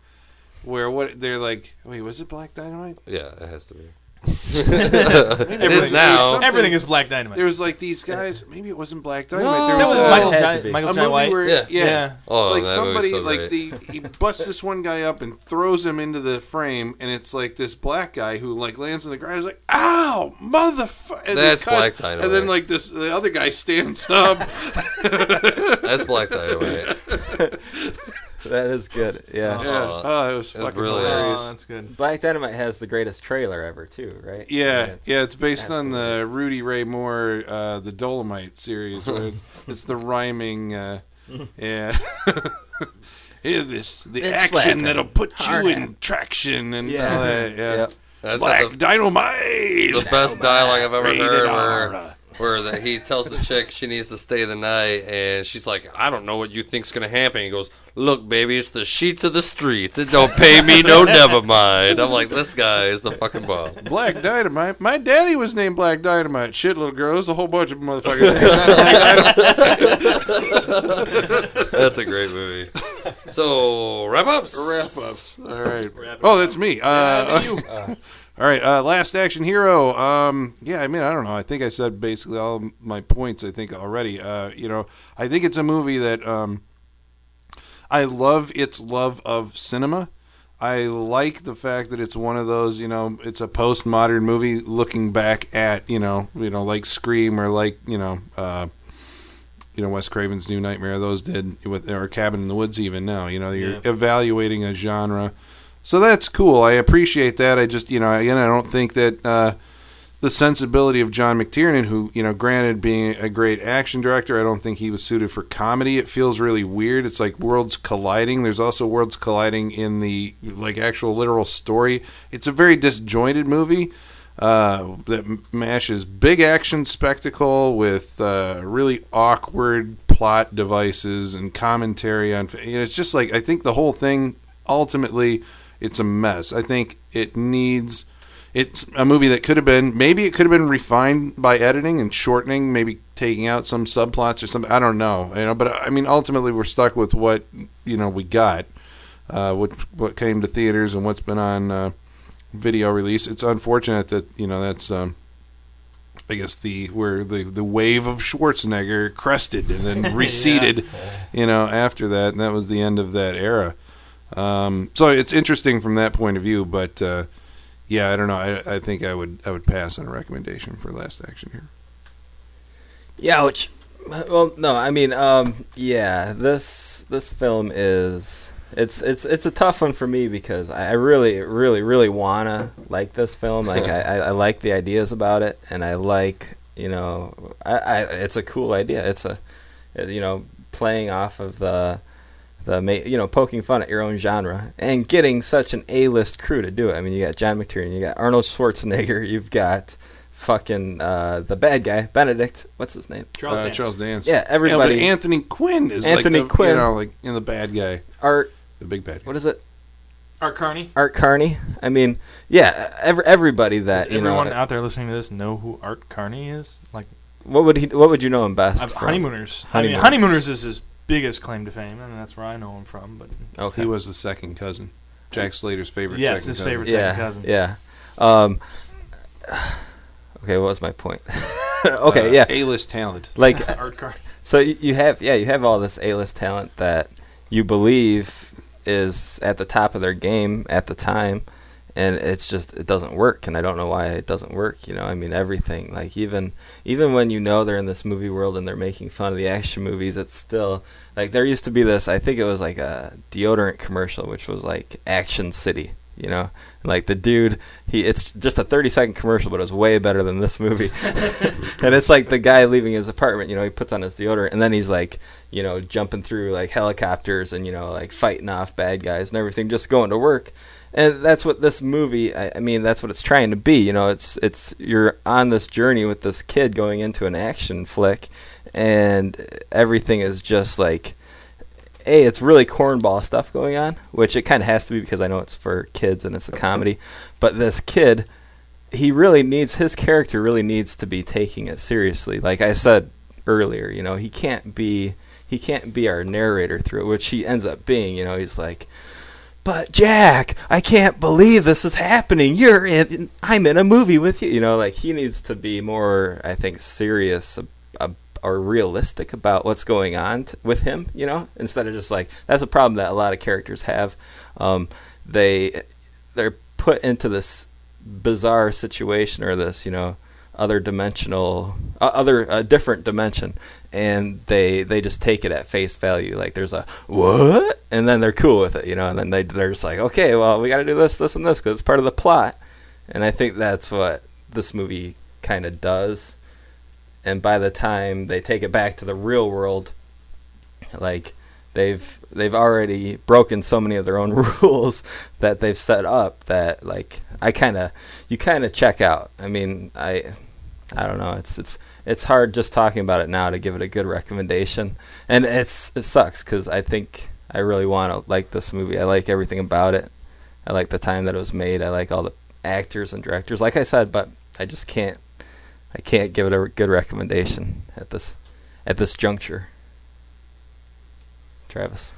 S2: where what they're like, wait, was it Black Dynamite?
S4: Yeah, it has to be.
S2: Maybe
S4: It
S2: was-
S4: is
S2: was
S4: now.
S2: something-
S5: Everything is Black Dynamite.
S2: There was like these guys. Maybe it wasn't Black Dynamite.
S4: No.
S2: There
S5: Except
S2: was
S5: with
S2: a,
S5: Michael,
S3: Had
S5: Jai-
S3: to be.
S5: Michael
S2: a
S5: Jai
S2: movie
S5: White.
S2: where
S4: Yeah.
S2: yeah,
S5: Yeah.
S4: Oh,
S2: like
S4: that
S2: somebody
S4: movie's so
S2: like the he busts this one guy up and throws him into the frame, and it's like this black guy who like lands on the ground. He's like, "Ow, motherfucker!"
S4: That's Black Dynamite.
S2: And then like this, the other guy stands up.
S4: That's Black Dynamite.
S3: that is good. Yeah.
S2: yeah,
S4: Uh,
S2: oh, it was fucking
S4: really-
S2: hilarious.
S5: Oh, that's good.
S3: Black Dynamite has the greatest trailer ever too, right?
S2: Yeah,
S3: And it's-
S2: yeah, it's based on the Rudy Ray Moore, uh, the Dolomite series. Where it's, it's the rhyming, uh, yeah. Hear this, the
S3: It's
S2: action
S3: slapping.
S2: that'll put
S3: Hard
S2: you
S3: hand.
S2: in traction and
S3: Yeah.
S2: all that. Yeah,
S3: Yep.
S4: That's not
S2: black
S4: the,
S2: dynamite.
S4: the best dialogue I've ever
S2: Rated
S4: heard.
S2: R.
S4: Where, where the, he tells the chick she needs to stay the night, and she's like, "I don't know what you think's gonna happen." He goes, "Look, baby, it's the sheets of the streets. It don't pay me no never mind." I'm like, this guy is the fucking bomb.
S2: Black Dynamite. My daddy was named Black Dynamite. Shit, little girl, there's a whole bunch of motherfuckers. named Black Dynamite.
S4: That's a great movie. So wrap
S2: Wrap ups.
S4: ups.
S2: All right. Oh, that's me. Uh, all right. Uh, Last Action Hero. Um, yeah, I mean, I don't know. I think I said basically all my points. I think already. Uh, you know, I think it's a movie that um, I love. Its love of cinema. I like the fact that it's one of those, you know, it's a postmodern movie looking back at, you know, you know, like Scream or like, you know, uh, you know Wes Craven's New Nightmare. Those did with or Cabin in the Woods. Even now, you know you're
S5: Yeah.
S2: evaluating a genre, so that's cool. I appreciate that. I just you know again I don't think that uh, the sensibility of John McTiernan, who you know granted being a great action director, I don't think he was suited for comedy. It feels really weird. It's like worlds colliding. There's also worlds colliding in the like actual literal story. It's a very disjointed movie uh, that m- mashes big action spectacle with uh, really awkward plot devices and commentary on. And it's just like I think the whole thing ultimately it's a mess. I think it needs. It's a movie that could have been maybe it could have been refined by editing and shortening, maybe taking out some subplots or something. I don't know, you know. But uh, I mean, ultimately, we're stuck with what you know we got, uh, what what came to theaters and what's been on uh, video release. It's unfortunate that you know that's um, I guess the where the the wave of Schwarzenegger crested and then receded, you know, after that, and that was the end of that era. Um, so it's interesting from that point of view, but uh, yeah, I don't know. I, I think I would I would pass on a recommendation for Last Action here.
S3: Yeah, ouch. Well, no, I mean, um, yeah, this this film is it's it's it's a tough one for me because I, I really really really wanna like this film. Like I, I, I like the ideas about it, and I like you know I, I it's a cool idea. It's a you know playing off of the the ma- you know poking fun at your own genre and getting such an A list crew to do it. I mean, you got John McTiernan, you got Arnold Schwarzenegger, you've got fucking uh, the bad guy Benedict. What's his name?
S5: Charles
S2: uh,
S5: Dance.
S2: Charles Dance.
S3: Yeah, everybody.
S2: but Anthony Quinn is
S3: Anthony
S2: like the,
S3: Quinn.
S2: you know, like in the bad guy,
S3: Art.
S2: the big bad guy.
S3: What is it?
S5: Art Carney.
S3: Art Carney. I mean, yeah, every, everybody
S5: Does
S3: that you know. uh,
S5: everyone out there listening to this know who Art Carney is? Like
S3: What would he? What would you know him best?
S5: I've-
S3: from?
S5: honeymooners. I mean,
S3: Honeymooners.
S5: honeymooners is his biggest claim to fame, and that's where I know him from. But
S3: Okay.
S2: He was the second cousin, Jack Slater's favorite.
S5: Yes,
S2: second
S5: his
S2: cousin.
S5: favorite.
S3: yeah.
S5: second cousin.
S3: Yeah. Um, okay. What was my point? okay.
S2: Uh,
S3: yeah.
S2: A-list talent.
S3: Like
S5: Art Carney.
S3: so, you you have yeah, you have all this A-list talent that you believe is at the top of their game at the time, and it's just it doesn't work, and I don't know why it doesn't work. You know, I mean everything. Like even even when you know they're in this movie world and they're making fun of the action movies, it's still like there used to be this. I think it was like a deodorant commercial, which was like Action City. you know, like the dude, he it's just a 30 second commercial, but it was way better than this movie. and it's like the guy leaving his apartment, you know, he puts on his deodorant and then he's like, you know, jumping through like helicopters and you know, like fighting off bad guys and everything, just going to work. And that's what this movie, I, I mean, that's what it's trying to be. You know, it's it's you're on this journey with this kid going into an action flick, and everything is just like a it's really cornball stuff going on which it kind of has to be because i know it's for kids and it's a comedy but this kid he really needs his character really needs to be taking it seriously like i said earlier you know he can't be he can't be our narrator through it which he ends up being you know he's like but Jack, I can't believe this is happening. You're in, I'm in a movie with you. You know, like he needs to be more, I think, serious ab- ab- or realistic about what's going on t- with him. You know, instead of just like that's a problem that a lot of characters have. Um, they they're put into this bizarre situation or this, you know, other dimensional, uh, other uh, different dimension, and they they just take it at face value. Like there's a what, and then they're cool with it, you know. And then they they're just like, okay, well, we got to do this, this, and this because it's part of the plot. And I think that's what this movie kind of does. And by the time they take it back to the real world, like they've they've already broken so many of their own rules that they've set up that like I kind of you kind of check out. I mean, I I don't know. It's it's it's hard just talking about it now to give it a good recommendation, and it's it sucks because I think I really want to like this movie. I like everything about it. I like the time that it was made. I like all the actors and directors. Like I said, but I just can't I can't give it a good recommendation at this at this juncture. Travis.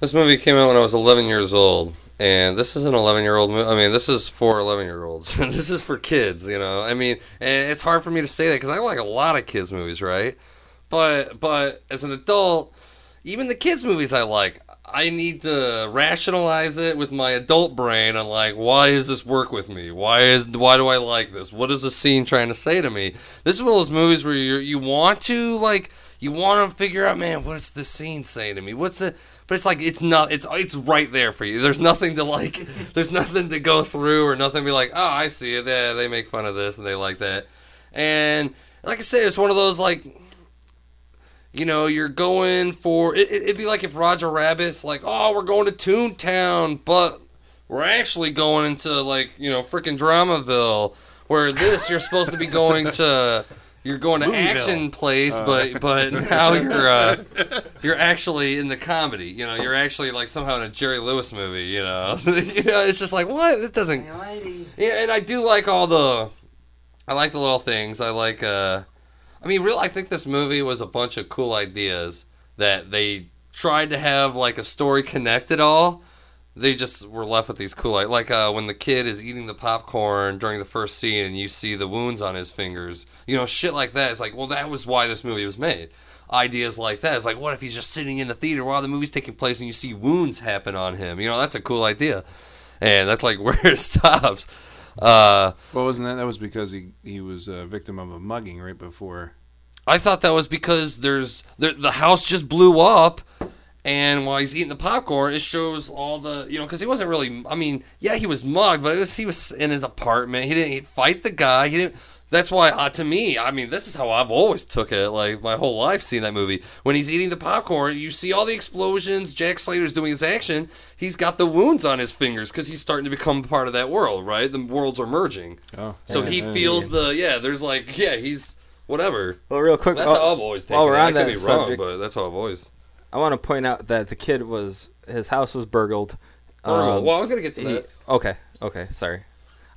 S4: This movie came out when I was 11 years old, and this is an 11 year old movie. I mean, this is for 11 year olds. this is for kids, you know. I mean, and it's hard for me to say that because I like a lot of kids movies, right? But but as an adult, even the kids movies I like, I need to rationalize it with my adult brain on like, why is this work with me? Why is why do I like this? What is the scene trying to say to me? This is one of those movies where you you want to like you want to figure out, man, what's this scene saying to me? What's it? But it's like it's not. It's it's right there for you. There's nothing to like. There's nothing to go through or nothing to be like, oh, I see it. Yeah, they make fun of this and they like that. And like I said, it's one of those like, you know, you're going for. It, it, it'd be like if Roger Rabbit's like, oh, we're going to Toontown, but we're actually going into like you know freaking Dramaville, where this you're supposed to be going to you're going to action place, but but now you're uh, you're actually in the comedy. You know, you're actually like somehow in a Jerry Lewis movie. You know, you know, it's just like what it doesn't. Yeah, and I do like all the, I like the little things. I like. uh I mean, real. I think this movie was a bunch of cool ideas that they tried to have like a story connected all. They just were left with these cool like like uh, when the kid is eating the popcorn during the first scene and you see the wounds on his fingers, you know, shit like that. It's like, well, that was why this movie was made. Ideas like that. It's like, what if he's just sitting in the theater while the movie's taking place and you see wounds happen on him? You know, that's a cool idea, and that's like where it stops. Uh,
S2: Well, wasn't that? That was because he he was a victim of a mugging right before.
S4: I thought that was because there's the, the house just blew up, and while he's eating the popcorn, it shows all the you know because he wasn't really. I mean, yeah, he was mugged, but it was he was in his apartment. He didn't fight the guy. He didn't. That's why uh, to me, I mean, this is how I've always took it. Like my whole life, seeing that movie when he's eating the popcorn, you see all the explosions. Jack Slater's doing his action. He's got the wounds on his fingers because he's starting to become part of that world. Right, the worlds are merging,
S2: Oh,
S4: so he
S2: Yeah.
S4: feels the yeah. There's like yeah, he's whatever.
S3: Well, real quick,
S4: That's
S3: oh-
S4: how I've always taken
S3: while we're
S4: it.
S3: on
S4: I could
S3: that
S4: be
S3: subject-
S4: wrong, but that's how I've always.
S3: I want to point out that the kid was his house was burgled.
S4: Normal.
S3: Um,
S4: well, I'm gonna get to
S3: he-
S4: that.
S3: okay, okay, sorry.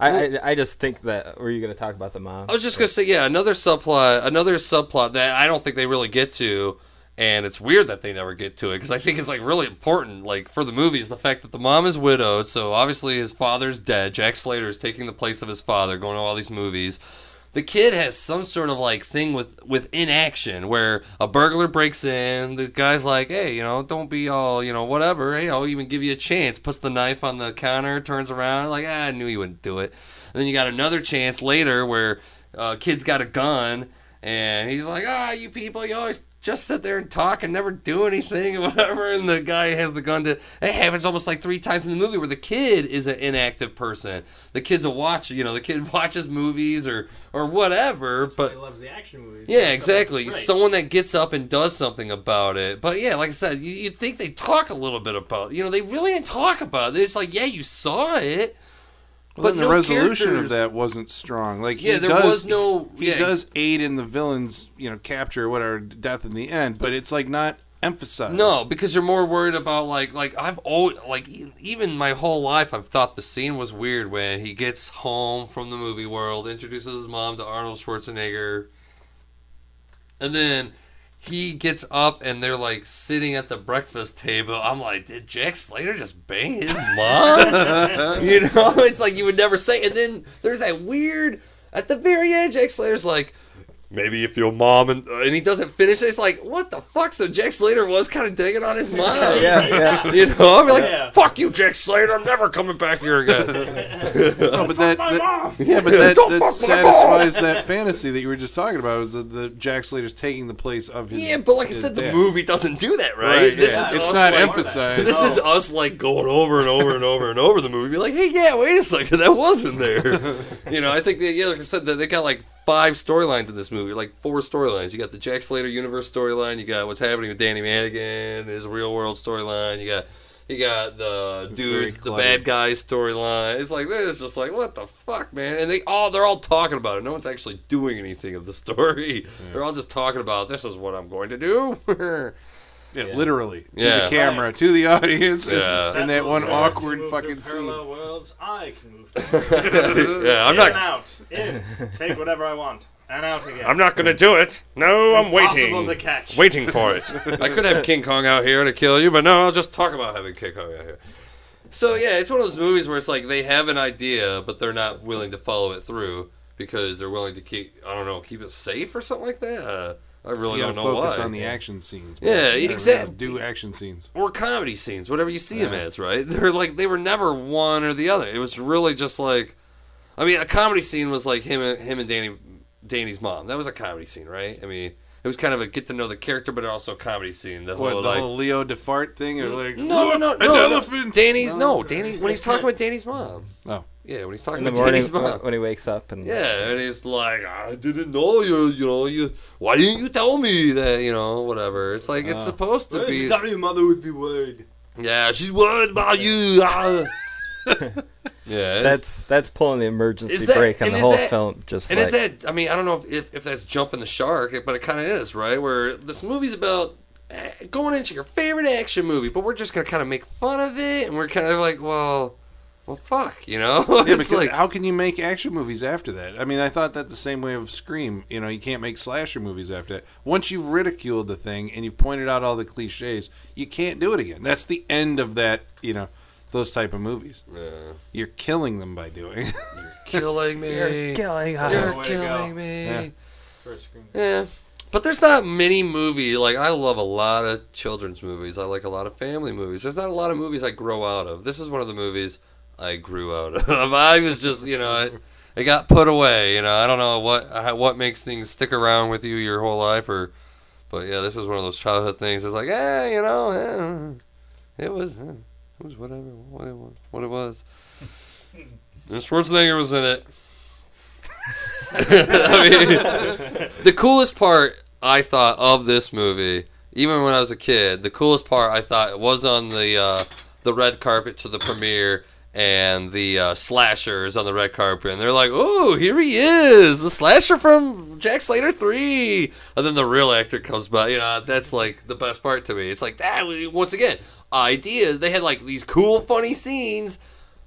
S3: I, I I just think that were you going to talk about the mom?
S4: I was just gonna say, yeah, another subplot, another subplot that I don't think they really get to, and it's weird that they never get to it because I think it's like really important, like for the movie, is the fact that the mom is widowed, so obviously his father's dead. Jack Slater is taking the place of his father, going to all these movies. The kid has some sort of like thing with with inaction where a burglar breaks in. The guy's like, "Hey, you know, don't be all you know, whatever. Hey, I'll even give you a chance." Puts the knife on the counter, turns around, like, "Ah, "I knew you wouldn't do it." And then you got another chance later where uh, kid's got a gun and he's like, ah, you people, you always just sit there and talk and never do anything and whatever. And the guy has the gun to. It happens almost like three times in the movie where the kid is an inactive person. The kid's a watch, you know, the kid watches movies or or whatever. but
S5: He loves the action movies.
S4: yeah,
S5: So-
S4: exactly.
S5: right.
S4: Someone that gets up and does something about it. But yeah, like I said, you, you'd think they talk a little bit about. You know, they really didn't talk about it. It's like, yeah, you saw it.
S2: But the
S4: no
S2: resolution
S4: characters-
S2: of that wasn't strong. Like
S4: Yeah,
S2: he
S4: there
S2: does,
S4: was no.
S2: He
S4: yeah,
S2: does aid in the villain's you know capture or whatever death in the end, but it's like not emphasized.
S4: No, because you're more worried about like like I've always like e- even my whole life I've thought the scene was weird when he gets home from the movie world, introduces his mom to Arnold Schwarzenegger, and then he gets up and they're like sitting at the breakfast table. I'm like, did Jack Slater just bang his mom? you know, it's like you would never say. And then there's that weird at the very end, Jack Slater's like, maybe if your mom and uh, and he doesn't finish it, it's like what the fuck. So Jack Slater was kind of digging on his mom.
S3: Yeah, yeah.
S4: You know, I'm like,
S5: Yeah.
S4: fuck you, Jack Slater. I'm never coming back here again.
S2: no, but that,
S5: My
S2: that-
S5: mom!
S2: yeah, but that,
S4: Don't fuck
S2: that
S4: my
S2: satisfies that fantasy that you were just talking about. Was the, the Jack Slater's taking the place of his?
S4: yeah, but like I
S2: his
S4: said, the
S2: dad.
S4: movie doesn't do that, right?
S2: Right,
S4: This
S2: yeah.
S4: is
S2: It's
S4: us,
S2: not
S4: like-
S2: emphasized.
S4: This is us like going over and over and over and over the movie. Be like, hey, yeah, wait a second, that wasn't there. you know, I think that yeah, like I said, that they got like five storylines in this movie, like four storylines. You got the Jack Slater universe storyline. You got what's happening with Danny Madigan, his real world storyline. You got you got the dudes, the
S2: cluttered.
S4: bad guys storyline. It's like this, just like what the fuck, man. And they all they're all talking about it. No one's actually doing anything of the story. They're all just talking about this is what I'm going to do.
S2: yeah, literally to
S4: Yeah.
S2: the camera, to the audience, and-
S4: Yeah.
S2: and that one
S5: moves
S2: awkward
S5: forward, you move through
S2: fucking scene.
S5: Parallel worlds, I can move forward.
S4: yeah, I'm
S5: in
S4: not.
S5: and out. In. Take whatever I want. And out again.
S1: I'm not gonna do it. No, I'm
S5: Impossible
S1: waiting.
S5: to catch.
S1: Waiting for it.
S4: I could have King Kong out here to kill you, but no, I'll just talk about having King Kong out here. So yeah, it's one of those movies where it's like they have an idea, but they're not willing to follow it through because they're willing to keep I don't know keep it safe or something like that. Uh, I really
S2: You
S4: don't
S2: gotta
S4: know
S2: focus
S4: why.
S2: on the action scenes.
S4: Yeah,
S2: Never really
S4: exact-
S2: Do action scenes.
S4: or comedy scenes, whatever you see them as, right? They're like they were never one or the other. It was really just like, I mean, a comedy scene was like him, and him and Danny, Danny's mom. That was a comedy scene, right? I mean, it was kind of a get to know the character, but also a comedy scene. The
S2: What
S4: whole
S2: the
S4: Oh, like,
S2: whole Leo Defart thing? Or like,
S4: no, no, no,
S2: "Look,
S4: no,
S2: an
S4: no.
S2: elephant.
S4: Danny's no, Danny when he's talking about Danny's mom.
S2: Oh.
S4: yeah, when he's talking
S3: In the
S4: about
S3: morning
S4: Danny's mom.
S3: when he wakes up and
S4: Yeah, and he's like, I didn't know you. You know, you. Why didn't you tell me that? You know, whatever. It's like
S2: Uh.
S4: it's supposed to be.
S5: your mother would be worried.
S4: Yeah, she's worried about you. ah. yeah, it's-
S3: that's that's pulling the emergency
S4: Is that-
S3: brake on
S4: and
S3: the
S4: is
S3: whole
S4: that-
S3: film. Just
S4: and
S3: like
S4: is that? I mean, I don't know if, if, if that's jumping the shark, but it kind of is, right? Where this movie's about eh, going into your favorite action movie, but we're just gonna kind of make fun of it, and we're kind of like, well, well, fuck, you know?
S2: Yeah,
S4: it's
S2: because
S4: like,
S2: how can you make action movies after that? I mean, I thought that the same way of Scream. You know, you can't make slasher movies after that. Once you've ridiculed the thing and you've pointed out all the cliches, you can't do it again. That's the end of that. You know, those type of movies.
S4: Yeah.
S2: You're killing them by doing.
S4: killing me,
S3: you're killing
S4: You're
S3: us.
S5: Way to go.
S4: killing me.
S2: Yeah.
S4: Yeah. But there's not many movie like I love a lot of children's movies. I like a lot of family movies. There's not a lot of movies I grow out of. This is one of the movies I grew out of. I was just, you know, it, it got put away, you know. I don't know what how- what makes things stick around with you your whole life or but yeah, this was one of those childhood things. It's like, eh, you know, eh, it was eh, it was whatever what it was. What it was. And Schwarzenegger was in it. I mean, the coolest part I thought of this movie, even when I was a kid, the coolest part I thought was on the uh, the red carpet to the premiere and the uh, slashers on the red carpet, and they're like, "Oh, here he is, the slasher from Jack Slater 3. And then the real actor comes by. You know, that's like the best part to me. It's like that. Once again, ideas. They had like these cool, funny scenes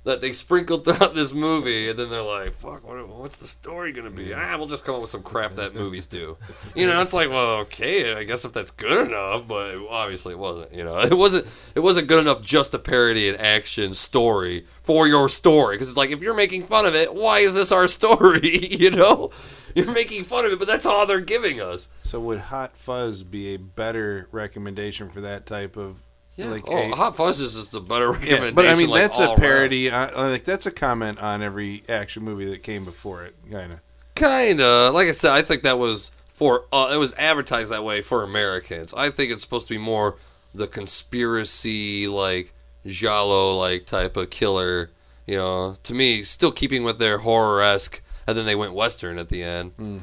S4: that they sprinkled throughout this movie, and then they're like, "Fuck, what, what's the story gonna be? Ah, we'll just come up with some crap that movies do." You know, it's like, well, okay, I guess if that's good enough, but obviously it wasn't. You know, it wasn't. It wasn't good enough just to parody an action story for your story, because it's like if you're making fun of it, why is this our story? you know, you're making fun of it, but that's all they're giving us.
S2: so would Hot Fuzz be a better recommendation for that type of?
S4: Yeah.
S2: Like
S4: oh,
S2: a-
S4: Hot Fuzz is just a better recommendation.
S2: Yeah, but I mean,
S4: like,
S2: that's
S4: all
S2: a
S4: around.
S2: parody. On, uh, like that's a comment on every action movie that came before it, kind of.
S4: Kinda. Like I said, I think that was for uh, it was advertised that way for Americans. I think it's supposed to be more the conspiracy like Jalo like type of killer. You know, to me, still keeping with their horror esque, and then they went western at the end.
S3: Hmm.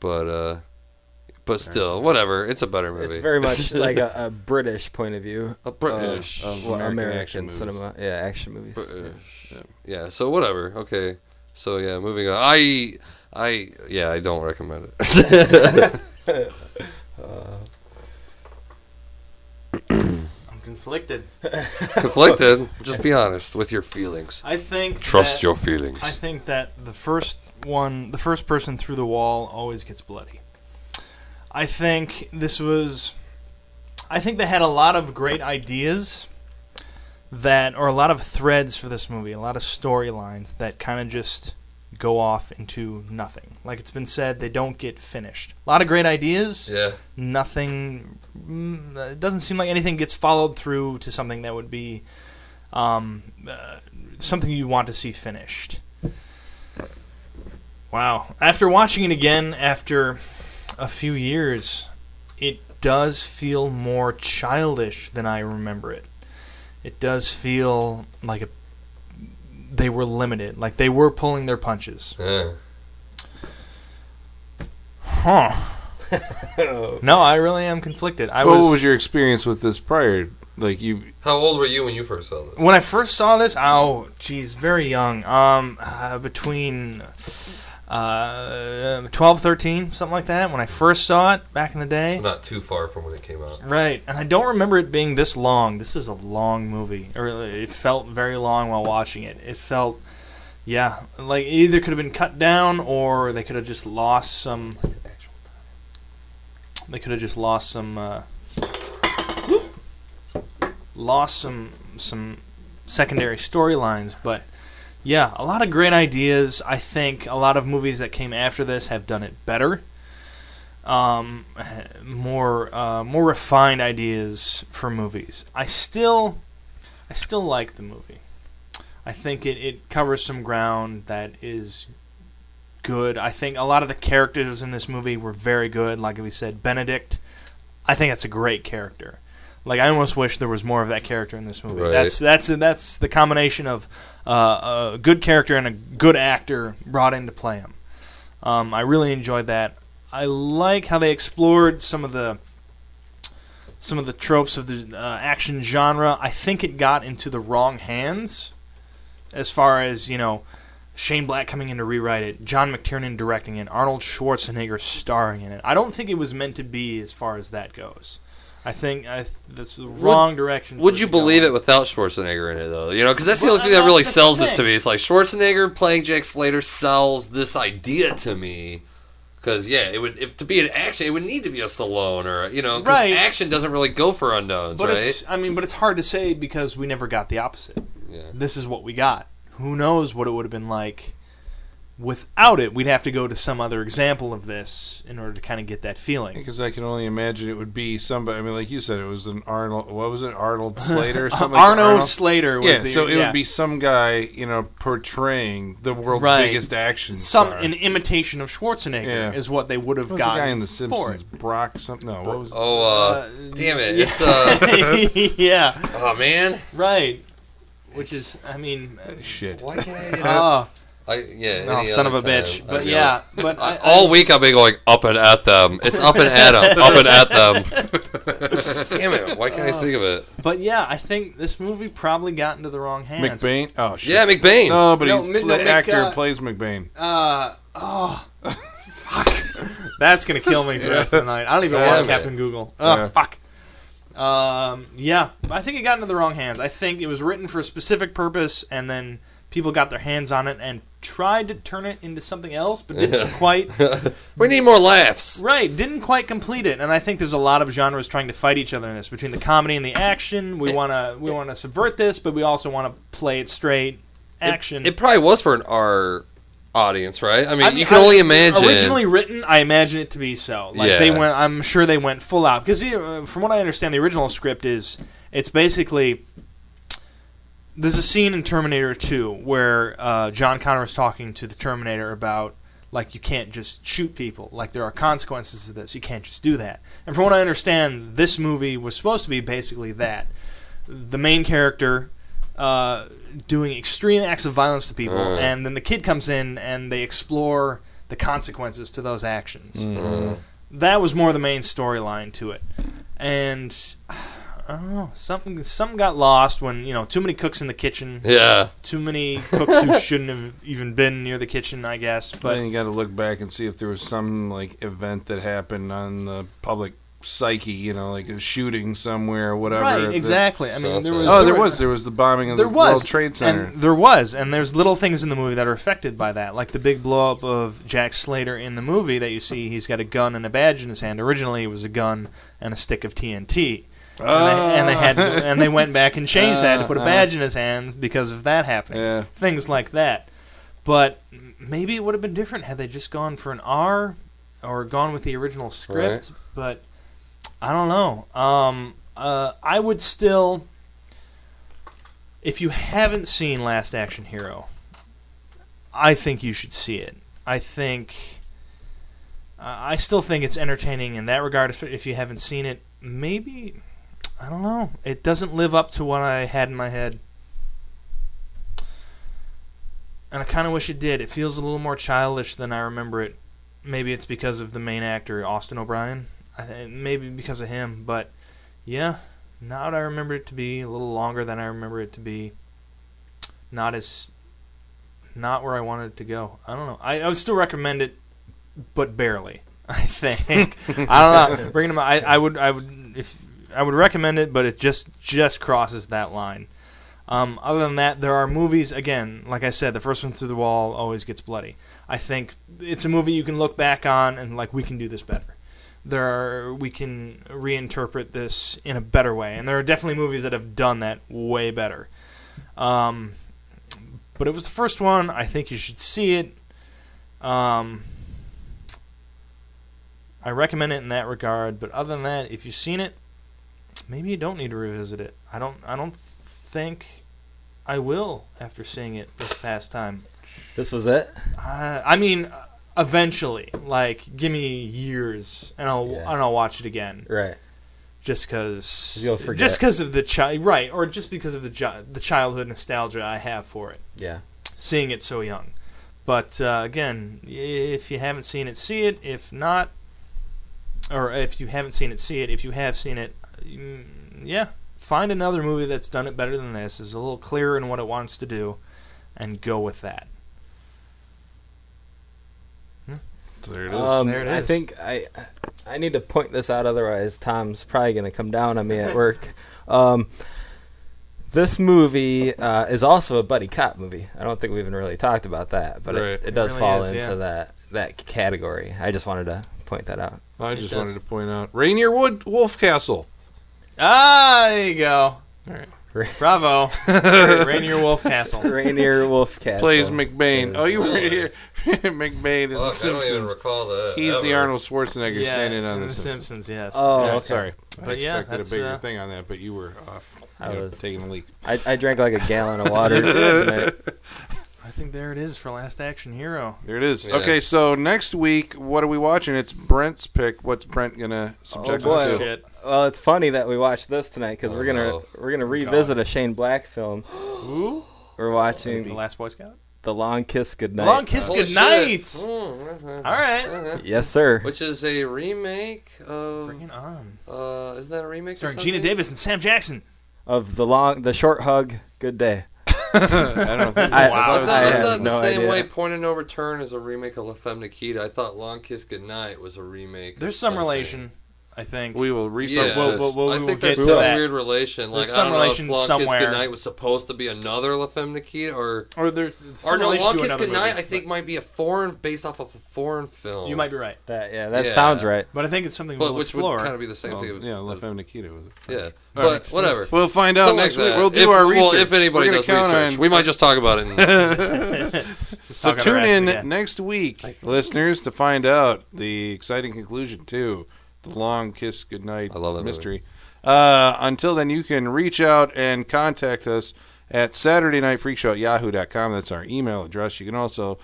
S4: But uh, but still, whatever. It's a better movie.
S3: It's very much uh, um, like a, a British point of view.
S4: a British.
S2: of
S3: Well, American,
S2: action movies.
S3: cinema, yeah, action movies.
S4: British. Yeah. So whatever. Okay. So yeah, moving on. I I yeah, I don't recommend it.
S5: I'm conflicted.
S4: Conflicted. Just be honest with your feelings.
S5: I think
S1: Trust
S5: that-
S1: your feelings.
S5: I think that the first one, the first person through the wall always gets bloody. I think this was. I think they had a lot of great ideas that, or a lot of threads for this movie, a lot of storylines that kind of just go off into nothing. Like it's been said, they don't get finished. A lot of great ideas,
S4: Yeah.
S5: nothing. mm, It doesn't seem like anything gets followed through to something that would be um, uh, something you want to see finished. Wow. After watching it again after a few years, it does feel more childish than I remember it. It does feel like a, they were limited, like they were pulling their punches.
S4: Yeah.
S5: Huh. no, I really am conflicted. I
S2: what
S5: was,
S2: was your experience with this prior? Like you,
S4: How old were you when you first saw this?
S5: when I first saw this. Oh, geez, very young. Um, uh, between uh, 12, 13, something like that. When I first saw it back in the day.
S4: Not too far from when it came out.
S5: Right, and I don't remember it being this long. This is a long movie, or it felt very long while watching it. It felt, yeah, like it either could have been cut down or they could have just lost some. They could have just lost some. Uh, whoop, lost some some secondary storylines, but yeah, a lot of great ideas. I think a lot of movies that came after this have done it better um, more uh, more refined ideas for movies. I still I still like the movie. I think it, it covers some ground that is good. I think a lot of the characters in this movie were very good. Like we said, Benedict, I think that's a great character. Like I almost wish there was more of that character in this movie.
S4: Right.
S5: That's that's that's the combination of uh, a good character and a good actor brought in to play him. Um, I really enjoyed that. I like how they explored some of the some of the tropes of the uh, action genre. I think it got into the wrong hands, as far as you know, Shane Black coming in to rewrite it, John McTiernan directing it, Arnold Schwarzenegger starring in it. I don't think it was meant to be as far as that goes. I think I th- that's the wrong direction. for
S4: Would you
S5: to go
S4: believe
S5: in.
S4: it without Schwarzenegger in it though? You know, because that's the
S5: Well,
S4: only thing that
S5: uh,
S4: really
S5: that's the
S4: sells this to
S5: thing.
S4: me. It's like Schwarzenegger playing Jake Slater sells this idea to me. Because yeah, it would if to be an action, it would need to be a Stallone or you know, 'cause
S5: Right.
S4: action doesn't really go for unknowns,
S5: But
S4: right?
S5: it's I mean, but it's hard to say because we never got the opposite.
S4: Yeah.
S5: This is what we got. Who knows what it would have been like without it? We'd have to go to some other example of this in order to kind of get that feeling.
S2: because I can only imagine it would be somebody. I mean, like you said, it was an Arnold. What was it, Arnold Slater? or something like that?
S5: Arno
S2: Arnold?
S5: Slater was
S2: Yeah,
S5: the
S2: so it
S5: yeah.
S2: would be some guy, you know, portraying the world's
S5: Right.
S2: biggest action
S5: some
S2: star.
S5: an imitation of Schwarzenegger
S2: Yeah.
S5: is what they would have
S2: what was the
S5: gotten.
S2: guy in The
S5: for
S2: Simpsons?
S5: it.
S2: Brock something? No, what was?
S4: Oh, uh, damn it! It's uh,
S5: yeah,
S4: oh man,
S5: right. Which is, I mean,
S2: Shit.
S4: why can't I? Get up?
S5: oh,
S4: I yeah,
S5: oh
S4: any
S5: son of
S4: other
S5: a bitch.
S4: time, I'd
S5: But
S4: be
S5: yeah,
S4: like-
S5: but I, I-
S4: all week I've been going up and at them. It's up and at them, up and at them. Damn it! Why can't I think of it?
S5: but yeah, I think this movie probably got into the wrong hands.
S2: McBain? Oh shit.
S4: Yeah, McBain.
S2: No, but
S5: No,
S2: he's,
S5: Mid- no,
S2: the
S5: Mc-
S2: actor
S5: uh,
S2: who plays McBain.
S5: Uh, oh, fuck. That's going to kill me for the rest of the night. I don't even want
S4: Damn it.
S5: Captain Google. Oh,
S2: Yeah.
S5: fuck. Um, yeah, I think it got into the wrong hands. I think it was written for a specific purpose, and then people got their hands on it and tried to turn it into something else, but didn't
S4: Yeah.
S5: quite.
S4: we need more laughs.
S5: Right, didn't quite complete it, and I think there's a lot of genres trying to fight each other in this between the comedy and the action. We wanna we wanna subvert this, but we also wanna play it straight action.
S4: It probably was for an R audience, right? I mean,
S5: I mean,
S4: you can
S5: I-
S4: only imagine.
S5: Originally written, I imagine it to be so. Like they
S4: Yeah.
S5: went, I'm sure they went full out because from what I understand, the original script is it's basically there's a scene in Terminator 2 where uh, John Connor is talking to the Terminator about Like you can't just shoot people. Like there are consequences to this. You can't just do that. And from what I understand, this movie was supposed to be basically that. The main character uh, doing extreme acts of violence to people, and then the kid comes in and they explore the consequences to those actions. That was more the main storyline to it, and I don't know something. Some got lost when you know too many cooks in the kitchen,
S4: Yeah.
S5: too many cooks who shouldn't have even been near the kitchen, I guess.
S2: But then
S5: But
S2: you got to look back and see if there was some like event that happened on the public psyche, you know, like a shooting somewhere or whatever.
S5: right,
S2: that-
S5: exactly. I mean, there was
S2: Oh, there was there was the bombing of
S5: there
S2: the
S5: was
S2: World Trade Center.
S5: and there was and there's little things in the movie that are affected by that like the big blow up of jack slater in the movie that you see he's got a gun and a badge in his hand originally it was a gun and a stick of tnt and, they, and they had
S2: Ah.
S5: and they went back and changed that to put a
S2: Uh, uh.
S5: badge in his hands because of that happening
S2: Yeah.
S5: things like that but m- maybe it would have been different had they just gone for an r or gone with the original script but i don't know um, uh, i would still if you haven't seen Last Action Hero, I think you should see it. I think uh, I I still think it's entertaining in that regard. espe- If you haven't seen it, maybe I don't know. It doesn't live up to what I had in my head, and I kind of wish it did. It feels a little more childish than I remember it. Maybe it's because of the main actor Austin O'Brien. I th- maybe because of him, but yeah, now that I remember it to be a little longer than I remember it to be. Not as, not where I wanted it to go. I don't know. I, I would still recommend it, but barely. I think I don't know. Bringing them, I, I would I would if I would recommend it, but it just just crosses that line. Um, other than that, there are movies. Again, like I said, the first one through the wall always gets bloody. I think it's a movie you can look back on and like we can do this better there are, we can reinterpret this in a better way and there are definitely movies that have done that way better um, but it was the first one i think you should see it um, i recommend it in that regard but other than that if you've seen it maybe you don't need to revisit it i don't i don't think i will after seeing it this past time
S3: This was it.
S5: uh, I mean, eventually, like, give me years, and I'll
S3: Yeah.
S5: and I'll watch it again,
S3: Right.
S5: just because,
S3: You'll forget.
S5: just because of the child, right, or just because of the chi- the childhood nostalgia I have for it,
S3: Yeah.
S5: seeing it so young. But uh, again, if you haven't seen it, see it. If not, or if you haven't seen it, see it. If you have seen it, mm, yeah, find another movie that's done it better than this, is a little clearer in what it wants to do, and go with that.
S2: there it is.
S3: Um,
S5: There it
S3: I
S5: is.
S3: think I I need to point this out, otherwise Tom's probably going to come down on me at work. Um, this movie uh, is also a buddy cop movie. I don't think we even really talked about that, but
S2: Right.
S3: it, it does
S5: really
S3: fall
S5: is,
S3: into
S5: yeah.
S3: that that category. I just wanted to point that out.
S2: I
S4: it
S2: just
S4: does.
S2: wanted to point out Rainier Wood Wolf Castle.
S5: Ah, there you go.
S3: Ra-
S5: Bravo. Ra- Rainier Wolf Castle.
S3: Rainier Wolf Castle
S2: plays McBain.
S3: is-
S2: Oh, you were here. McBain in The
S4: Fuck, I don't even
S2: Simpsons.
S4: recall that.
S2: He's the
S4: ever.
S2: Arnold Schwarzenegger standing on
S5: in
S2: The, Simpsons.
S5: Simpsons. yes.
S3: Oh,
S2: Yeah,
S3: okay.
S2: sorry. I
S5: But yeah,
S2: expected
S5: that's,
S2: a bigger
S5: uh,
S2: thing on that, but you were off.
S3: I
S2: You know,
S3: was-
S2: taking a leak.
S3: I, I drank like a gallon of water. tonight.
S5: I think there it is for Last Action Hero.
S2: There it is.
S4: Yeah.
S2: Okay, so next week, what are we watching? It's Brent's pick. What's Brent gonna subject
S3: boy.
S2: us to?
S5: Shit.
S3: Well, it's funny that we watched this tonight because
S4: Oh,
S3: we're gonna
S4: no.
S3: we're gonna revisit a Shane Black film. We're
S5: The
S3: watching
S5: Last Boy Scout?
S3: The Long Kiss Goodnight.
S5: Long Kiss
S2: Oh,
S4: Holy
S5: Good Night!
S4: shit. Mm,
S5: All right.
S3: Yes, sir.
S4: Which is a remake of.
S5: Bring it on.
S4: Uh, isn't that a remake? of
S5: Starring
S4: something?
S5: Gina Davis and Sam Jackson.
S3: Of the long, the short hug. Good day.
S2: I don't think.
S3: I-
S2: thought
S4: I
S2: it
S4: thought,
S2: was-
S4: I
S3: have
S4: thought the
S3: no
S4: same
S3: idea.
S4: way Point of No Return is a remake of La Femme Nikita. I thought Long Kiss Goodnight was a remake. of
S5: There's some
S4: something.
S5: relation, I think.
S2: we will
S4: Yeah,
S2: research
S5: we'll-
S2: this.
S5: we'll- we'll-
S4: I
S5: we will
S4: think
S5: get
S4: there's
S5: to
S4: some
S5: that.
S4: weird relation. Like
S5: There's
S4: I
S5: some
S4: don't know if
S5: relation
S4: Long
S5: somewhere.
S4: Kiss Goodnight was supposed to be another La Femme Nikita, or
S5: or there's
S4: or
S5: some
S4: no,
S5: relation
S4: Long
S5: to
S4: Kiss
S5: another
S4: Goodnight.
S5: movie,
S4: I think might be a foreign, based off of a foreign
S5: but
S4: film.
S5: You might be right.
S3: That yeah, that
S4: Yeah.
S3: sounds right.
S5: But I think it's something
S4: but
S5: we'll
S4: which
S5: explore.
S4: would kind of be the same
S2: Well,
S4: thing. with-
S2: yeah, La Femme Nikita was.
S4: yeah, but whatever.
S2: We'll find out
S4: Something like
S2: next week.
S4: that.
S2: We'll do
S4: If-
S2: our research.
S4: Well, if anybody
S2: We're gonna
S4: does
S2: count
S4: research,
S2: on-
S4: we might just talk about it. in-
S5: Let's
S2: So
S5: talk about our
S2: tune
S5: ass
S2: in
S5: today.
S2: next week, listeners, to find out the exciting conclusion to the long kiss goodnight
S4: I love that
S2: mystery. Uh, until then, you can reach out and contact us at Saturday Night Freak Show at yahoo.com. That's our email address. You can also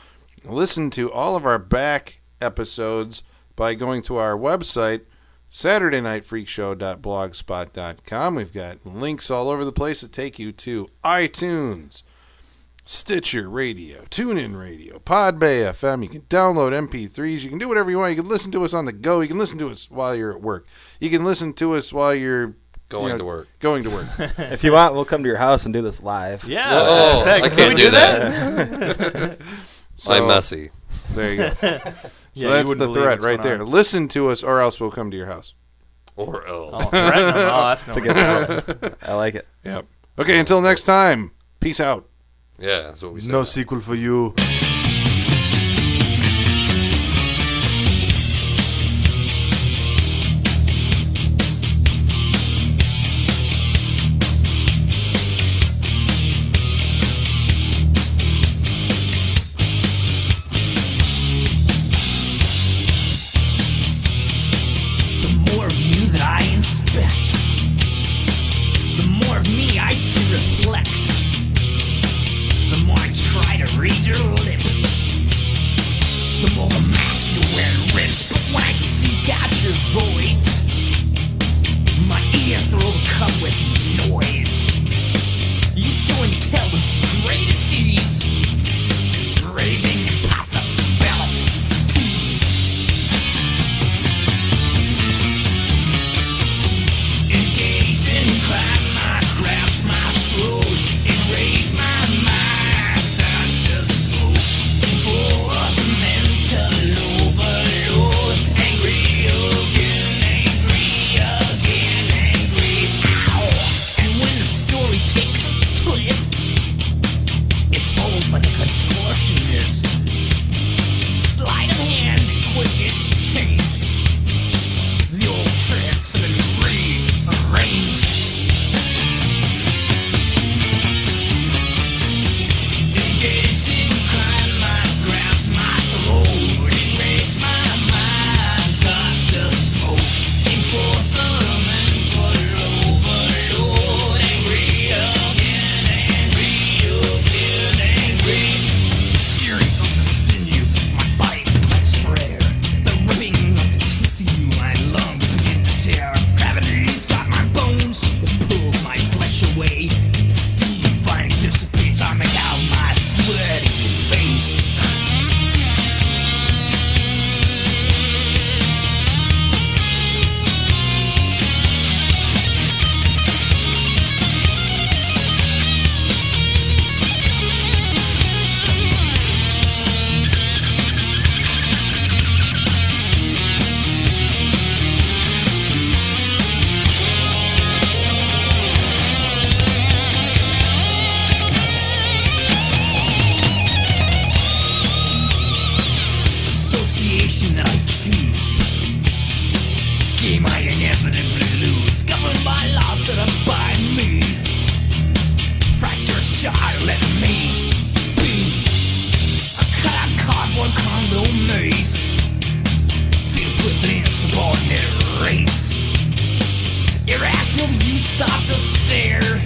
S2: Listen to all of our back episodes by going to our website, SaturdayNightFreakShow.blogspot.com. We've got links all over the place that take you to iTunes, Stitcher Radio, TuneIn Radio, Podbay FM. You can download MP3s. You can do whatever you want. You can listen to us on the go. You can listen to us while you're at work. You can listen to us while you're
S4: Going
S2: you know,
S4: to work.
S2: Going to work.
S3: If you want, we'll come to your house and do this live.
S5: Yeah.
S4: Oh,
S5: in fact,
S4: I
S5: can
S4: can't
S5: we
S4: do, that.
S2: So-
S4: I'm messy.
S2: There you go. So
S5: Yeah, you
S2: that's
S5: wouldn't
S2: the
S5: believe
S2: threat
S5: what's
S2: right
S5: going
S2: there. Listen to us, or else we'll come to your house.
S4: Or else.
S5: Oh, threaten 'em. Oh, that's no
S3: It's a good one. I like it.
S2: Yep. Okay. Until next time. Peace out.
S4: Yeah, that's what we said.
S5: sequel for you.
S6: The more of you that I inspect, the more of me I see reflect. The more I try to read your lips, the more the mask you wear rips. But when I seek out your voice, my ears are overcome with noise. You show and tell with greatest ease, braving impossibilities. Engage and climb my grasp my throat and raise my mind. Starts to smoke before us mental overload. Angry again, angry again, angry. Ow! And when the story takes a twist, it folds like a contortionist. Slide of hand, quick, it's changed. The old tricks have been rearranged. Engaged in crime, my grasp, my throat, it raised my mind, starts to smoke. Enforce a man for overload, angry again, angry again, angry. Tearing of the sinew, my body lets for air. The ripping of the tissue, my lungs begin to tear. Gravity's got my bones, it pulls my flesh away. Steam finally dissipates, I make out my sweaty face. association that I choose. Game I inevitably lose, governed by laws set up by me. Fractures jar, let me be a cut out cardboard condo maze, filled with an insubordinate race. Irrational, you stop to stare.